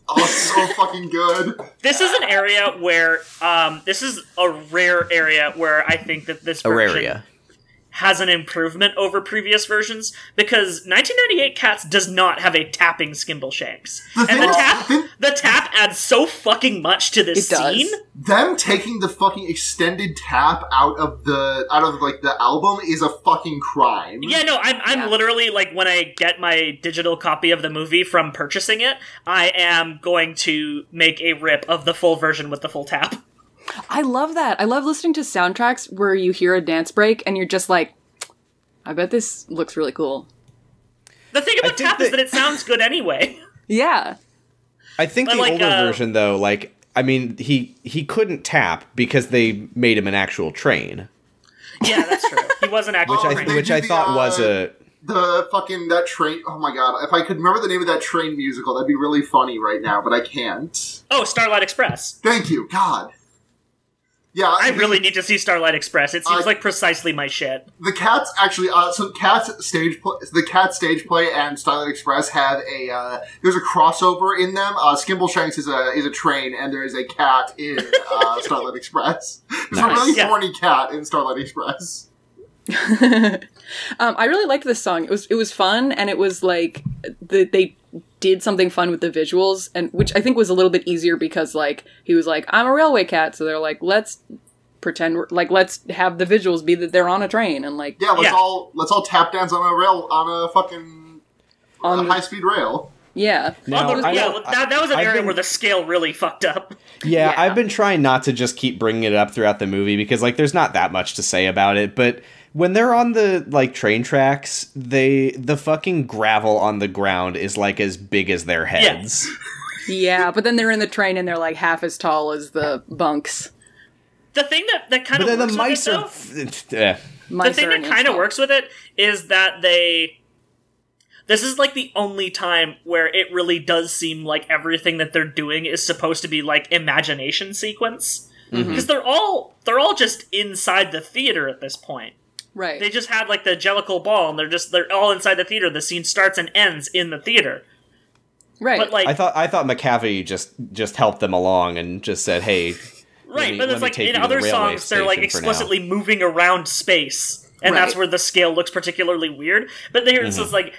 [SPEAKER 2] Oh, so fucking good.
[SPEAKER 3] This is an area where um, this is a rare area where I think that this version
[SPEAKER 4] Auraria.
[SPEAKER 3] has an improvement over previous versions because 1998 Cats does not have a tapping skimble shanks, and the
[SPEAKER 2] thing is-
[SPEAKER 3] tap
[SPEAKER 2] the thing-
[SPEAKER 3] the tap adds so fucking much to this
[SPEAKER 1] It does.
[SPEAKER 3] scene.
[SPEAKER 2] Them taking the fucking extended tap out of the out of like the album is a fucking crime.
[SPEAKER 3] Yeah, no, I'm I'm
[SPEAKER 1] Yeah.
[SPEAKER 3] literally like when I get my digital copy of the movie from purchasing it, I am going to make a rip of the full version with the full tap.
[SPEAKER 1] I love that. I love listening to soundtracks where you hear a dance break and you're just like, I bet this looks really cool.
[SPEAKER 3] The thing about
[SPEAKER 4] think
[SPEAKER 3] tap is
[SPEAKER 4] that-
[SPEAKER 3] that it sounds good anyway.
[SPEAKER 1] Yeah.
[SPEAKER 4] I think
[SPEAKER 3] But,
[SPEAKER 4] the
[SPEAKER 3] like,
[SPEAKER 4] older
[SPEAKER 3] uh,
[SPEAKER 4] version, though, like I mean, he he couldn't tap because they made him an actual train,
[SPEAKER 3] yeah, that's true. <laughs> He was an actual
[SPEAKER 2] Which I
[SPEAKER 4] which
[SPEAKER 3] train.
[SPEAKER 4] I,
[SPEAKER 2] They
[SPEAKER 4] which
[SPEAKER 2] do
[SPEAKER 4] I
[SPEAKER 2] the,
[SPEAKER 4] thought was
[SPEAKER 2] uh,
[SPEAKER 4] a
[SPEAKER 2] The fucking that train. Oh my god! If I could remember the name of that train musical, that'd be really funny right now. But I can't.
[SPEAKER 3] Oh, Starlight Express.
[SPEAKER 2] Thank you, God. Yeah,
[SPEAKER 3] I
[SPEAKER 2] the-
[SPEAKER 3] really need to see Starlight Express. It seems
[SPEAKER 2] I-
[SPEAKER 3] like precisely my shit.
[SPEAKER 2] the cats actually. Uh, so cats stage play, the cats stage play and Starlight Express have a uh, there's a crossover in them. Uh, Skimble Shanks is a is a train, and there is a cat in
[SPEAKER 3] <laughs>
[SPEAKER 2] uh, Starlight Express. There's a
[SPEAKER 4] Nice.
[SPEAKER 2] really
[SPEAKER 3] Yeah.
[SPEAKER 2] horny cat in Starlight Express.
[SPEAKER 1] Um, I really liked this song. It was it was fun, and it was like the, they did something fun with the visuals, and which I think was a little bit easier because like he was like I'm a railway cat, so they're like let's pretend we're, like let's have the visuals be that they're on a train and like
[SPEAKER 2] Yeah, let's
[SPEAKER 3] Yeah.
[SPEAKER 2] all let's all tap dance on a rail on a fucking
[SPEAKER 1] on
[SPEAKER 2] high
[SPEAKER 1] the,
[SPEAKER 2] speed rail.
[SPEAKER 1] yeah
[SPEAKER 4] Now,
[SPEAKER 3] Although,
[SPEAKER 4] I
[SPEAKER 3] yeah,
[SPEAKER 4] don't-
[SPEAKER 3] that, that was an
[SPEAKER 4] I've
[SPEAKER 3] area
[SPEAKER 4] been-
[SPEAKER 3] where the scale really fucked up. <laughs>
[SPEAKER 4] yeah,
[SPEAKER 1] Yeah.
[SPEAKER 4] I've been trying not to just keep bringing it up throughout the movie because like there's not that much to say about it, but when they're on the like train tracks, they the fucking gravel on the ground is like as big as their
[SPEAKER 3] <laughs>
[SPEAKER 4] heads.
[SPEAKER 1] yeah. But then they're in the train and they're like half as tall as the bunks.
[SPEAKER 3] The thing that, that kind of
[SPEAKER 4] But then
[SPEAKER 3] works
[SPEAKER 4] the
[SPEAKER 3] with
[SPEAKER 4] mice
[SPEAKER 3] it,
[SPEAKER 4] are
[SPEAKER 3] though-
[SPEAKER 4] f- <laughs> eh.
[SPEAKER 1] Mice
[SPEAKER 3] the thing
[SPEAKER 1] are
[SPEAKER 3] that
[SPEAKER 1] an
[SPEAKER 3] kind of
[SPEAKER 1] insult.
[SPEAKER 3] works with it is that they this is like the only time where it really does seem like everything that they're doing is supposed to be like imagination sequence because
[SPEAKER 4] Mm-hmm.
[SPEAKER 3] they're all they're all just inside the theater at this point
[SPEAKER 1] right?
[SPEAKER 3] they just had like the jellicle ball and they're just they're all inside the theater the scene starts and ends in the theater
[SPEAKER 1] right.
[SPEAKER 3] but like
[SPEAKER 4] I thought I thought McCavity just just helped them along and just said, "Hey,
[SPEAKER 3] right
[SPEAKER 4] me-
[SPEAKER 3] but
[SPEAKER 4] let
[SPEAKER 3] it's
[SPEAKER 4] me
[SPEAKER 3] like in
[SPEAKER 4] take you to the
[SPEAKER 3] other
[SPEAKER 4] railway
[SPEAKER 3] songs they're like
[SPEAKER 4] station for now.
[SPEAKER 3] explicitly moving around space and that's
[SPEAKER 1] Right.
[SPEAKER 4] Mm-hmm.
[SPEAKER 3] where the scale looks particularly weird but there it's just like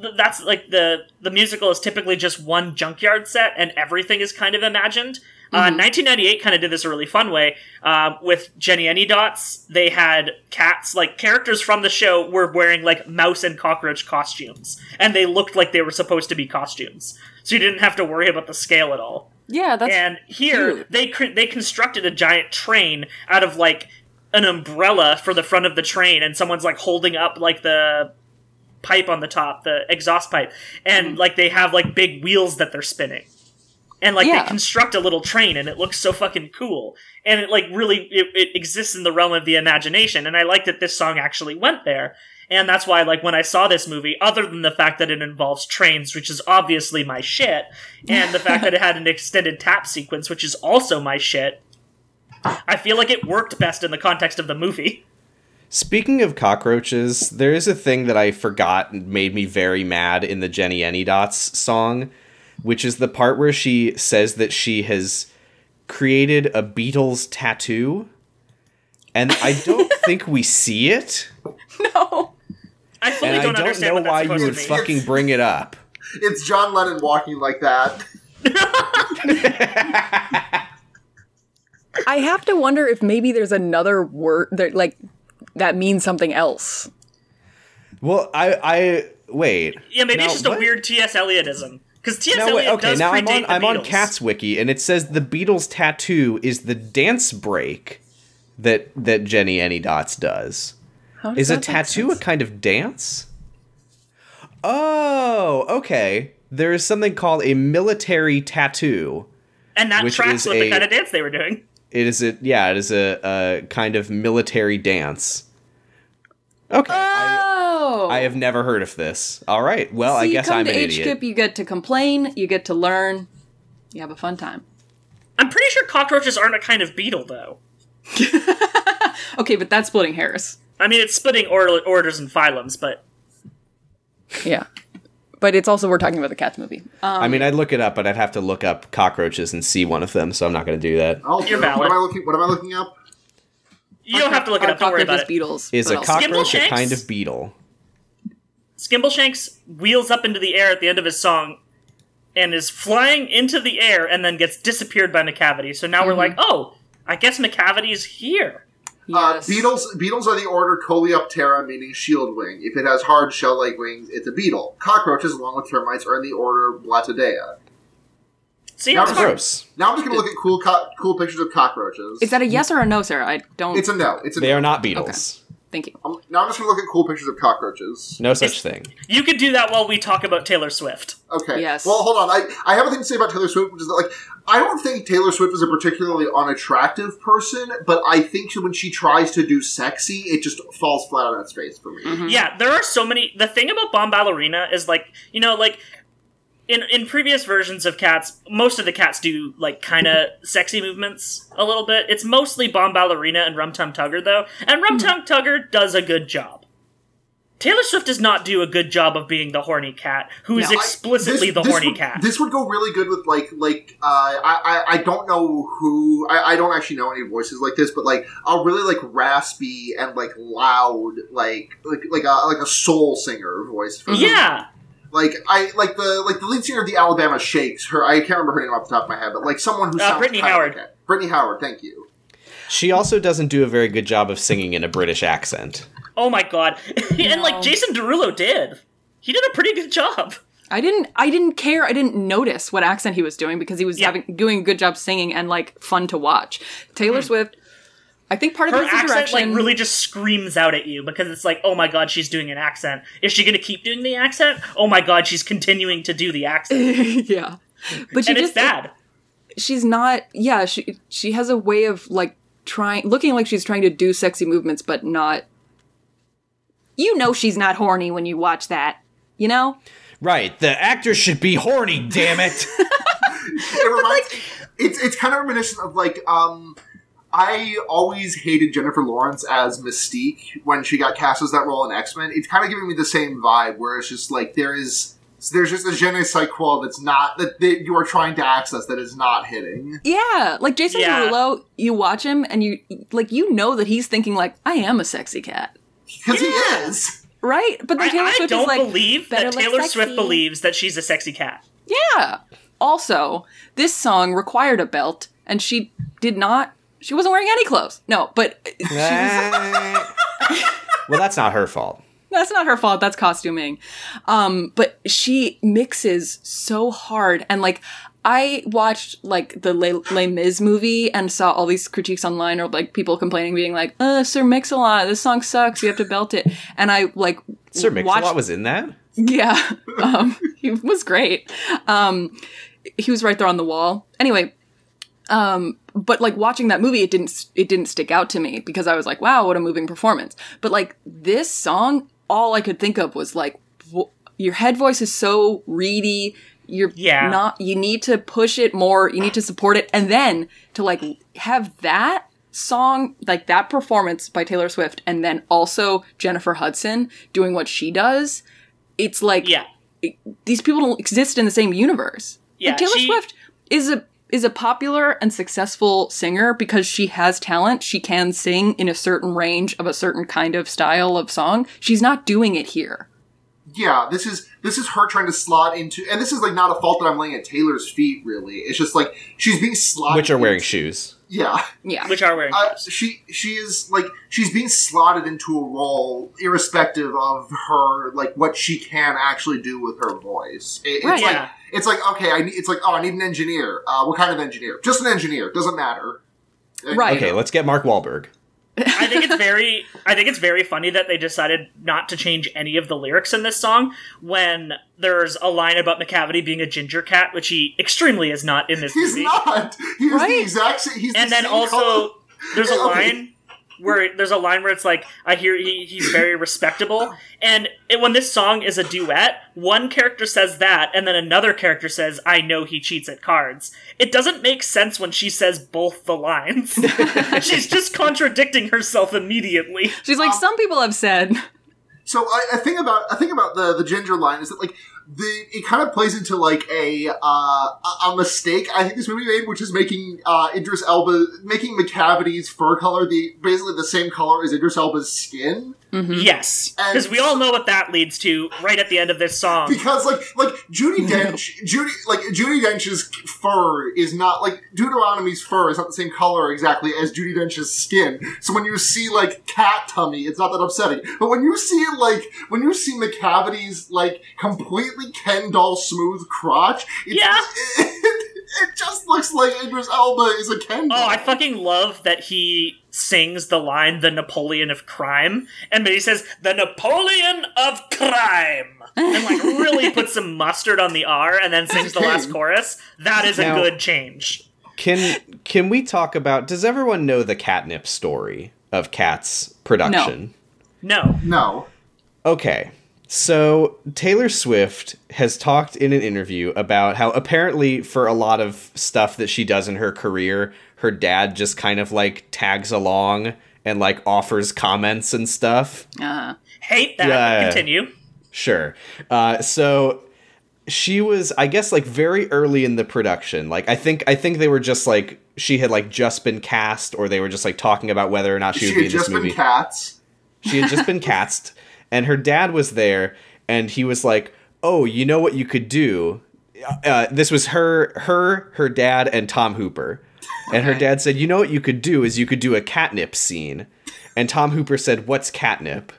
[SPEAKER 3] th- that's like the the musical is typically just one junkyard set, and everything is kind of imagined. Uh,
[SPEAKER 4] Mm-hmm.
[SPEAKER 3] 1998 kind of did this a really fun way uh, with Jenny Any Dots. They had cats, like characters from the show, were wearing like mouse and cockroach costumes, and they looked like they were supposed to be costumes. So you didn't have to worry about the scale at all.
[SPEAKER 1] Yeah, that's
[SPEAKER 3] And here
[SPEAKER 1] Cute.
[SPEAKER 3] they cr- they constructed a giant train out of like an umbrella for the front of the train, and someone's like holding up like the pipe on the top, the exhaust pipe, and
[SPEAKER 1] Mm-hmm.
[SPEAKER 3] like they have like big wheels that they're spinning, and like
[SPEAKER 1] Yeah.
[SPEAKER 3] they construct a little train, and it looks so fucking cool, and it like really it, it exists in the realm of the imagination, and I like that this song actually went there. And that's why, like, when I saw this movie, other than the fact that it involves trains, which is obviously my shit, and the fact that it had an extended tap sequence, which is also my shit, I feel like it worked best in the context of the movie. <laughs>
[SPEAKER 4] Speaking of cockroaches, there is a thing that I forgot and made me very mad in the Jenny Any Dots song, which is the part where she says that she has created a Beatles tattoo. And I don't
[SPEAKER 3] <laughs>
[SPEAKER 4] think we see it.
[SPEAKER 1] <laughs> no.
[SPEAKER 3] I fully
[SPEAKER 4] And I
[SPEAKER 3] don't,
[SPEAKER 4] don't
[SPEAKER 3] understand
[SPEAKER 4] know
[SPEAKER 3] what that's
[SPEAKER 4] why you
[SPEAKER 3] supposed
[SPEAKER 4] would
[SPEAKER 3] to mean.
[SPEAKER 4] fucking bring it up.
[SPEAKER 2] It's John Lennon walking like that.
[SPEAKER 1] I have to wonder if maybe there's another word that like that means something else.
[SPEAKER 4] Well, I I wait.
[SPEAKER 3] yeah, maybe it's
[SPEAKER 4] Now,
[SPEAKER 3] just a
[SPEAKER 4] what-
[SPEAKER 3] weird T.S. Eliotism. Because T.S.
[SPEAKER 4] Now wait,
[SPEAKER 3] Eliot
[SPEAKER 4] okay,
[SPEAKER 3] does
[SPEAKER 4] now I'm
[SPEAKER 3] predate
[SPEAKER 4] on
[SPEAKER 3] the
[SPEAKER 4] I'm on
[SPEAKER 3] Beatles.
[SPEAKER 4] Cats Wiki and it says the Beatles tattoo is the dance break that that Jenny Any Dots does.
[SPEAKER 1] How does
[SPEAKER 4] Is a
[SPEAKER 1] that make
[SPEAKER 4] tattoo a
[SPEAKER 1] sense?
[SPEAKER 4] kind of dance? Oh, okay. There is something called a military tattoo.
[SPEAKER 3] and that
[SPEAKER 4] which
[SPEAKER 3] tracks
[SPEAKER 4] is
[SPEAKER 3] with the
[SPEAKER 4] a-
[SPEAKER 3] kind of dance they were doing.
[SPEAKER 4] It is a yeah, it is a, a kind of military dance. Okay. I,
[SPEAKER 1] Oh,
[SPEAKER 4] I have never heard of this. All right. Well,
[SPEAKER 1] So
[SPEAKER 4] I
[SPEAKER 1] you
[SPEAKER 4] guess
[SPEAKER 1] come
[SPEAKER 4] I'm
[SPEAKER 1] to
[SPEAKER 4] an
[SPEAKER 1] H
[SPEAKER 4] idiot.
[SPEAKER 1] Kip, you get to complain, you get to learn, you have a fun time.
[SPEAKER 3] I'm pretty sure cockroaches aren't a kind of beetle, though.
[SPEAKER 1] Okay, but that's splitting hairs.
[SPEAKER 3] I mean, it's splitting or- orders and phylums, but
[SPEAKER 1] Yeah, but it's also we're talking about the cats movie. Um,
[SPEAKER 4] I mean, I'd look it up, but I'd have to look up cockroaches and see one of them, so I'm not going to do that.
[SPEAKER 2] Oh,
[SPEAKER 3] You're
[SPEAKER 2] what
[SPEAKER 3] valid.
[SPEAKER 2] am I looking? What am I looking up?
[SPEAKER 3] you don't have to look it
[SPEAKER 1] our
[SPEAKER 3] up. Don't worry
[SPEAKER 1] cockroach
[SPEAKER 3] about
[SPEAKER 1] is
[SPEAKER 3] it.
[SPEAKER 1] Beatles
[SPEAKER 4] Is
[SPEAKER 1] but
[SPEAKER 4] a
[SPEAKER 1] also-
[SPEAKER 4] cockroach a
[SPEAKER 3] Skimbleshanks?
[SPEAKER 4] kind of beetle?
[SPEAKER 3] Skimbleshanks wheels up into the air at the end of his song and is flying into the air and then gets disappeared by McCavity. So now we're like, oh, I guess McCavity's here.
[SPEAKER 2] Uh,
[SPEAKER 1] Yes.
[SPEAKER 2] beetles. Beetles are the order Coleoptera, meaning shield wing. If it has hard shell-like wings, it's a beetle. Cockroaches, along with termites, are in the order Blatodea.
[SPEAKER 3] See,
[SPEAKER 2] Now
[SPEAKER 3] it's
[SPEAKER 2] it's
[SPEAKER 3] hard.
[SPEAKER 4] Gross.
[SPEAKER 2] Now I'm just gonna look at cool, co- cool pictures of cockroaches.
[SPEAKER 1] Is that a yes or a no, Sarah? I don't.
[SPEAKER 2] It's a no. It's a
[SPEAKER 4] They
[SPEAKER 2] no.
[SPEAKER 4] are not beetles.
[SPEAKER 1] Thank you.
[SPEAKER 2] I'm- now I'm just gonna look at cool pictures of cockroaches.
[SPEAKER 4] No such thing.
[SPEAKER 3] You could do that while we talk about Taylor Swift.
[SPEAKER 2] Okay.
[SPEAKER 1] Yes.
[SPEAKER 2] Well, hold on. I, I have a thing to say about Taylor Swift, which is that, like, I don't think Taylor Swift is a particularly unattractive person, but I think when she tries to do sexy, it just falls flat on its face for me.
[SPEAKER 1] Mm-hmm.
[SPEAKER 3] Yeah, there are so many. The thing about Bomb Ballerina is like, you know, like in in previous versions of cats, most of the cats do like kind of sexy movements a little bit. It's mostly Bomb Ballerina and Rum Tum Tugger though, and Rum Tum Tugger does a good job. Taylor Swift does not do a good job of being the horny cat, who is
[SPEAKER 1] No, I-
[SPEAKER 3] explicitly
[SPEAKER 2] This-
[SPEAKER 3] the
[SPEAKER 2] this
[SPEAKER 3] horny
[SPEAKER 2] would-
[SPEAKER 3] cat.
[SPEAKER 2] This would go really good with like like uh, I, I I don't know who I, I don't actually know any voices like this, but like a really like raspy and like loud like like like a like a soul singer voice. for them.
[SPEAKER 3] yeah,
[SPEAKER 2] Like I like the like the lead singer of the Alabama Shakes. Her I can't remember her name off the top of my head, but like someone who
[SPEAKER 3] Uh,
[SPEAKER 2] sounds
[SPEAKER 3] Brittany
[SPEAKER 2] kind of
[SPEAKER 3] Howard.
[SPEAKER 2] like that. Brittany Howard, thank you.
[SPEAKER 4] She also doesn't do a very good job of singing in a British accent.
[SPEAKER 3] Oh my god. <laughs> and like
[SPEAKER 1] No.
[SPEAKER 3] Jason Derulo did. He did a pretty good job.
[SPEAKER 1] I didn't. I didn't care. I didn't notice what accent he was doing because he was
[SPEAKER 3] Yeah.
[SPEAKER 1] having doing a good job singing and like fun to watch. Taylor Swift. I think part of
[SPEAKER 3] Hmm.
[SPEAKER 1] it
[SPEAKER 3] Her
[SPEAKER 1] is the
[SPEAKER 3] accent like
[SPEAKER 1] direction.
[SPEAKER 3] really just screams out at you because it's like, oh my god, she's doing an accent. Is she gonna keep doing the accent? Oh my god, she's continuing to do the
[SPEAKER 1] <laughs>
[SPEAKER 3] accent.
[SPEAKER 1] yeah, but she
[SPEAKER 3] and it's
[SPEAKER 1] just
[SPEAKER 3] bad.
[SPEAKER 1] she's not. Yeah, she she has a way of like trying, looking like she's trying to do sexy movements, but not. You know she's not horny when you watch that. You know.
[SPEAKER 4] Right. The actor should be horny, damn it.
[SPEAKER 2] <laughs> It reminds, it's it's kind of reminiscent of like um I always hated Jennifer Lawrence as Mystique when she got cast as that role in X Men. It's kind of giving me the same vibe where it's just like there is there's just a je ne sais quoi that's not that, that you are trying to access that is not hitting.
[SPEAKER 1] Yeah, like Jason
[SPEAKER 3] Yeah.
[SPEAKER 1] Derulo, you watch him and you like you know that he's thinking like I am a sexy cat.
[SPEAKER 2] Because
[SPEAKER 3] Yeah.
[SPEAKER 2] he is.
[SPEAKER 1] right? But then
[SPEAKER 3] I,
[SPEAKER 1] Taylor
[SPEAKER 3] I
[SPEAKER 1] Swift
[SPEAKER 3] don't
[SPEAKER 1] is like
[SPEAKER 3] believe
[SPEAKER 5] better
[SPEAKER 3] that
[SPEAKER 5] look
[SPEAKER 3] Taylor
[SPEAKER 5] sexy.
[SPEAKER 3] Swift believes that she's a sexy cat.
[SPEAKER 1] Yeah. Also, this song required a belt, and she did not. She wasn't wearing any clothes. No, but she was,
[SPEAKER 4] <laughs> well, that's not her fault.
[SPEAKER 1] <laughs> that's not her fault. That's costuming. Um, but she mixes so hard, and like I watched like the Les, Les Mis movie and saw all these critiques online or like people complaining, being like, "Uh, Sir Mix-a-Lot, this song sucks. You have to belt it." And I like
[SPEAKER 4] Sir Mix-a-Lot
[SPEAKER 1] watched-
[SPEAKER 4] was in that.
[SPEAKER 1] Yeah, <laughs> um, he was great. Um, he was right there on the wall. Anyway, um, but like watching that movie, it didn't it didn't stick out to me because I was like, wow, what a moving performance. But like this song, all I could think of was like, w- your head voice is so reedy. You're
[SPEAKER 3] Yeah.
[SPEAKER 1] not. You need to push it more. You need to support it, and then to like have that song like that performance by Taylor Swift and then also Jennifer Hudson doing what she does it's like
[SPEAKER 3] Yeah.
[SPEAKER 1] these people don't exist in the same universe.
[SPEAKER 3] Yeah,
[SPEAKER 1] like Taylor
[SPEAKER 3] she-
[SPEAKER 1] Swift is a is a popular and successful singer because she has talent. She can sing in a certain range of a certain kind of style of song. She's not doing it here.
[SPEAKER 2] yeah, this is this is her trying to slot into, and this is like not a fault that I'm laying at Taylor's feet. Really, it's just like she's being slotted.
[SPEAKER 4] Which are wearing
[SPEAKER 2] into-
[SPEAKER 4] shoes.
[SPEAKER 2] Yeah,
[SPEAKER 1] Yeah.
[SPEAKER 3] Which are wearing
[SPEAKER 2] uh,
[SPEAKER 3] clothes.
[SPEAKER 2] she she is like she's being slotted into a role, irrespective of her like what she can actually do with her voice. It- it's
[SPEAKER 1] Right.
[SPEAKER 2] like
[SPEAKER 3] Yeah.
[SPEAKER 2] it's like okay, I need, it's like oh, I need an engineer. Uh, what kind of engineer? Just an engineer. Doesn't matter. And-
[SPEAKER 1] Right.
[SPEAKER 4] Okay, let's get Mark Wahlberg.
[SPEAKER 3] I think it's very I think it's very funny that they decided not to change any of the lyrics in this song when there's a line about McCavity being a ginger cat, which he extremely is not in this
[SPEAKER 2] He's
[SPEAKER 3] movie.
[SPEAKER 2] not. He's the
[SPEAKER 1] Right.
[SPEAKER 2] exact same. He's
[SPEAKER 3] and
[SPEAKER 2] the
[SPEAKER 3] then
[SPEAKER 2] same
[SPEAKER 3] also
[SPEAKER 2] color.
[SPEAKER 3] there's a
[SPEAKER 2] Okay.
[SPEAKER 3] line where there's a line where it's like I hear he, he's very respectable, and it, when this song is a duet, one character says that, and then another character says, "I know he cheats at cards." It doesn't make sense when she says both the lines. She's just contradicting herself immediately.
[SPEAKER 1] She's like some people have said. <laughs>
[SPEAKER 2] So I, I think about I think about the the ginger line is that like the it kind of plays into like a uh, a a mistake I think this movie made, which is making uh, Idris Elba making McCavity's fur color the basically the same color as Idris Elba's skin
[SPEAKER 3] Yes, because we all know what that leads to right at the end of this song.
[SPEAKER 2] because like like Judy Dench Judy like Judy Dench's fur is not like Deuteronomy's fur is not the same color exactly as Judy Dench's skin. So when you see like cat tummy, it's not that upsetting. But when you see like when you see McCavity's like completely Ken doll smooth crotch, it's,
[SPEAKER 3] Yeah.
[SPEAKER 2] it, it just looks like Idris Elba is a Ken doll.
[SPEAKER 3] Oh, I fucking love that he sings the line "the Napoleon of crime," and then he says "the Napoleon of crime," and like
[SPEAKER 4] <laughs>
[SPEAKER 3] really puts some mustard on the R, and then sings the last chorus. That is a
[SPEAKER 4] Now-
[SPEAKER 3] good change.
[SPEAKER 4] Can can we talk about? Does everyone know the catnip story of Cat's production?
[SPEAKER 3] No,
[SPEAKER 2] no.
[SPEAKER 4] Okay. So Taylor Swift has talked in an interview about how apparently for a lot of stuff that she does in her career, her dad just kind of like tags along and like offers comments and stuff.
[SPEAKER 1] Uh,
[SPEAKER 3] hate that.
[SPEAKER 4] Yeah.
[SPEAKER 3] Continue.
[SPEAKER 4] Sure. Uh, so she was, I guess, like very early in the production. Like I think, I think they were just like she had like just been cast, or they were just like talking about whether or not she,
[SPEAKER 2] She
[SPEAKER 4] would be
[SPEAKER 2] had
[SPEAKER 4] in this
[SPEAKER 2] just
[SPEAKER 4] movie.
[SPEAKER 2] been cats. <laughs>
[SPEAKER 4] She had just been cast, and her dad was there, and he was like, "Oh, you know what you could do." Uh, this was her, her, her dad, and Tom Hooper, and her dad said, "You know what you could do is you could do a catnip scene," and Tom Hooper said, "What's catnip?"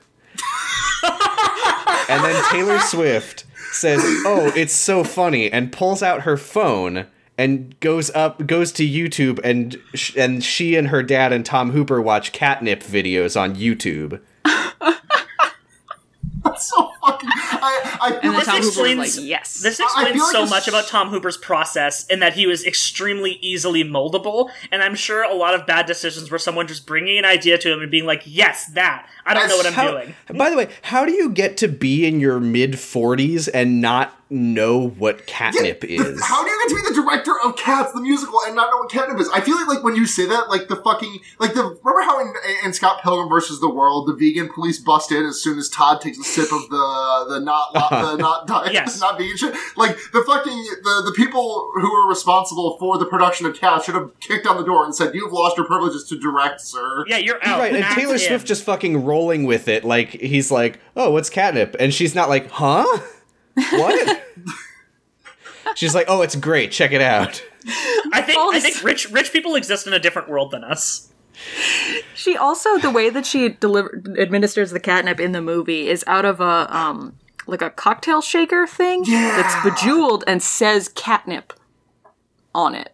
[SPEAKER 4] and then Taylor Swift says, "Oh, it's so funny," and pulls out her phone and goes up goes to YouTube and sh- and she and her dad and Tom Hooper watch catnip videos on YouTube.
[SPEAKER 2] That's so fucking. I, I feel
[SPEAKER 1] and then
[SPEAKER 2] like
[SPEAKER 1] Tom Hooper was like,
[SPEAKER 3] explains-
[SPEAKER 1] yes.
[SPEAKER 3] This
[SPEAKER 2] I- I
[SPEAKER 3] explains
[SPEAKER 2] feel like
[SPEAKER 3] so
[SPEAKER 2] this-
[SPEAKER 3] much about Tom Hooper's process in that he was extremely easily moldable, and I'm sure a lot of bad decisions were someone just bringing an idea to him and being like, "Yes, that." I don't know what I'm
[SPEAKER 4] How-
[SPEAKER 3] doing.
[SPEAKER 4] By the way, how do you get to be in your mid 40s and not know what catnip is?
[SPEAKER 2] How do you get to be the director of Cats the musical and not know what catnip is? I feel like like when you say that, like the fucking like the remember how in, in Scott Pilgrim versus the World, the vegan police bust in as soon as Todd takes a sip of the the not the not dying,
[SPEAKER 3] Yes.
[SPEAKER 2] not being shit. Like the fucking the, the people who were responsible for the production of Cats should have kicked on the door and said, "You've lost your privileges to direct, sir."
[SPEAKER 3] Yeah, you're out.
[SPEAKER 4] Right, and
[SPEAKER 3] Act
[SPEAKER 4] Taylor
[SPEAKER 3] in.
[SPEAKER 4] Swift just fucking rolling with it. Like he's like, "Oh, what's catnip?" And she's not like, "Huh? What?" <laughs> she's like, "Oh, it's great. Check it out."
[SPEAKER 3] I think I
[SPEAKER 1] False.
[SPEAKER 3] think rich rich people exist in a different world than us.
[SPEAKER 1] She also the way that she deliver administers the catnip in the movie is out of a um like a cocktail shaker thing that's bejeweled and says catnip on it.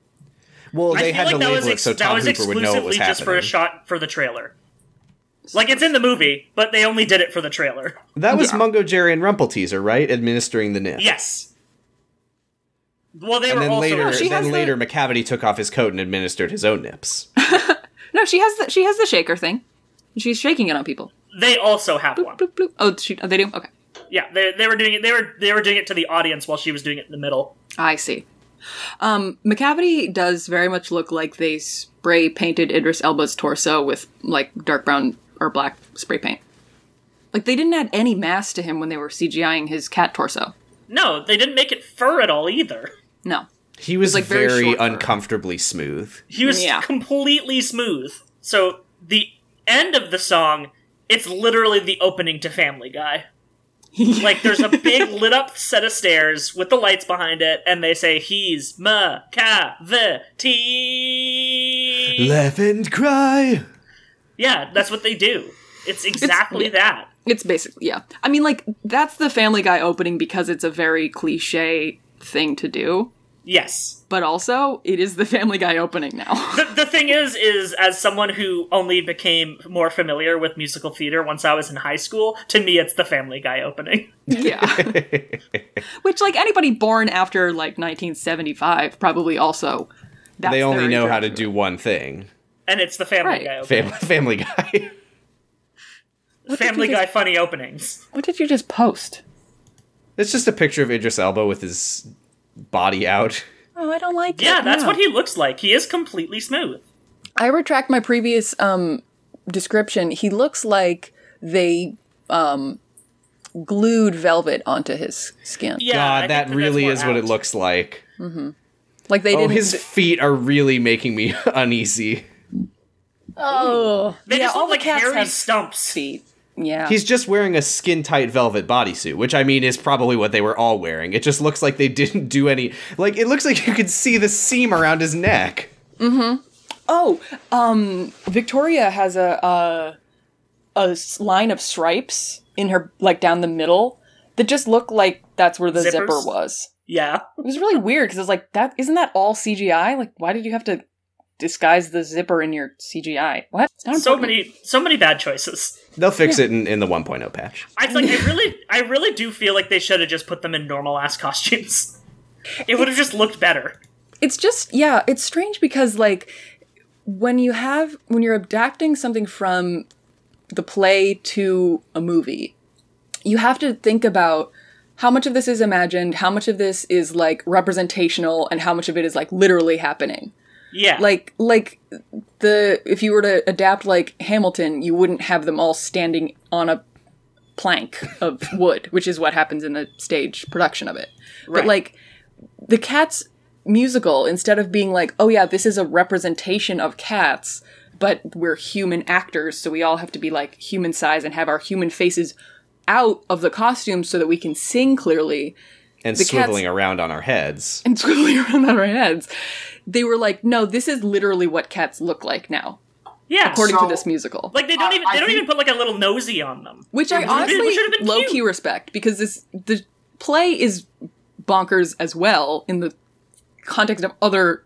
[SPEAKER 4] Well, they
[SPEAKER 3] I feel
[SPEAKER 4] had to
[SPEAKER 3] like that
[SPEAKER 4] label
[SPEAKER 3] was,
[SPEAKER 4] it
[SPEAKER 3] ex-
[SPEAKER 4] so
[SPEAKER 3] that
[SPEAKER 4] Tom
[SPEAKER 3] was
[SPEAKER 4] Hooper would know it
[SPEAKER 3] exclusively
[SPEAKER 4] was happening.
[SPEAKER 3] just for a shot for the trailer. Like it's in the movie, but they only did it for the trailer.
[SPEAKER 4] That was Mungo Jerry and Rumpel Teaser, right? Administering the nip.
[SPEAKER 3] Yes. Well, they
[SPEAKER 4] And
[SPEAKER 3] were
[SPEAKER 4] then
[SPEAKER 3] also
[SPEAKER 4] later,
[SPEAKER 1] she has
[SPEAKER 4] then
[SPEAKER 1] the-
[SPEAKER 4] later, McCavity took off his coat and administered his own nips.
[SPEAKER 1] No, she has the she has the shaker thing. She's shaking it on people.
[SPEAKER 3] they also have one.
[SPEAKER 1] Bloop, bloop. Oh, she, oh, they do. Okay,
[SPEAKER 3] Yeah, they, they were doing it. They were they were doing it to the audience while she was doing it in the middle.
[SPEAKER 1] I see. Um, McCavity does very much look like they spray painted Idris Elba's torso with like dark brown or black spray paint. Like they didn't add any mass to him when they were CGIing his cat torso.
[SPEAKER 3] No, they didn't make it fur at all either.
[SPEAKER 1] No.
[SPEAKER 4] He was
[SPEAKER 1] like,
[SPEAKER 4] very,
[SPEAKER 1] very short for her.
[SPEAKER 4] uncomfortably smooth.
[SPEAKER 3] He was
[SPEAKER 1] Yeah.
[SPEAKER 3] completely smooth. So the end of the song, it's literally the opening to
[SPEAKER 1] <laughs>
[SPEAKER 3] Family Guy. like there's a big lit up set of stairs with the lights behind it, and they say he's ma ka the t.
[SPEAKER 4] Laugh and cry.
[SPEAKER 3] Yeah, that's what they do. It's exactly that.
[SPEAKER 1] It's basically yeah. I mean, like that's the Family Guy opening because it's a very cliche thing to do,
[SPEAKER 3] Yes.
[SPEAKER 1] but also it is the Family Guy opening now. <laughs>
[SPEAKER 3] The, the thing is, is as someone who only became more familiar with musical theater once I was in high school, to me it's the Family Guy opening.
[SPEAKER 4] <laughs>
[SPEAKER 1] yeah. Which, like anybody born after like 1975, probably also. That's
[SPEAKER 4] They only
[SPEAKER 1] their
[SPEAKER 4] know how to
[SPEAKER 1] intro
[SPEAKER 4] do one thing.
[SPEAKER 3] And it's the Family
[SPEAKER 1] Right.
[SPEAKER 3] Guy opening.
[SPEAKER 4] Family, family Guy. <laughs>
[SPEAKER 3] Family
[SPEAKER 1] did you
[SPEAKER 3] Guy funny openings.
[SPEAKER 1] What did you just post?
[SPEAKER 4] it's just a picture of Idris Elba with his body out.
[SPEAKER 1] Oh, I don't like it.
[SPEAKER 3] Yeah, that's
[SPEAKER 1] no.
[SPEAKER 3] what he looks like. He is completely smooth.
[SPEAKER 1] I retract my previous um, description. He looks like they um, glued velvet onto his skin,
[SPEAKER 3] Yeah, I
[SPEAKER 4] God,
[SPEAKER 3] think
[SPEAKER 4] that
[SPEAKER 3] that's
[SPEAKER 4] really
[SPEAKER 3] more
[SPEAKER 4] is what it
[SPEAKER 3] apt.
[SPEAKER 4] looks like.
[SPEAKER 1] like they
[SPEAKER 4] Oh,
[SPEAKER 1] didn't.
[SPEAKER 4] his feet are really making me <laughs> uneasy.
[SPEAKER 1] oh,
[SPEAKER 3] They
[SPEAKER 1] yeah,
[SPEAKER 3] just
[SPEAKER 1] all
[SPEAKER 3] look
[SPEAKER 1] the
[SPEAKER 3] like
[SPEAKER 1] cats
[SPEAKER 3] hairy
[SPEAKER 1] have
[SPEAKER 3] stumps.
[SPEAKER 1] feet. Yeah,
[SPEAKER 4] He's just wearing a skin tight velvet bodysuit, which I mean is probably what they were all wearing. It just looks like they <laughs> didn't do any. Like, it looks like you could see the seam around his neck.
[SPEAKER 1] Oh, um, Victoria has a uh, a s- line of stripes in her like down the middle that just look like that's where the zipper
[SPEAKER 3] Zippers?
[SPEAKER 1] was.
[SPEAKER 3] Yeah.
[SPEAKER 1] It was really weird because I was like, that isn't that all CGI? Like, why did you have to disguise the zipper in your CGI? What? It's not
[SPEAKER 3] So
[SPEAKER 1] important.
[SPEAKER 3] many so many bad choices.
[SPEAKER 4] They'll fix it in, in the 1.0 patch.
[SPEAKER 3] I it's like I really I really do feel like they should have just put them in normal ass costumes. It would have just looked better.
[SPEAKER 1] It's just yeah, it's strange because like when you have when you're adapting something from the play to a movie, you have to think about how much of this is imagined, how much of this is like representational and how much of it is like literally happening.
[SPEAKER 3] Yeah.
[SPEAKER 1] Like like the if you were to adapt like Hamilton, you wouldn't have them all standing on a plank of <laughs> wood, which is what happens in the stage production of it.
[SPEAKER 3] Right.
[SPEAKER 1] But like the cats musical, instead of being like, oh yeah, this is a representation of cats, but we're human actors, so we all have to be like human size and have our human faces out of the costumes so that we can sing clearly
[SPEAKER 4] And
[SPEAKER 1] The cat's-
[SPEAKER 4] swiveling around on our heads.
[SPEAKER 1] and <laughs> twiddly around on our heads. They were like, no, this is literally what cats look like now,
[SPEAKER 3] yeah.
[SPEAKER 1] according
[SPEAKER 2] So-
[SPEAKER 1] to this musical.
[SPEAKER 3] like they don't
[SPEAKER 2] I-
[SPEAKER 3] even
[SPEAKER 2] I
[SPEAKER 3] they don't
[SPEAKER 2] think-
[SPEAKER 3] even put like a little nosy on them.
[SPEAKER 1] Which I
[SPEAKER 3] It would've been-
[SPEAKER 1] honestly
[SPEAKER 3] which would've been
[SPEAKER 1] low
[SPEAKER 3] cute.
[SPEAKER 1] key respect because this the play is bonkers as well in the context of other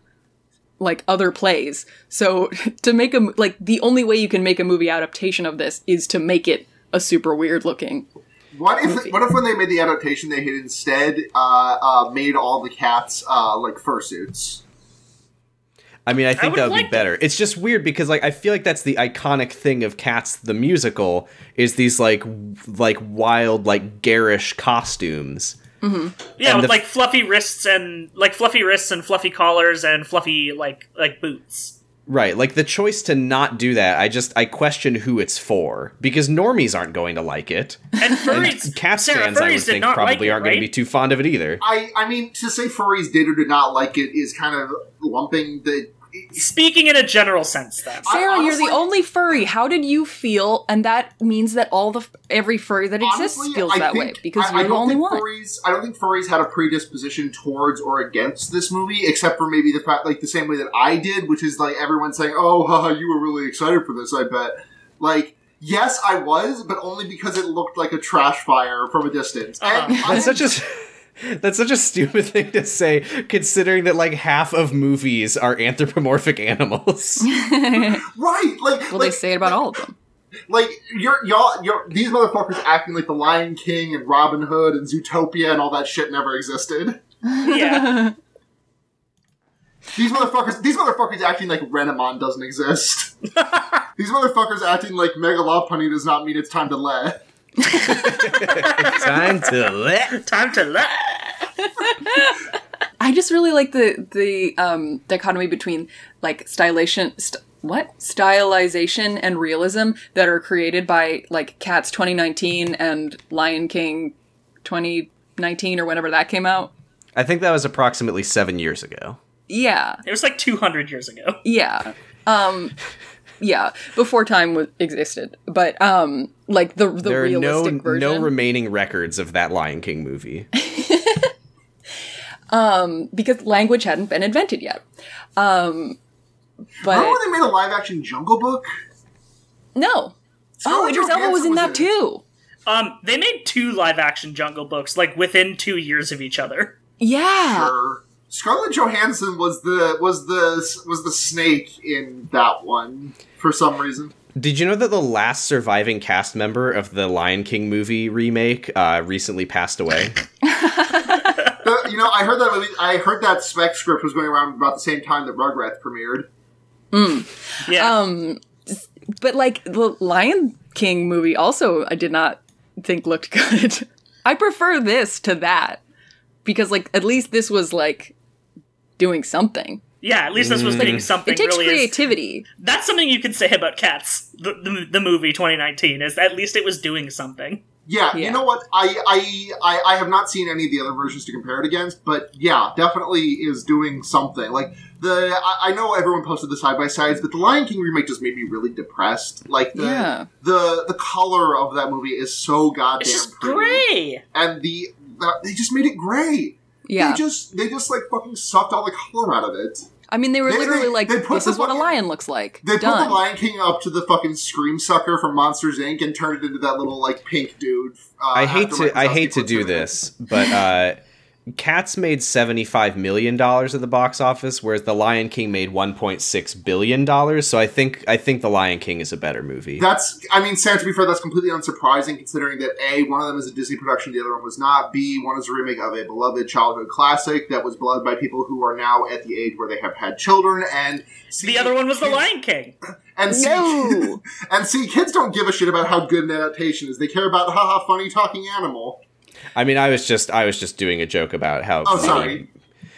[SPEAKER 1] like other plays. So <laughs> to make a mo- like the only way you can make a movie adaptation of this is to make it a super weird looking.
[SPEAKER 2] What if what if when they made the adaptation, they had instead uh, uh, made all the cats uh, like fursuits?
[SPEAKER 4] I mean, I think
[SPEAKER 3] would
[SPEAKER 4] that would
[SPEAKER 3] like
[SPEAKER 4] be
[SPEAKER 3] that.
[SPEAKER 4] better. It's just weird because, like, I feel like that's the iconic thing of Cats the musical is these like, w- like wild, like garish costumes.
[SPEAKER 3] Yeah,
[SPEAKER 4] And
[SPEAKER 3] with
[SPEAKER 4] the-
[SPEAKER 3] like fluffy wrists and like fluffy wrists and fluffy collars and fluffy like like boots.
[SPEAKER 4] Right, like the choice to not do that, I just I question who it's for because normies aren't going to like it.
[SPEAKER 3] And furries,
[SPEAKER 4] And Cats
[SPEAKER 3] Sarah,
[SPEAKER 4] fans, I would
[SPEAKER 3] furries did
[SPEAKER 4] think,
[SPEAKER 3] not
[SPEAKER 4] probably
[SPEAKER 3] like it,
[SPEAKER 4] aren't going
[SPEAKER 3] right?
[SPEAKER 4] to be too fond of it either.
[SPEAKER 2] I, I mean, to say furries did or did not like it is kind of lumping the.
[SPEAKER 3] Speaking in a general sense, then.
[SPEAKER 2] I-
[SPEAKER 1] Sarah,
[SPEAKER 2] honestly-
[SPEAKER 1] you're the only furry. How did you feel? And that means that all the every furry that exists
[SPEAKER 2] Honestly,
[SPEAKER 1] feels
[SPEAKER 2] I
[SPEAKER 1] that
[SPEAKER 2] think-
[SPEAKER 1] way because
[SPEAKER 2] I-
[SPEAKER 1] you're
[SPEAKER 2] I
[SPEAKER 1] the
[SPEAKER 2] don't
[SPEAKER 1] only
[SPEAKER 2] think
[SPEAKER 1] one.
[SPEAKER 2] Furries, I don't think furries had a predisposition towards or against this movie, except for maybe the fact, like the same way that I did, which is like everyone saying, "Oh, <laughs> haha, you were really excited for this." I bet. Like, yes, I was, but only because it looked like a trash fire from a distance.
[SPEAKER 1] <laughs>
[SPEAKER 2] And
[SPEAKER 3] Uh-huh.
[SPEAKER 2] I-
[SPEAKER 4] That's such a <laughs> that's such a stupid thing to say, considering that like half of movies are anthropomorphic <laughs> animals.
[SPEAKER 2] right. Like,
[SPEAKER 1] well,
[SPEAKER 2] like,
[SPEAKER 1] they say it about all of them.
[SPEAKER 2] like you're y'all you're these motherfuckers acting like the Lion King and Robin Hood and Zootopia and all that shit never existed.
[SPEAKER 3] yeah.
[SPEAKER 2] These motherfuckers these motherfuckers acting like Renamon doesn't exist. these motherfuckers acting like Megalopony does not mean it's time to let.
[SPEAKER 4] Time to let
[SPEAKER 3] Time to laugh.
[SPEAKER 1] I just really like the the um, dichotomy between like stylation, st- what stylization and realism that are created by like Cats 2019 and Lion King 2019 or whenever that came out.
[SPEAKER 4] I think that was approximately seven years ago.
[SPEAKER 1] Yeah,
[SPEAKER 3] It was like 200 years ago.
[SPEAKER 1] yeah um yeah before time was, existed but um like the the
[SPEAKER 4] there are no
[SPEAKER 1] realistic version
[SPEAKER 4] no remaining records of that Lion
[SPEAKER 1] <laughs>
[SPEAKER 4] King movie.
[SPEAKER 1] because language hadn't been invented yet um
[SPEAKER 2] Remember
[SPEAKER 1] but
[SPEAKER 2] when they made a live action jungle book?
[SPEAKER 1] no oh Idris Elba was in that too
[SPEAKER 3] Um, they made two live action jungle books, like within two years of each other.
[SPEAKER 1] yeah
[SPEAKER 2] Sure. Scarlett Johansson was the was the was the snake in that one for some reason.
[SPEAKER 4] Did you know that the last surviving cast member of the Lion King movie remake uh, recently
[SPEAKER 1] <laughs>
[SPEAKER 4] passed away?
[SPEAKER 2] Uh, you know, I heard that movie, I heard that spec script was going around about the same time that Rugrats premiered.
[SPEAKER 3] Yeah.
[SPEAKER 1] Um, but like the Lion King movie also I did not think looked <laughs> good I prefer this to that because like at least this was like doing something
[SPEAKER 3] yeah, at least this was doing something
[SPEAKER 1] it takes
[SPEAKER 3] really is-
[SPEAKER 1] creativity
[SPEAKER 3] That's something you can say about Cats, the, the, the movie 2019, is at least it was doing something.
[SPEAKER 2] Yeah,
[SPEAKER 1] Yeah.
[SPEAKER 2] you know what? I, I I I have not seen any of the other versions to compare it against, but yeah, definitely is doing something. Like the I, I know everyone posted the side by sides, but the Lion King remake just made me really depressed. Like the
[SPEAKER 1] Yeah.
[SPEAKER 2] the the color of that movie is so goddamn
[SPEAKER 3] It's just
[SPEAKER 2] pretty,
[SPEAKER 3] gray.
[SPEAKER 2] and the, the they just made it gray.
[SPEAKER 1] yeah
[SPEAKER 2] They just they just like fucking sucked all the color out of it.
[SPEAKER 1] I mean, they were
[SPEAKER 2] They-
[SPEAKER 1] literally
[SPEAKER 2] they-
[SPEAKER 1] like,
[SPEAKER 2] they put
[SPEAKER 1] "This
[SPEAKER 2] the
[SPEAKER 1] is what a
[SPEAKER 2] fucking-
[SPEAKER 1] lion looks like."
[SPEAKER 2] They
[SPEAKER 1] Done.
[SPEAKER 2] put the Lion King up to the fucking scream sucker from Monsters Inc. and turned it into that little like pink dude. Uh,
[SPEAKER 4] I hate
[SPEAKER 2] after
[SPEAKER 4] to I
[SPEAKER 2] Mike
[SPEAKER 4] hate to
[SPEAKER 2] Wazowski
[SPEAKER 4] do
[SPEAKER 2] put it in.
[SPEAKER 4] this, but uh, Cats made seventy five million dollars at the box office, whereas The Lion King made one point six billion dollars. So I think I think The Lion King is a better movie.
[SPEAKER 2] That's, I mean, Sam, to be fair, that's completely unsurprising considering that A, one of them is a Disney production, the other one was not. B, one is a remake of a beloved childhood classic that was beloved by people who are now at the age where they have had children. And C,
[SPEAKER 3] The other one was The Lion King.
[SPEAKER 2] <laughs> And C,
[SPEAKER 1] No.
[SPEAKER 2] and C, kids don't give a shit about how good an adaptation is. They care about, haha, funny talking animal.
[SPEAKER 4] I mean, I was just I was just doing a joke about how.
[SPEAKER 2] Oh, sorry.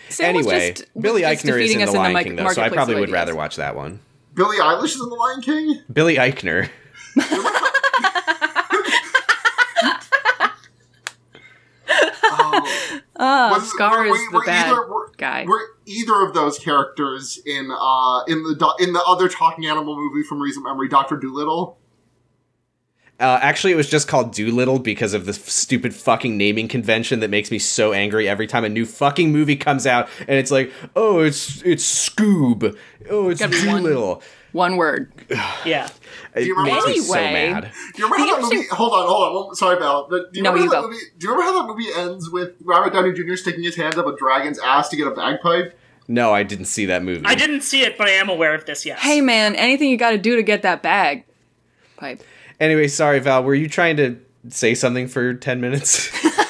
[SPEAKER 1] Sam was
[SPEAKER 4] Anyway,
[SPEAKER 1] just- was
[SPEAKER 4] Billy
[SPEAKER 1] just
[SPEAKER 4] Eichner is
[SPEAKER 1] defeating
[SPEAKER 4] in The
[SPEAKER 1] us in
[SPEAKER 4] Lion
[SPEAKER 1] mic-
[SPEAKER 4] King, though, so I
[SPEAKER 1] marketplace Ah,
[SPEAKER 4] probably
[SPEAKER 1] of
[SPEAKER 4] would rather
[SPEAKER 1] ideas.
[SPEAKER 4] watch that one.
[SPEAKER 2] Billie Eilish is in The
[SPEAKER 1] <laughs>
[SPEAKER 2] Lion King?
[SPEAKER 4] Billy Eichner.
[SPEAKER 2] <laughs> Oh.
[SPEAKER 1] Ah,
[SPEAKER 2] Was-
[SPEAKER 1] Scar
[SPEAKER 2] were-
[SPEAKER 1] is the
[SPEAKER 2] were
[SPEAKER 1] bad
[SPEAKER 2] either- were-
[SPEAKER 1] guy.
[SPEAKER 2] Were either of those characters in uh, in the do- in the other talking animal movie from recent memory, Doctor Doolittle?
[SPEAKER 4] Uh, actually, it was just called Doolittle because of this stupid fucking naming convention that makes me so angry every time a new fucking movie comes out and it's like, oh, it's it's Scoob, oh, it's
[SPEAKER 1] Gotta be one.
[SPEAKER 4] Doolittle.
[SPEAKER 1] One word.
[SPEAKER 3] Yeah.
[SPEAKER 4] It
[SPEAKER 2] you remember-
[SPEAKER 4] makes me so
[SPEAKER 1] Anyway.
[SPEAKER 4] mad.
[SPEAKER 2] Do you remember
[SPEAKER 1] The
[SPEAKER 2] how that movie? Hold on, hold on. Well, sorry, Val. But do you
[SPEAKER 1] No,
[SPEAKER 2] remember
[SPEAKER 1] you
[SPEAKER 2] how
[SPEAKER 1] go.
[SPEAKER 2] that movie? Do you remember how that movie ends with Robert Downey Jr. sticking his hand up a dragon's ass to get a bagpipe? <laughs>
[SPEAKER 4] No, I didn't see that movie.
[SPEAKER 3] I didn't see it, but I am aware of this, yes.
[SPEAKER 1] Hey, man, anything you got to do to get that bag? Pipe.
[SPEAKER 4] Anyway, sorry, Val. Were you trying to say something for ten
[SPEAKER 1] <laughs>
[SPEAKER 4] minutes?
[SPEAKER 2] Apologize.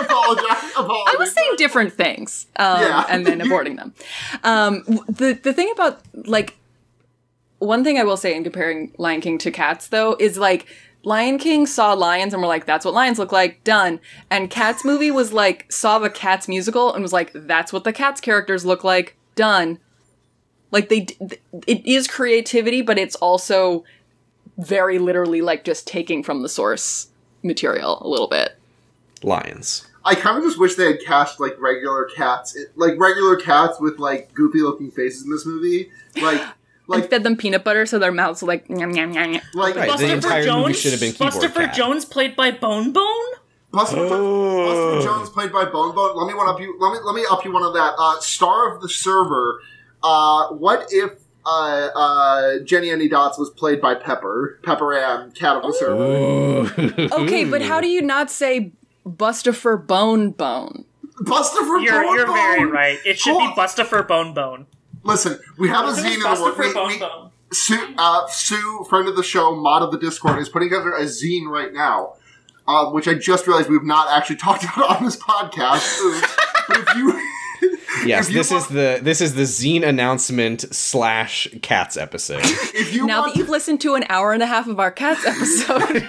[SPEAKER 2] Apologize.
[SPEAKER 1] I was saying different things, um,
[SPEAKER 2] Yeah.
[SPEAKER 1] <laughs> and then aborting them. Um, w- the the thing about like one thing I will say in comparing Lion King to Cats though is like Lion King saw lions and were like, "That's what lions look like." Done. And Cats movie was like saw the Cats musical and was like, "That's what the Cats characters look like." Done. Like they, d- th- it is creativity, but it's also very literally like just taking from the source material a little bit.
[SPEAKER 4] Lions.
[SPEAKER 2] I kind of just wish they had cast like regular cats, it- like regular cats with like goopy looking faces in this movie. Like,
[SPEAKER 1] I
[SPEAKER 2] like,
[SPEAKER 1] fed them peanut butter, so their mouths are like nyam nyam nyam. nyam.
[SPEAKER 2] like
[SPEAKER 4] Right,
[SPEAKER 3] Buster
[SPEAKER 4] the
[SPEAKER 3] for
[SPEAKER 4] entire
[SPEAKER 3] Jones,
[SPEAKER 4] movie should have been keyboard
[SPEAKER 3] Buster for
[SPEAKER 4] cat.
[SPEAKER 3] Jones played by Bone Bone.
[SPEAKER 2] Buster,
[SPEAKER 4] Oh.
[SPEAKER 2] Buster Jones played by Bone Bone. Let me one up you. Let me let me up you one of that. Uh, star of the server. Uh, what if uh, uh, Jenny Any Dots was played by Pepper? Pepper Ann, cat of the server.
[SPEAKER 1] Okay, but how do you not say Buster for Bone Bone?
[SPEAKER 2] Buster for
[SPEAKER 3] You're
[SPEAKER 2] Bone
[SPEAKER 3] you're
[SPEAKER 2] Bone.
[SPEAKER 3] very right. It should be
[SPEAKER 2] Cool.
[SPEAKER 3] Buster for Bone Bone.
[SPEAKER 2] Listen, we have a
[SPEAKER 3] It was
[SPEAKER 2] zine in the
[SPEAKER 3] Buster
[SPEAKER 2] works.
[SPEAKER 3] for
[SPEAKER 2] We-
[SPEAKER 3] Bone
[SPEAKER 2] we-
[SPEAKER 3] Bone.
[SPEAKER 2] Sue, uh, Sue, friend of the show, mod of the Discord, is putting together a zine right now, um, which I just realized we've not actually <laughs> talked about on this podcast. Oops. but if you, <laughs>
[SPEAKER 4] Yes,
[SPEAKER 2] If you
[SPEAKER 4] this
[SPEAKER 2] want-
[SPEAKER 4] is the this is the zine announcement slash cats episode.
[SPEAKER 2] if you
[SPEAKER 1] Now
[SPEAKER 2] want
[SPEAKER 1] that you've listened to an hour and a half of our cats <laughs> episode,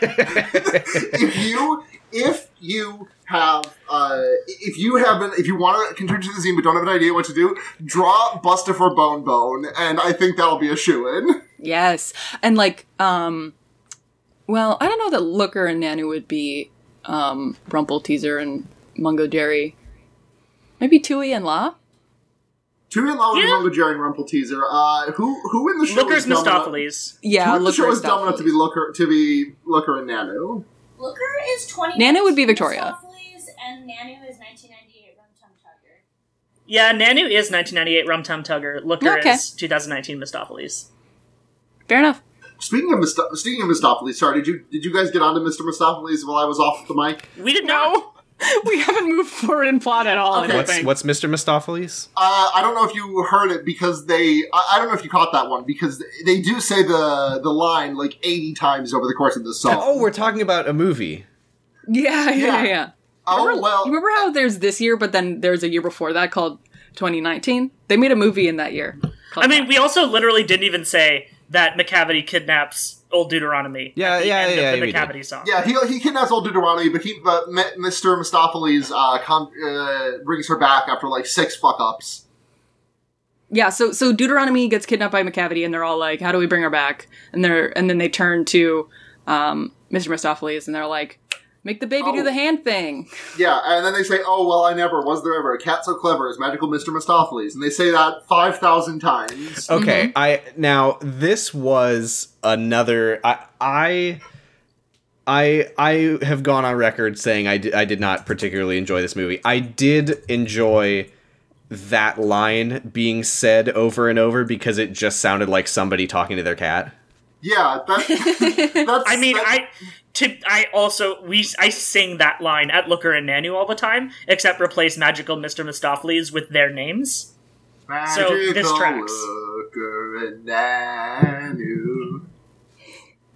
[SPEAKER 2] if you if you have uh, if you have been if you want to contribute to the zine but don't have an idea what to do, draw Buster for Bone Bone, and I think that'll be a shoe in.
[SPEAKER 1] yes, and like, um, well, I don't know that Looker and Nanu would be um, Rumple Teaser and Mungo Jerry. Maybe Tui and La.
[SPEAKER 2] Two in love with
[SPEAKER 3] Yeah.
[SPEAKER 2] Mungo Jerry and Rumple teaser. Uh, who who in the show?
[SPEAKER 3] Looker's
[SPEAKER 2] is dumb enough-
[SPEAKER 3] Mistopheles.
[SPEAKER 1] Yeah,
[SPEAKER 2] Who in the
[SPEAKER 1] Looker
[SPEAKER 2] show
[SPEAKER 1] is
[SPEAKER 2] is dumb enough to be
[SPEAKER 1] definitely-
[SPEAKER 2] Looker to be Looker and Nanu?
[SPEAKER 5] Looker is 20.
[SPEAKER 1] Nana would be Victoria.
[SPEAKER 5] Mistopheles And Nanu is 1998 Rum Tum Tugger.
[SPEAKER 3] Yeah, Nanu is 1998 Rum Tum Tugger. Looker
[SPEAKER 1] Okay.
[SPEAKER 3] is 2019 Mistopheles.
[SPEAKER 1] fair enough.
[SPEAKER 2] Speaking of Mist- speaking of Mistopheles, sorry, did you did you guys get onto Mr. Mistopheles while I was off the mic?
[SPEAKER 3] We did not.
[SPEAKER 1] <laughs> we haven't moved forward in plot at all. I
[SPEAKER 2] Okay.
[SPEAKER 1] don't
[SPEAKER 4] What's
[SPEAKER 1] think.
[SPEAKER 4] what's Mr. Mistopheles?
[SPEAKER 2] Uh, I don't know if you heard it because they I, I don't know if you caught that one because they do say the the line like eighty times over the course of this song.
[SPEAKER 4] Oh, we're talking about a movie.
[SPEAKER 1] yeah, yeah,
[SPEAKER 2] Yeah.
[SPEAKER 1] yeah. yeah.
[SPEAKER 2] Oh,
[SPEAKER 1] Remember,
[SPEAKER 2] well,
[SPEAKER 1] you remember how there's this year, but then there's a year before that called 2019. They made a movie in that year.
[SPEAKER 3] I mean, we also literally didn't even say that McCavity kidnaps old Deuteronomy.
[SPEAKER 4] Yeah,
[SPEAKER 3] at the
[SPEAKER 4] yeah,
[SPEAKER 3] end
[SPEAKER 4] yeah,
[SPEAKER 3] Of the
[SPEAKER 4] we did.
[SPEAKER 3] McCavity song.
[SPEAKER 2] yeah, he he kidnaps old Deuteronomy, but he but M- Mr. Mistopheles uh, com- uh, brings her back after like six fuck ups.
[SPEAKER 1] yeah. So so Deuteronomy gets kidnapped by McCavity, and they're all like, "How do we bring her back?" And they're and then they turn to um, Mr. Mistopheles, and they're like, "Make the baby do
[SPEAKER 2] Oh.
[SPEAKER 1] the hand thing."
[SPEAKER 2] Yeah, and then they say, "Oh well, I never was there ever a cat so clever as magical Mr. Mistopheles," and they say that five thousand times.
[SPEAKER 4] Okay,
[SPEAKER 1] Mm-hmm.
[SPEAKER 4] I now this was another I I I I have gone on record saying I di- I did not particularly enjoy this movie. I did enjoy that line being said over and over because it just sounded like somebody talking to their cat.
[SPEAKER 2] Yeah, that, that's.
[SPEAKER 3] I mean,
[SPEAKER 2] that-
[SPEAKER 3] I to I also we I sing that line at Looker and Nanu all the time, except replace magical Mr. Mistopheles with their names. So, this
[SPEAKER 2] Magical
[SPEAKER 3] tracks.
[SPEAKER 2] Looker and Nanu.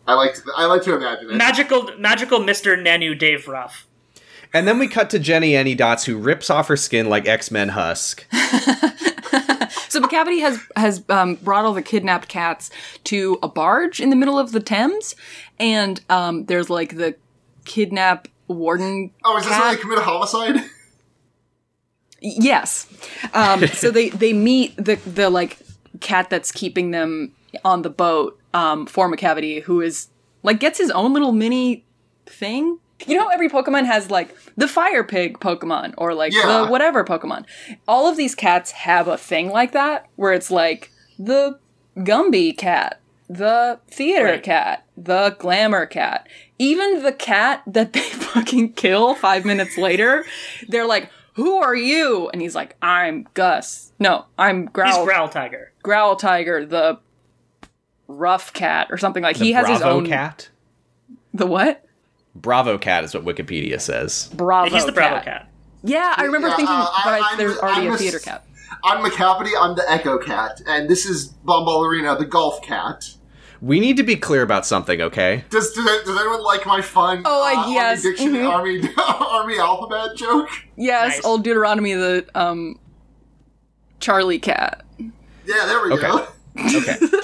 [SPEAKER 2] I like to, I like to imagine it.
[SPEAKER 3] Magical magical Mr. Nanu Dave Ruff.
[SPEAKER 4] And then we cut to Jenny Any Dots who rips off her skin like X-Men Husk.
[SPEAKER 1] So McCavity has has um, brought all the kidnapped cats to a barge in the middle of the Thames, and um, there's like the kidnap warden.
[SPEAKER 2] oh, is this
[SPEAKER 1] cat.
[SPEAKER 2] where they commit a homicide?
[SPEAKER 1] Yes. Um, so they they meet the the like cat that's keeping them on the boat um, for McCavity, who is like gets his own little mini thing. You know, how every Pokemon has like the fire pig Pokemon or like
[SPEAKER 2] Yeah.
[SPEAKER 1] the whatever Pokemon. All of these cats have a thing like that where it's like the Gumby cat, the theater
[SPEAKER 3] Right.
[SPEAKER 1] cat, the glamour cat, even the cat that they <laughs> fucking kill five minutes later. They're like, "Who are you?" And he's like, "I'm Gus. No, I'm
[SPEAKER 3] He's
[SPEAKER 1] Growl
[SPEAKER 3] Growl Tiger.
[SPEAKER 1] Growl Tiger, the rough cat or something like."
[SPEAKER 4] The
[SPEAKER 1] he has his
[SPEAKER 4] Bravo
[SPEAKER 1] own
[SPEAKER 4] cat.
[SPEAKER 1] The what?
[SPEAKER 4] Bravo cat is what Wikipedia says.
[SPEAKER 1] Bravo.
[SPEAKER 3] He's the Bravo cat.
[SPEAKER 1] Yeah, I remember
[SPEAKER 2] Yeah,
[SPEAKER 1] thinking
[SPEAKER 2] uh, I-
[SPEAKER 1] right,
[SPEAKER 2] I'm-
[SPEAKER 1] there's already
[SPEAKER 2] I'm
[SPEAKER 1] a
[SPEAKER 2] a
[SPEAKER 1] theater
[SPEAKER 2] s-
[SPEAKER 1] cat.
[SPEAKER 2] I'm McCavity. I'm the Echo Cat, and this is Bombalorina, the golf cat.
[SPEAKER 4] We need to be clear about something, okay?
[SPEAKER 2] Does does, does anyone like my fun? uh,
[SPEAKER 1] Oh, I-
[SPEAKER 2] Army
[SPEAKER 1] yes,
[SPEAKER 2] Dictionary,
[SPEAKER 1] mhm.
[SPEAKER 2] Army <laughs> Army alphabet joke.
[SPEAKER 1] Yes,
[SPEAKER 3] Nice.
[SPEAKER 1] old Deuteronomy, the um, Charlie cat.
[SPEAKER 2] Yeah, there we go.
[SPEAKER 4] Okay. Okay.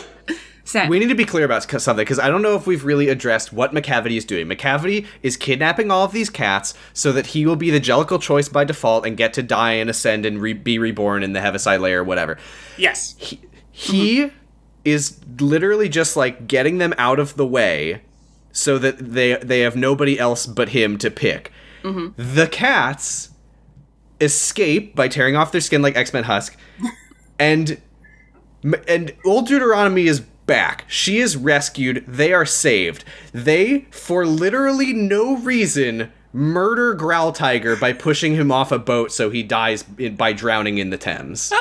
[SPEAKER 1] Sam.
[SPEAKER 4] <laughs> We need to be clear about c- something because I don't know if we've really addressed what McCavity is doing. McCavity is kidnapping all of these cats so that he will be the Jellicle choice by default and get to die and ascend and re- be reborn in the Heaviside Layer or whatever.
[SPEAKER 3] Yes.
[SPEAKER 4] He, He is literally just like getting them out of the way so that they they have nobody else but him to pick.
[SPEAKER 1] Mm-hmm.
[SPEAKER 4] The cats escape by tearing off their skin like
[SPEAKER 1] <laughs>
[SPEAKER 4] X-Men husk and and old Deuteronomy is back. She is rescued. They are saved. They, for literally no reason, murder Growl Tiger by pushing him off a boat so he dies in, by drowning in
[SPEAKER 1] <laughs>
[SPEAKER 4] the Thames.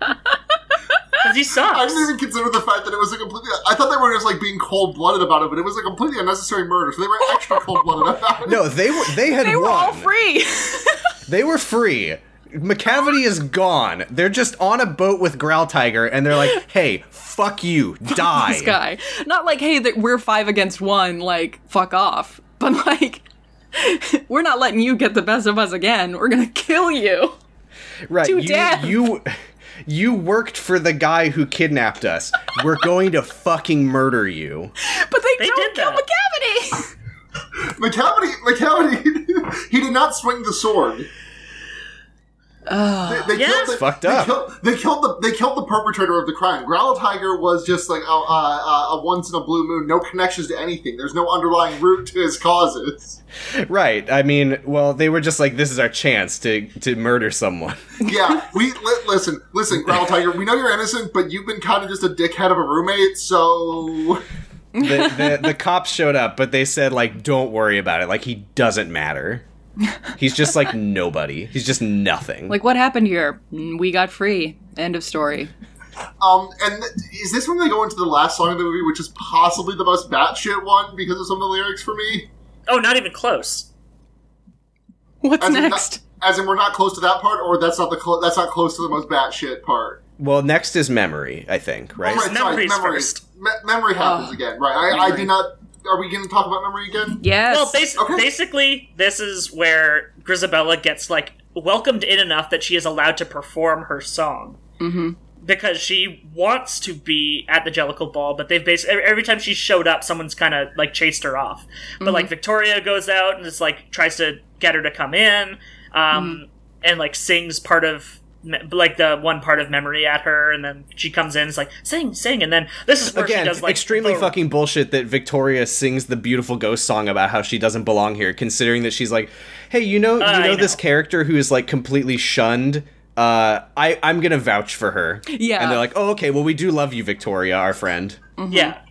[SPEAKER 3] Because he
[SPEAKER 2] I
[SPEAKER 3] sucks.
[SPEAKER 2] didn't even consider the fact that it was a completely. I thought they were just like being cold blooded about it, but it was a completely unnecessary murder. So they were extra cold blooded about it.
[SPEAKER 4] no, they were they had
[SPEAKER 1] They were
[SPEAKER 4] won.
[SPEAKER 1] all free. <laughs>
[SPEAKER 4] They were free. McCavity is gone. They're just on a boat with Growl Tiger, and they're like,
[SPEAKER 1] <laughs>
[SPEAKER 4] "Hey, fuck you, die."
[SPEAKER 1] this guy. Not like, hey, that we're five against one, like, fuck off. But like, <laughs> we're not letting you get the best of us again. We're gonna kill you.
[SPEAKER 4] Right.
[SPEAKER 1] to
[SPEAKER 4] you,
[SPEAKER 1] death.
[SPEAKER 4] you you worked for the guy who kidnapped us. We're going to fucking murder you.
[SPEAKER 1] But they,
[SPEAKER 3] They
[SPEAKER 1] don't
[SPEAKER 3] did
[SPEAKER 1] kill
[SPEAKER 3] that.
[SPEAKER 1] McCavity.
[SPEAKER 2] McCavity, McCavity, <laughs> he did not swing the sword. they, they
[SPEAKER 3] Yes.
[SPEAKER 2] killed the,
[SPEAKER 4] Fucked
[SPEAKER 2] they
[SPEAKER 4] up.
[SPEAKER 2] Killed, they killed the they killed the perpetrator of the crime. Growl Tiger was just like a, a, a once in a blue moon, no connections to anything. There's no underlying root to his causes.
[SPEAKER 4] Right. I mean, well, they were just like this is our chance to to
[SPEAKER 1] <laughs>
[SPEAKER 4] murder someone.
[SPEAKER 2] Yeah, we li- listen, listen, Growl Tiger. We know you're innocent, but you've been kind of just a dickhead of a roommate. So
[SPEAKER 4] The, the the cops showed up, but they said like don't worry about it. Like he doesn't matter. He's just
[SPEAKER 1] <laughs>
[SPEAKER 4] like nobody. He's just nothing.
[SPEAKER 1] like, what happened here? Mm, We got free. End of story.
[SPEAKER 2] Um, and th- is this when they go into the last song of the movie, which is possibly the most batshit one because of some of the lyrics for me?
[SPEAKER 3] Oh, not even close.
[SPEAKER 1] What's
[SPEAKER 2] As in not-
[SPEAKER 1] next?
[SPEAKER 2] as in, we're not close to that part, or that's not the clo- that's not close to the most batshit part.
[SPEAKER 4] well, next is memory, I think, right?
[SPEAKER 2] Right, sorry,
[SPEAKER 3] Memories
[SPEAKER 2] memory.
[SPEAKER 3] first.
[SPEAKER 2] Me- memory happens
[SPEAKER 1] Ugh.
[SPEAKER 2] again, right? I, I
[SPEAKER 1] Memory.
[SPEAKER 2] do not. Are we going to talk about memory again?
[SPEAKER 1] Yes.
[SPEAKER 3] Well, bas-
[SPEAKER 2] Okay.
[SPEAKER 3] basically, this is where Grisabella gets like welcomed in enough that she is allowed to perform her song mm-hmm. because she wants to be at the Jellicle Ball, but they've basically every time she showed up, someone's kind of like chased her off. But like Victoria goes out and is like tries to get her to come in, um, and like sings part of. me- Like the one part of memory at her, and then she comes in, is like sing, sing, and then this is where she
[SPEAKER 4] Again,
[SPEAKER 3] does like
[SPEAKER 4] extremely
[SPEAKER 3] the-
[SPEAKER 4] fucking bullshit that Victoria sings the beautiful ghost song about how she doesn't belong here, considering that she's like, hey, you know,
[SPEAKER 3] I
[SPEAKER 4] you know this
[SPEAKER 3] know.
[SPEAKER 4] character who is like completely shunned. Uh, I I'm gonna vouch for her.
[SPEAKER 1] Yeah.
[SPEAKER 4] and they're like, oh, okay, well, we do love you, Victoria, our friend.
[SPEAKER 3] Yeah. Mm-hmm.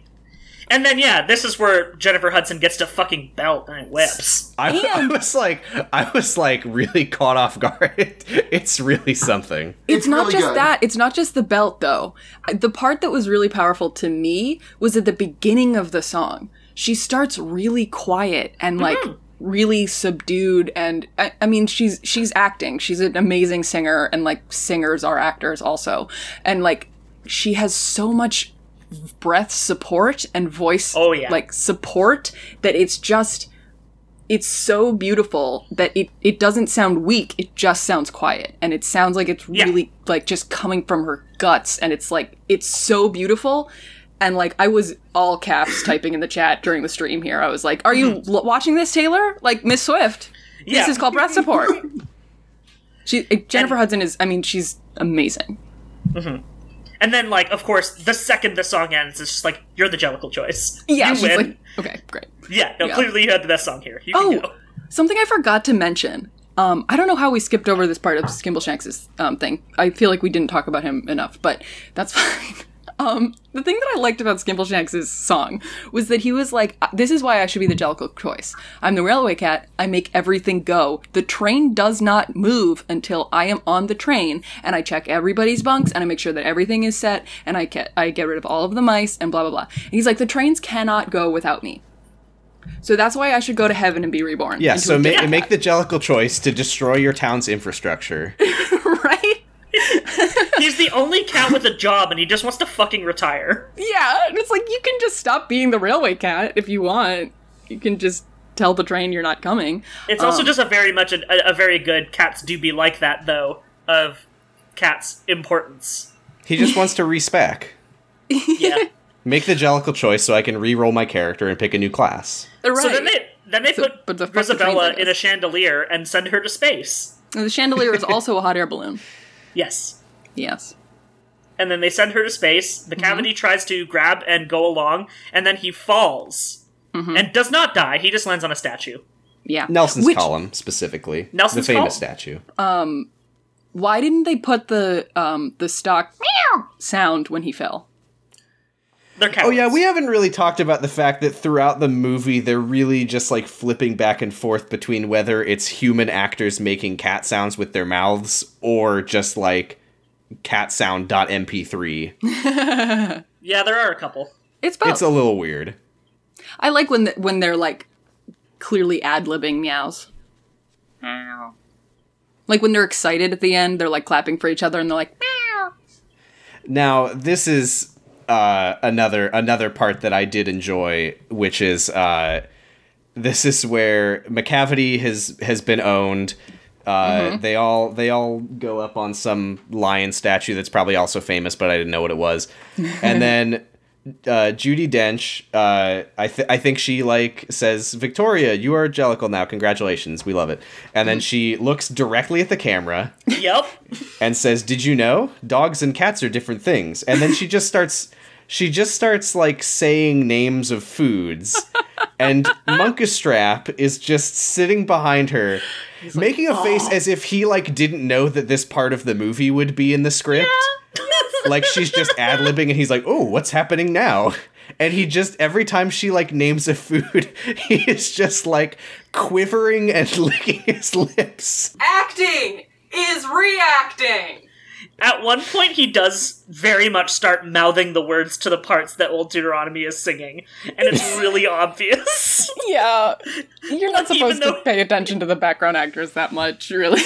[SPEAKER 3] And then yeah, this is where Jennifer Hudson gets to fucking belt and it whips.
[SPEAKER 4] I, <laughs> I
[SPEAKER 1] And-
[SPEAKER 4] was like, I was like really caught off guard. <laughs> it's really something.
[SPEAKER 1] it's,
[SPEAKER 2] It's
[SPEAKER 1] not
[SPEAKER 2] really
[SPEAKER 1] just
[SPEAKER 2] good.
[SPEAKER 1] that it's not just the belt though I- the part that was really powerful to me was at the beginning of the song she starts really quiet and like
[SPEAKER 2] Mm-hmm.
[SPEAKER 1] really subdued and I, I mean she's she's acting she's an amazing singer and like singers are actors also and like she has so much breath support and voice
[SPEAKER 3] Oh, yeah.
[SPEAKER 1] like support that it's just it's so beautiful that it, it doesn't sound weak it just sounds quiet and it sounds like it's
[SPEAKER 3] Yeah.
[SPEAKER 1] really like just coming from her guts and it's like it's so beautiful and like i was all
[SPEAKER 3] <coughs>
[SPEAKER 1] caps typing in the chat during the stream here i was like are you l- watching this taylor like miss swift
[SPEAKER 3] Mm-hmm. Yeah.
[SPEAKER 1] this is called breath
[SPEAKER 3] <laughs>
[SPEAKER 1] support she uh, jennifer
[SPEAKER 3] And-
[SPEAKER 1] hudson is i mean she's amazing
[SPEAKER 3] And then like of course the second the song ends, it's just like you're the Jellicle choice.
[SPEAKER 1] yeah
[SPEAKER 3] you
[SPEAKER 1] she's
[SPEAKER 3] win.
[SPEAKER 1] like okay great
[SPEAKER 3] yeah, no,
[SPEAKER 1] yeah.
[SPEAKER 3] clearly you had the best song here. You
[SPEAKER 1] Oh,
[SPEAKER 3] can go.
[SPEAKER 1] something I forgot to mention. Um, I don't know how we skipped over this part of Skimbleshanks' um, thing. I feel like we didn't talk about him enough, but that's <laughs> fine. Um, the thing that I liked about Skimbleshanks' song was that he was like, "Uh, "This is why I should be the Jellicle choice. I'm the railway cat. I make everything go. The train does not move until I am on the train, and I check everybody's bunks, and I make sure that everything is set, and I get I get rid of all of the mice, and blah blah blah." And he's like, "The trains cannot go without me." So that's why I should go to heaven and be reborn.
[SPEAKER 4] Yeah.
[SPEAKER 1] into
[SPEAKER 4] So
[SPEAKER 1] a
[SPEAKER 4] ma-
[SPEAKER 1] different
[SPEAKER 4] make the jellical choice to destroy your town's infrastructure.
[SPEAKER 1] <laughs> right?
[SPEAKER 3] He's the only cat with a job and he just wants to fucking retire.
[SPEAKER 1] Yeah, and it's like you can just stop being the railway cat if you want. You can just tell the train you're not coming.
[SPEAKER 3] It's
[SPEAKER 1] Um.
[SPEAKER 3] also just a very much an- a, a very good cats do be like that though of cats
[SPEAKER 1] <laughs>
[SPEAKER 3] importance.
[SPEAKER 4] he just wants to <laughs> respec.
[SPEAKER 3] Yeah.
[SPEAKER 4] Make the jellical choice so I can re-roll my character and pick a new class.
[SPEAKER 1] Right.
[SPEAKER 3] So then they then they
[SPEAKER 1] So-
[SPEAKER 3] put
[SPEAKER 1] but the fuck the trains, I
[SPEAKER 3] Grisabella
[SPEAKER 1] guess.
[SPEAKER 3] in a chandelier and send her to space. <laughs>
[SPEAKER 1] And the chandelier is also a hot air balloon.
[SPEAKER 3] Yes.
[SPEAKER 1] Yes.
[SPEAKER 3] and then they send her to space.
[SPEAKER 4] Mm-hmm.
[SPEAKER 3] The cavity tries to grab and go along, and then he falls
[SPEAKER 4] Mm-hmm.
[SPEAKER 3] and does not die. He just lands on a statue.
[SPEAKER 1] Yeah.
[SPEAKER 4] Nelson's
[SPEAKER 1] Which,
[SPEAKER 4] column specifically.
[SPEAKER 3] Nelson's
[SPEAKER 4] the
[SPEAKER 3] column? Oh,
[SPEAKER 4] famous statue.
[SPEAKER 1] Why didn't they put the um the stock meow sound when he fell?
[SPEAKER 3] They're cowards.
[SPEAKER 4] Oh yeah, we haven't really talked about the fact that throughout the movie they're really just like flipping back and forth between whether it's human actors making cat sounds with their mouths or just like cat sound.mp3.
[SPEAKER 3] Oh. yeah, there are a couple.
[SPEAKER 1] It's both.
[SPEAKER 4] It's a little weird.
[SPEAKER 1] I like when th- when they're like clearly ad libbing meows. Like when they're excited at the end, they're like clapping for each other, and they're like,
[SPEAKER 4] Now, this is uh, another another part that I did enjoy, which is uh, this is where McCavity has has been owned. Uh, They all they all go up on some lion statue that's probably also famous, but I didn't know what it was. And then uh, Judy Dench, uh, I th- I think she like says, "Victoria, you are Jellicle now. Congratulations, we love it." And then she looks directly at the camera <laughs>
[SPEAKER 3] Yep.
[SPEAKER 4] and says, "Did you know dogs and cats are different things?" And then she just starts she just starts like saying names of foods. and Monkastrap is just sitting behind her, making a face as if he like didn't know that this part of the movie would be in the script. like she's just ad-libbing and he's like, "Oh, what's happening now?" And he just every time she like names a food, <laughs> he is just like quivering and <laughs> licking his lips.
[SPEAKER 6] Acting is reacting.
[SPEAKER 3] At one point, he does very much start mouthing the words to the parts that Old Deuteronomy is singing, and
[SPEAKER 4] <laughs>
[SPEAKER 3] it's really obvious. <laughs>
[SPEAKER 1] "Yeah, you're not
[SPEAKER 3] Even
[SPEAKER 1] supposed to
[SPEAKER 3] though-
[SPEAKER 1] pay attention to the background actors that much,
[SPEAKER 3] <laughs>
[SPEAKER 1] really."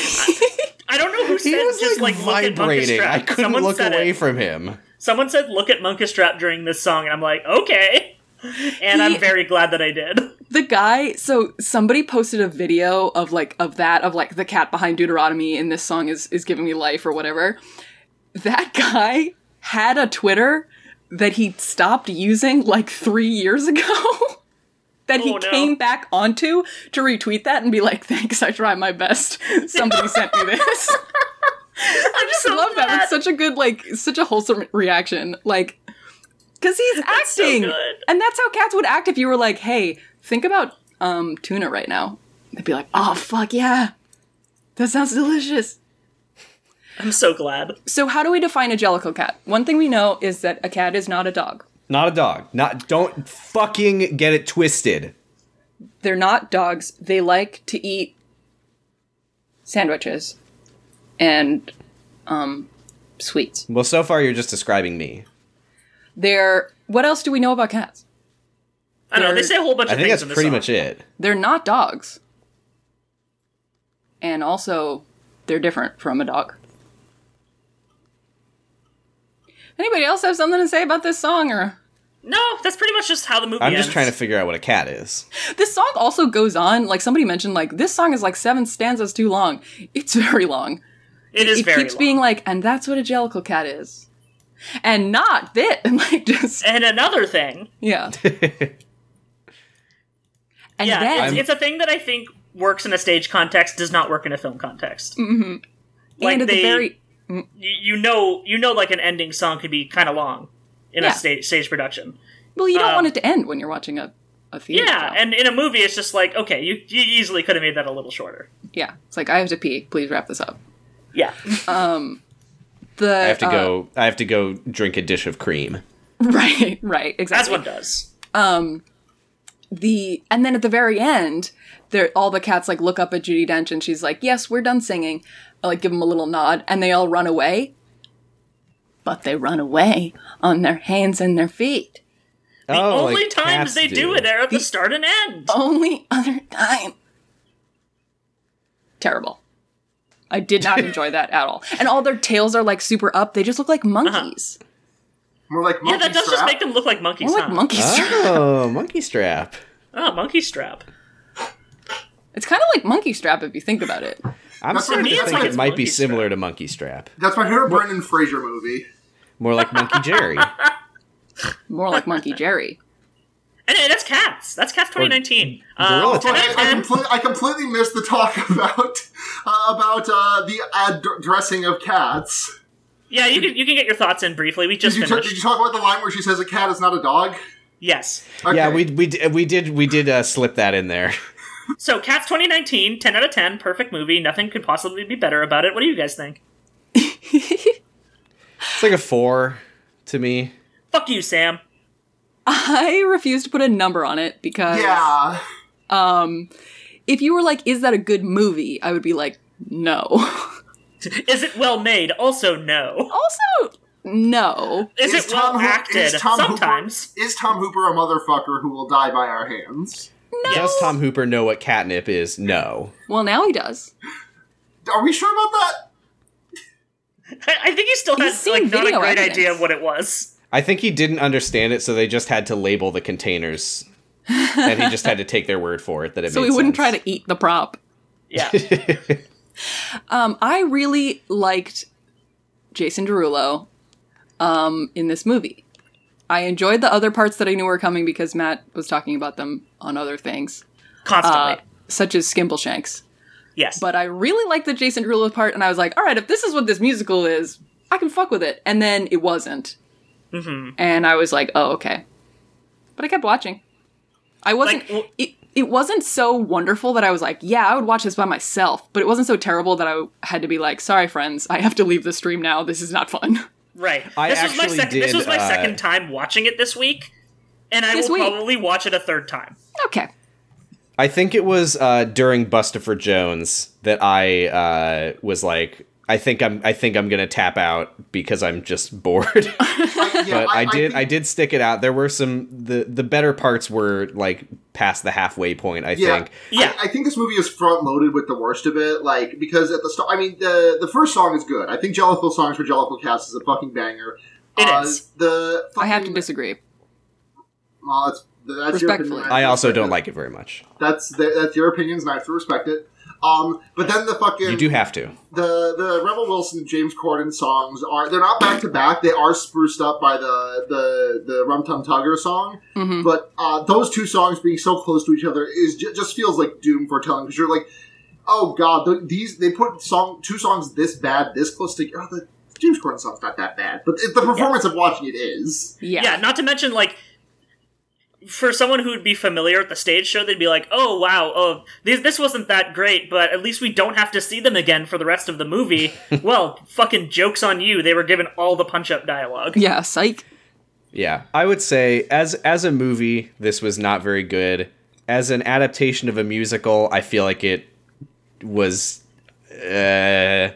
[SPEAKER 3] I don't know who said
[SPEAKER 4] He was
[SPEAKER 3] just
[SPEAKER 4] like,
[SPEAKER 3] like, look at
[SPEAKER 4] vibrating.
[SPEAKER 3] Monkastrap.
[SPEAKER 4] I couldn't
[SPEAKER 3] Someone
[SPEAKER 4] look
[SPEAKER 3] said
[SPEAKER 4] away
[SPEAKER 3] It.
[SPEAKER 4] from him.
[SPEAKER 3] Someone said look at Monkastrap during this song, and I'm like, okay. <laughs>
[SPEAKER 1] He-
[SPEAKER 3] And I'm very glad that I did.
[SPEAKER 1] the guy, so somebody posted a video of like of that of like the cat behind Deuteronomy, and this song is is giving me life or whatever. That guy had a Twitter that he stopped using like three years ago. <laughs> That he
[SPEAKER 3] Oh, no.
[SPEAKER 1] came back onto to retweet that and be like, "Thanks, I tried my best. Somebody sent me
[SPEAKER 3] <laughs>
[SPEAKER 1] this."
[SPEAKER 3] I just
[SPEAKER 1] I love that. It's such a good, like, such a wholesome reaction. Like, because he's
[SPEAKER 3] so
[SPEAKER 1] acting,
[SPEAKER 3] good.
[SPEAKER 1] and that's how cats would act if you were like, "Hey, think about um tuna right now." They'd be like, "Oh fuck yeah, that sounds delicious."
[SPEAKER 3] I'm so glad.
[SPEAKER 1] So, how do we define a jellicle cat? One thing we know is that a cat is not a dog.
[SPEAKER 4] Not a dog. Not don't fucking get it twisted.
[SPEAKER 1] They're not dogs. They like to eat sandwiches and um sweets.
[SPEAKER 4] Well, so far you're just describing me.
[SPEAKER 1] They're what else do we know about cats?
[SPEAKER 3] I don't know. They
[SPEAKER 1] They're-
[SPEAKER 3] say a whole bunch
[SPEAKER 4] I
[SPEAKER 3] of
[SPEAKER 4] think
[SPEAKER 3] things.
[SPEAKER 4] that's
[SPEAKER 3] in this
[SPEAKER 4] pretty
[SPEAKER 3] song.
[SPEAKER 4] much it.
[SPEAKER 1] they're not dogs. And also, they're different from a dog. Anybody else have something to say about this song or
[SPEAKER 3] No, that's pretty much just how the movie.
[SPEAKER 4] I'm just
[SPEAKER 3] ends.
[SPEAKER 4] trying to figure out what a cat is.
[SPEAKER 1] this song also goes on like somebody mentioned like this song is like seven stanzas too long. It's <laughs> very long.
[SPEAKER 3] It is
[SPEAKER 1] it
[SPEAKER 3] very
[SPEAKER 1] keeps
[SPEAKER 3] long.
[SPEAKER 1] being like and that's what a jellicle cat is. And not this <laughs> and like just
[SPEAKER 3] And another thing, <laughs>
[SPEAKER 1] yeah. and
[SPEAKER 3] yeah,
[SPEAKER 1] then
[SPEAKER 3] it's, it's a thing that I think works in a stage context, does not work in a film context. Mm-hmm. Like
[SPEAKER 1] and at
[SPEAKER 3] they,
[SPEAKER 1] the very
[SPEAKER 3] you, you know, you know, like an ending song could be kind of long in
[SPEAKER 1] Yeah.
[SPEAKER 3] a stage stage production.
[SPEAKER 1] well you don't
[SPEAKER 3] um,
[SPEAKER 1] want it to end when you're watching a a theater.
[SPEAKER 3] Yeah,
[SPEAKER 1] show.
[SPEAKER 3] and in a movie, it's just like okay, you you easily could have made that a little shorter.
[SPEAKER 1] yeah. It's like I have to pee. Please wrap this up.
[SPEAKER 3] <laughs> Yeah,
[SPEAKER 1] The
[SPEAKER 4] I have to
[SPEAKER 1] uh,
[SPEAKER 4] go. I have to go drink a dish of cream.
[SPEAKER 1] <laughs> Right, right,
[SPEAKER 3] as
[SPEAKER 1] exactly.
[SPEAKER 3] one does.
[SPEAKER 1] The and then at the very end, there all the cats like look up at Judy Dench and she's like, "Yes, we're done singing." I, like give them a little nod, and they all run away. But they run away on their hands and their feet.
[SPEAKER 4] The
[SPEAKER 3] Only times they do. it are at the start and end.
[SPEAKER 1] Only other time. Terrible. I did not enjoy that at all. And all their tails are like super up. They just look like monkeys.
[SPEAKER 2] More like
[SPEAKER 3] yeah,
[SPEAKER 2] monkey
[SPEAKER 3] that does just
[SPEAKER 2] strap.
[SPEAKER 3] make them look like monkeys.
[SPEAKER 1] More like
[SPEAKER 3] huh?
[SPEAKER 1] monkeys.
[SPEAKER 4] Oh, monkey strap.
[SPEAKER 3] Oh, monkey strap.
[SPEAKER 1] It's kind of like monkey strap if you think about it.
[SPEAKER 4] I'm
[SPEAKER 2] That's what
[SPEAKER 4] starting
[SPEAKER 2] it
[SPEAKER 4] to
[SPEAKER 2] is,
[SPEAKER 4] think
[SPEAKER 2] like
[SPEAKER 4] it
[SPEAKER 2] it's
[SPEAKER 4] might be
[SPEAKER 3] monkey strap.
[SPEAKER 4] similar to monkey strap.
[SPEAKER 2] That's my favorite Brendan Fraser movie.
[SPEAKER 4] More like monkey
[SPEAKER 3] <laughs>
[SPEAKER 4] Jerry.
[SPEAKER 1] More like <laughs> monkey Jerry.
[SPEAKER 3] And hey, that's cats. That's cats 2019.
[SPEAKER 4] gorilla
[SPEAKER 3] Uh,
[SPEAKER 4] type.
[SPEAKER 2] I, I, comple- I completely missed <laughs> the talk about uh, about uh, the ad- dressing of cats.
[SPEAKER 3] Yeah, you can you can get your thoughts in briefly. We
[SPEAKER 2] Did
[SPEAKER 3] just
[SPEAKER 2] you, ta-
[SPEAKER 3] finished.
[SPEAKER 2] did you talk about the line where she says a cat is not a dog?
[SPEAKER 3] yes.
[SPEAKER 2] Okay.
[SPEAKER 4] Yeah, we we d- we did we did uh, slip that in there. <laughs>
[SPEAKER 3] So Cats 2019, 10 out of 10, perfect movie. Nothing could possibly be better about it. What do you guys think?
[SPEAKER 4] It's like a four to me.
[SPEAKER 3] Fuck you, Sam.
[SPEAKER 1] I refuse to put a number on it because um,
[SPEAKER 2] Yeah.
[SPEAKER 1] if you were like, is that a good movie? I would be like, no. <laughs>
[SPEAKER 3] Is it well made? Also, no.
[SPEAKER 1] also, no.
[SPEAKER 3] Is, it well
[SPEAKER 2] Tom Ho-
[SPEAKER 3] acted?
[SPEAKER 2] is Tom
[SPEAKER 3] Sometimes.
[SPEAKER 2] Hooper, is Tom Hooper a motherfucker who will die by our hands?
[SPEAKER 4] Does Tom Hooper know what catnip is? No.
[SPEAKER 1] Well, now he does.
[SPEAKER 2] Are we sure about that?
[SPEAKER 3] I, I think he still
[SPEAKER 1] He's
[SPEAKER 3] has
[SPEAKER 1] seen
[SPEAKER 3] like not a
[SPEAKER 1] video
[SPEAKER 3] great
[SPEAKER 1] evidence.
[SPEAKER 3] idea of what it was.
[SPEAKER 4] I think he didn't understand it, so they just had to label the containers, and he just had to take their word for it that it.
[SPEAKER 1] So
[SPEAKER 4] made
[SPEAKER 1] he wouldn't
[SPEAKER 4] sense.
[SPEAKER 1] try to eat the prop.
[SPEAKER 3] Yeah.
[SPEAKER 1] Um, I really liked Jason Derulo um, in this movie. I enjoyed the other parts that I knew were coming because Matt was talking about them on other things,
[SPEAKER 3] Constantly.
[SPEAKER 1] uh, such as Skimbleshanks.
[SPEAKER 3] yes.
[SPEAKER 1] But I really liked the Jason Derulo part, and I was like, all right, if this is what this musical is, I can fuck with it. And then it wasn't. Mm-hmm. And I was like, oh, okay. But I kept watching. I wasn't.
[SPEAKER 3] Like, w-
[SPEAKER 1] it, it wasn't so wonderful that I was like, yeah, I would watch this by myself. But it wasn't so terrible that I had to be like, sorry, friends, I have to leave the stream now. This is not fun. <laughs>
[SPEAKER 3] right.
[SPEAKER 4] I
[SPEAKER 3] this was my
[SPEAKER 4] actually
[SPEAKER 3] second this
[SPEAKER 4] did,
[SPEAKER 3] was my
[SPEAKER 4] uh,
[SPEAKER 3] second time watching it this week. And I
[SPEAKER 1] This
[SPEAKER 3] will
[SPEAKER 1] week?
[SPEAKER 3] probably watch it a third time.
[SPEAKER 1] okay.
[SPEAKER 4] I think it was uh, during Bustopher Jones that I uh, was like, I think I'm, I think I'm gonna tap out because I'm just bored. <laughs>
[SPEAKER 2] I, yeah,
[SPEAKER 4] but I, did,
[SPEAKER 2] think-
[SPEAKER 4] I did stick it out. There were some the the better parts were like past the halfway point. I
[SPEAKER 2] Yeah.
[SPEAKER 4] think.
[SPEAKER 3] Yeah.
[SPEAKER 2] I think this movie is front loaded with the worst of it, like because at the start, I mean, the the first song is good. I think Jellicle songs for Jellicle Cats is a fucking banger.
[SPEAKER 3] It
[SPEAKER 2] It is
[SPEAKER 3] is.
[SPEAKER 2] The
[SPEAKER 1] I have to
[SPEAKER 2] fucking-
[SPEAKER 1] disagree.
[SPEAKER 2] Well, that's, that's your opinion.
[SPEAKER 1] Respectfully.
[SPEAKER 2] have to
[SPEAKER 4] I also
[SPEAKER 2] respect
[SPEAKER 4] don't
[SPEAKER 2] it.
[SPEAKER 4] like it very much.
[SPEAKER 2] That's the, that's your opinions, and I have to respect it. Um, but then the fucking
[SPEAKER 4] You do have to.
[SPEAKER 2] the the Rebel Wilson and James Corden songs are they're not back to back. They are spruced up by the the the Rum Tum Tugger song,
[SPEAKER 4] Mm-hmm.
[SPEAKER 2] but uh, those two songs being so close to each other is ju- just feels like doom foretelling because you're like, oh god, th- these they put song two songs this bad this close together. Oh, the James Corden song's not that bad, but it, the performance of watching it is.
[SPEAKER 1] Yeah.
[SPEAKER 3] Yeah, not to mention like for someone who would be familiar with the stage show, they'd be like, "Oh wow, oh this this wasn't that great, but at least we don't have to see them again for the rest of the movie." well, fucking jokes on you. They were given all the punch-up dialogue.
[SPEAKER 1] Yeah, psych.
[SPEAKER 4] Yeah, I would say as as a movie, this was not very good. As an adaptation of a musical, I feel like it was. Uh,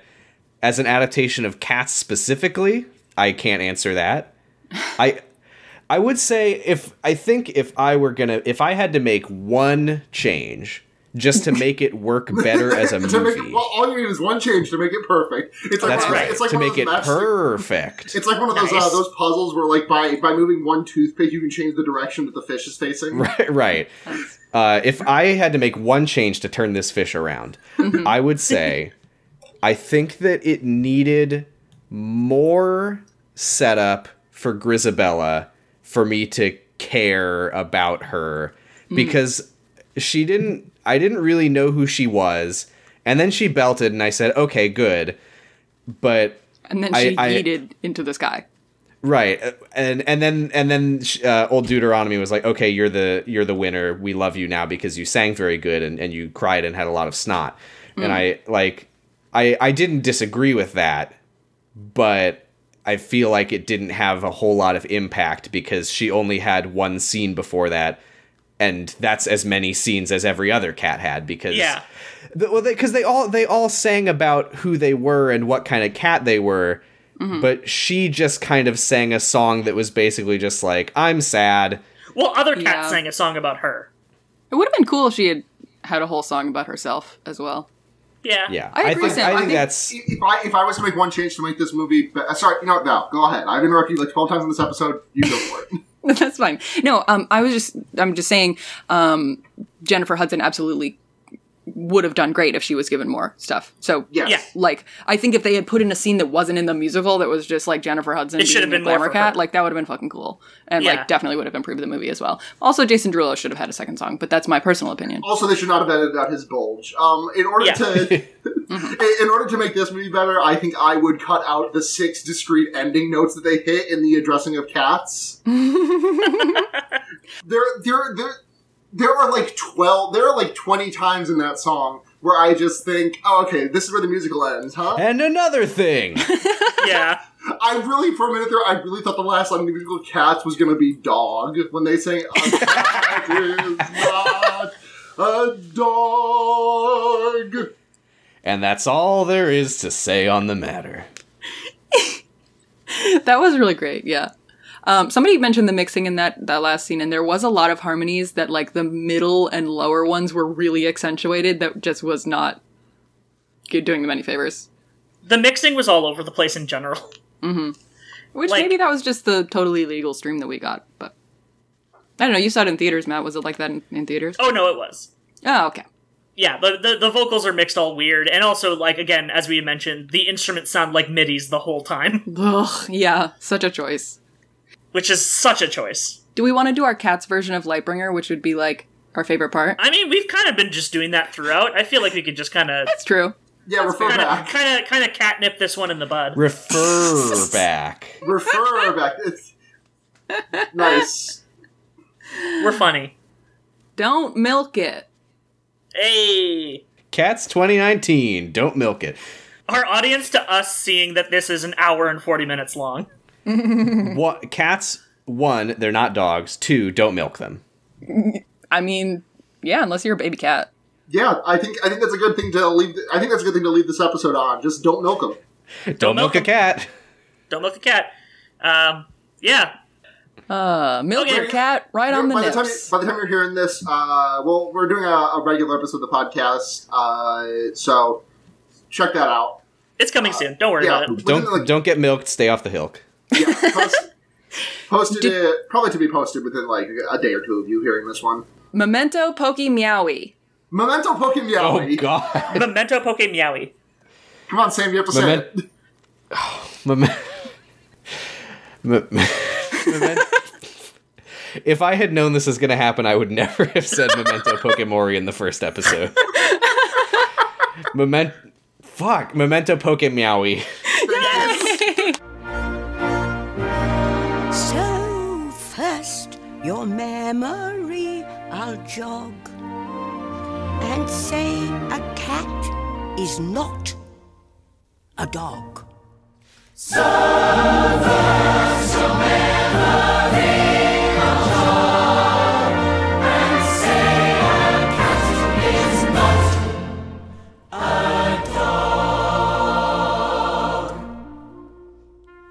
[SPEAKER 4] as an adaptation of Cats specifically, I can't answer that. I I would say if I think if I were gonna if I had to make one change just to make it work better as
[SPEAKER 2] <laughs> To
[SPEAKER 4] a
[SPEAKER 2] make,
[SPEAKER 4] movie,
[SPEAKER 2] well, all you need is one change to make it perfect. It's like
[SPEAKER 4] that's
[SPEAKER 2] one of-
[SPEAKER 4] right.
[SPEAKER 2] It's like
[SPEAKER 4] to
[SPEAKER 2] one of
[SPEAKER 4] make it
[SPEAKER 2] those matchstick-
[SPEAKER 4] perfect.
[SPEAKER 2] It's like one of those uh,
[SPEAKER 3] Nice.
[SPEAKER 2] those puzzles where, like, by by moving one toothpick, you can change the direction that the fish is facing.
[SPEAKER 4] <laughs> Right, right. Uh, if I had to make one change to turn this fish around, I would say I think that it needed more setup for Grisabella for me to care about her because she didn't, I didn't really know who she was. And then she belted, and I said, okay, good. But
[SPEAKER 1] And then
[SPEAKER 4] I-
[SPEAKER 1] she
[SPEAKER 4] I-
[SPEAKER 1] yeeted into the sky.
[SPEAKER 4] Right, uh, and and then and then sh- uh, old Deuteronomy was like, "Okay, you're the you're the winner. We love you now because you sang very good and, and you cried and had a lot of snot." And I like, I I didn't disagree with that, but I feel like it didn't have a whole lot of impact because she only had one scene before that, and that's as many scenes as every other cat had because
[SPEAKER 3] Yeah.
[SPEAKER 4] the- well because they, all they all sang about who they were and what kind of cat they were
[SPEAKER 1] Mm-hmm.
[SPEAKER 4] but she just kind of sang a song that was basically just like i'm sad
[SPEAKER 3] Well, other cats
[SPEAKER 1] Yeah.
[SPEAKER 3] sang a song about her.
[SPEAKER 1] It would have been cool if she had had a whole song about herself as well.
[SPEAKER 3] Yeah.
[SPEAKER 4] yeah
[SPEAKER 1] I agree,
[SPEAKER 4] think,
[SPEAKER 1] Sam.
[SPEAKER 4] I
[SPEAKER 1] I
[SPEAKER 4] think
[SPEAKER 1] think
[SPEAKER 4] that's
[SPEAKER 2] If I if I was to make one change to make this movie, be- uh, sorry, no, no, go ahead. I've interrupted you like twelve times in this episode. You go for it.
[SPEAKER 1] <laughs> That's fine. No, um, I was just, I'm just saying, um, Jennifer Hudson absolutely would have done great if she was given more stuff. So
[SPEAKER 2] Yes.
[SPEAKER 3] Yeah.
[SPEAKER 1] like I think if they had put in a scene that wasn't in the musical that was just like Jennifer Hudson
[SPEAKER 3] It should
[SPEAKER 1] being
[SPEAKER 3] have been
[SPEAKER 1] a
[SPEAKER 3] more
[SPEAKER 1] glamour
[SPEAKER 3] for
[SPEAKER 1] cat,
[SPEAKER 3] her.
[SPEAKER 1] like that would have been fucking cool, and
[SPEAKER 3] Yeah.
[SPEAKER 1] like definitely would have improved the movie as well. Also, Jason Derulo should have had a second song, but that's my personal opinion.
[SPEAKER 2] Also, they should not have edited out his bulge. Um, in order
[SPEAKER 3] Yeah.
[SPEAKER 2] to, <laughs> in- in order to make this movie better, I think I would cut out the six discrete ending notes that they hit in the addressing of cats. there, there, there, there are like twelve. There are like twenty times in that song where I just think, "Oh, okay, this is where the musical ends, huh?"
[SPEAKER 4] And
[SPEAKER 1] <laughs>
[SPEAKER 4] another thing.
[SPEAKER 3] <laughs> yeah.
[SPEAKER 2] I really, for a minute there, I really thought the last song, the musical cats, was going to be dog when they sang, a cat is not a dog.
[SPEAKER 4] and that's all there is to say on the matter.
[SPEAKER 1] that was really great. Yeah. Um, somebody mentioned the mixing in that that last scene, and there was a lot of harmonies that like the middle and lower ones were really accentuated. That just was not good doing them any favors.
[SPEAKER 3] The mixing was all over the place in general. <laughs>
[SPEAKER 1] Which
[SPEAKER 3] Like-
[SPEAKER 1] maybe that was just the totally legal stream that we got, but I don't know. You saw it in theaters, Matt. Was it like that in, in theaters?
[SPEAKER 3] Oh no, it was.
[SPEAKER 1] Oh, okay.
[SPEAKER 3] Yeah, the, the the vocals are mixed all weird, and also like again, as we mentioned, the instruments sound like midis the whole time, <laughs>
[SPEAKER 1] Ugh, yeah, such a choice.
[SPEAKER 3] which is such a choice.
[SPEAKER 1] Do we want to do our cat's version of Lightbringer, which would be like our favorite part?
[SPEAKER 3] I mean, we've kind of been just doing that throughout. I feel like we could just kind of
[SPEAKER 1] That's true.
[SPEAKER 2] Yeah, refer
[SPEAKER 3] kind of
[SPEAKER 2] back.
[SPEAKER 3] kind of kind of catnip this one in the bud.
[SPEAKER 1] <laughs>
[SPEAKER 4] Refer back.
[SPEAKER 2] refer back. It's nice.
[SPEAKER 3] We're funny.
[SPEAKER 1] Don't milk it.
[SPEAKER 3] Hey,
[SPEAKER 4] Cats 2019. Don't milk it.
[SPEAKER 3] our audience to us seeing that this is an hour and forty minutes long.
[SPEAKER 4] What cats? One, they're not dogs. Two, don't milk them.
[SPEAKER 1] I mean, yeah, unless you're a baby cat.
[SPEAKER 2] Yeah, I think I think that's a good thing to leave. I think that's a good thing to leave this episode on. Just don't milk them.
[SPEAKER 4] Don't,
[SPEAKER 3] milk
[SPEAKER 4] milk, a
[SPEAKER 3] them.
[SPEAKER 4] cat.
[SPEAKER 3] Don't milk a cat. Um, yeah,
[SPEAKER 1] Uh, milk
[SPEAKER 3] Okay.
[SPEAKER 1] your cat right on the
[SPEAKER 2] by
[SPEAKER 1] nips.
[SPEAKER 2] the time you- by the time you're hearing this, uh, well, we're doing a, a regular episode of the podcast, uh, so check that out.
[SPEAKER 3] it's coming soon. Don't worry
[SPEAKER 2] Uh, yeah.
[SPEAKER 3] about it.
[SPEAKER 4] Don't
[SPEAKER 2] Within, like-
[SPEAKER 4] don't get milked. Stay off the hilk.
[SPEAKER 2] Yeah, post, posted it probably to be posted within like a day or two of you hearing this one.
[SPEAKER 1] Memento Pokey Meowie.
[SPEAKER 2] Memento Pokemon.
[SPEAKER 4] Oh
[SPEAKER 2] Meowie.
[SPEAKER 4] God.
[SPEAKER 3] Memento Poke Meowie.
[SPEAKER 2] Come on, Sam, you have to <sighs> say
[SPEAKER 4] Memento.
[SPEAKER 2] it.
[SPEAKER 4] Mem- <laughs> Mem- Mem- if I had known this was going to happen, I would never <laughs> have said Memento Pokemori in the first episode. Memento. Fuck. Memento Pokemeowie.
[SPEAKER 7] So first, your memory I'll jog and say a cat is not a dog.
[SPEAKER 8] So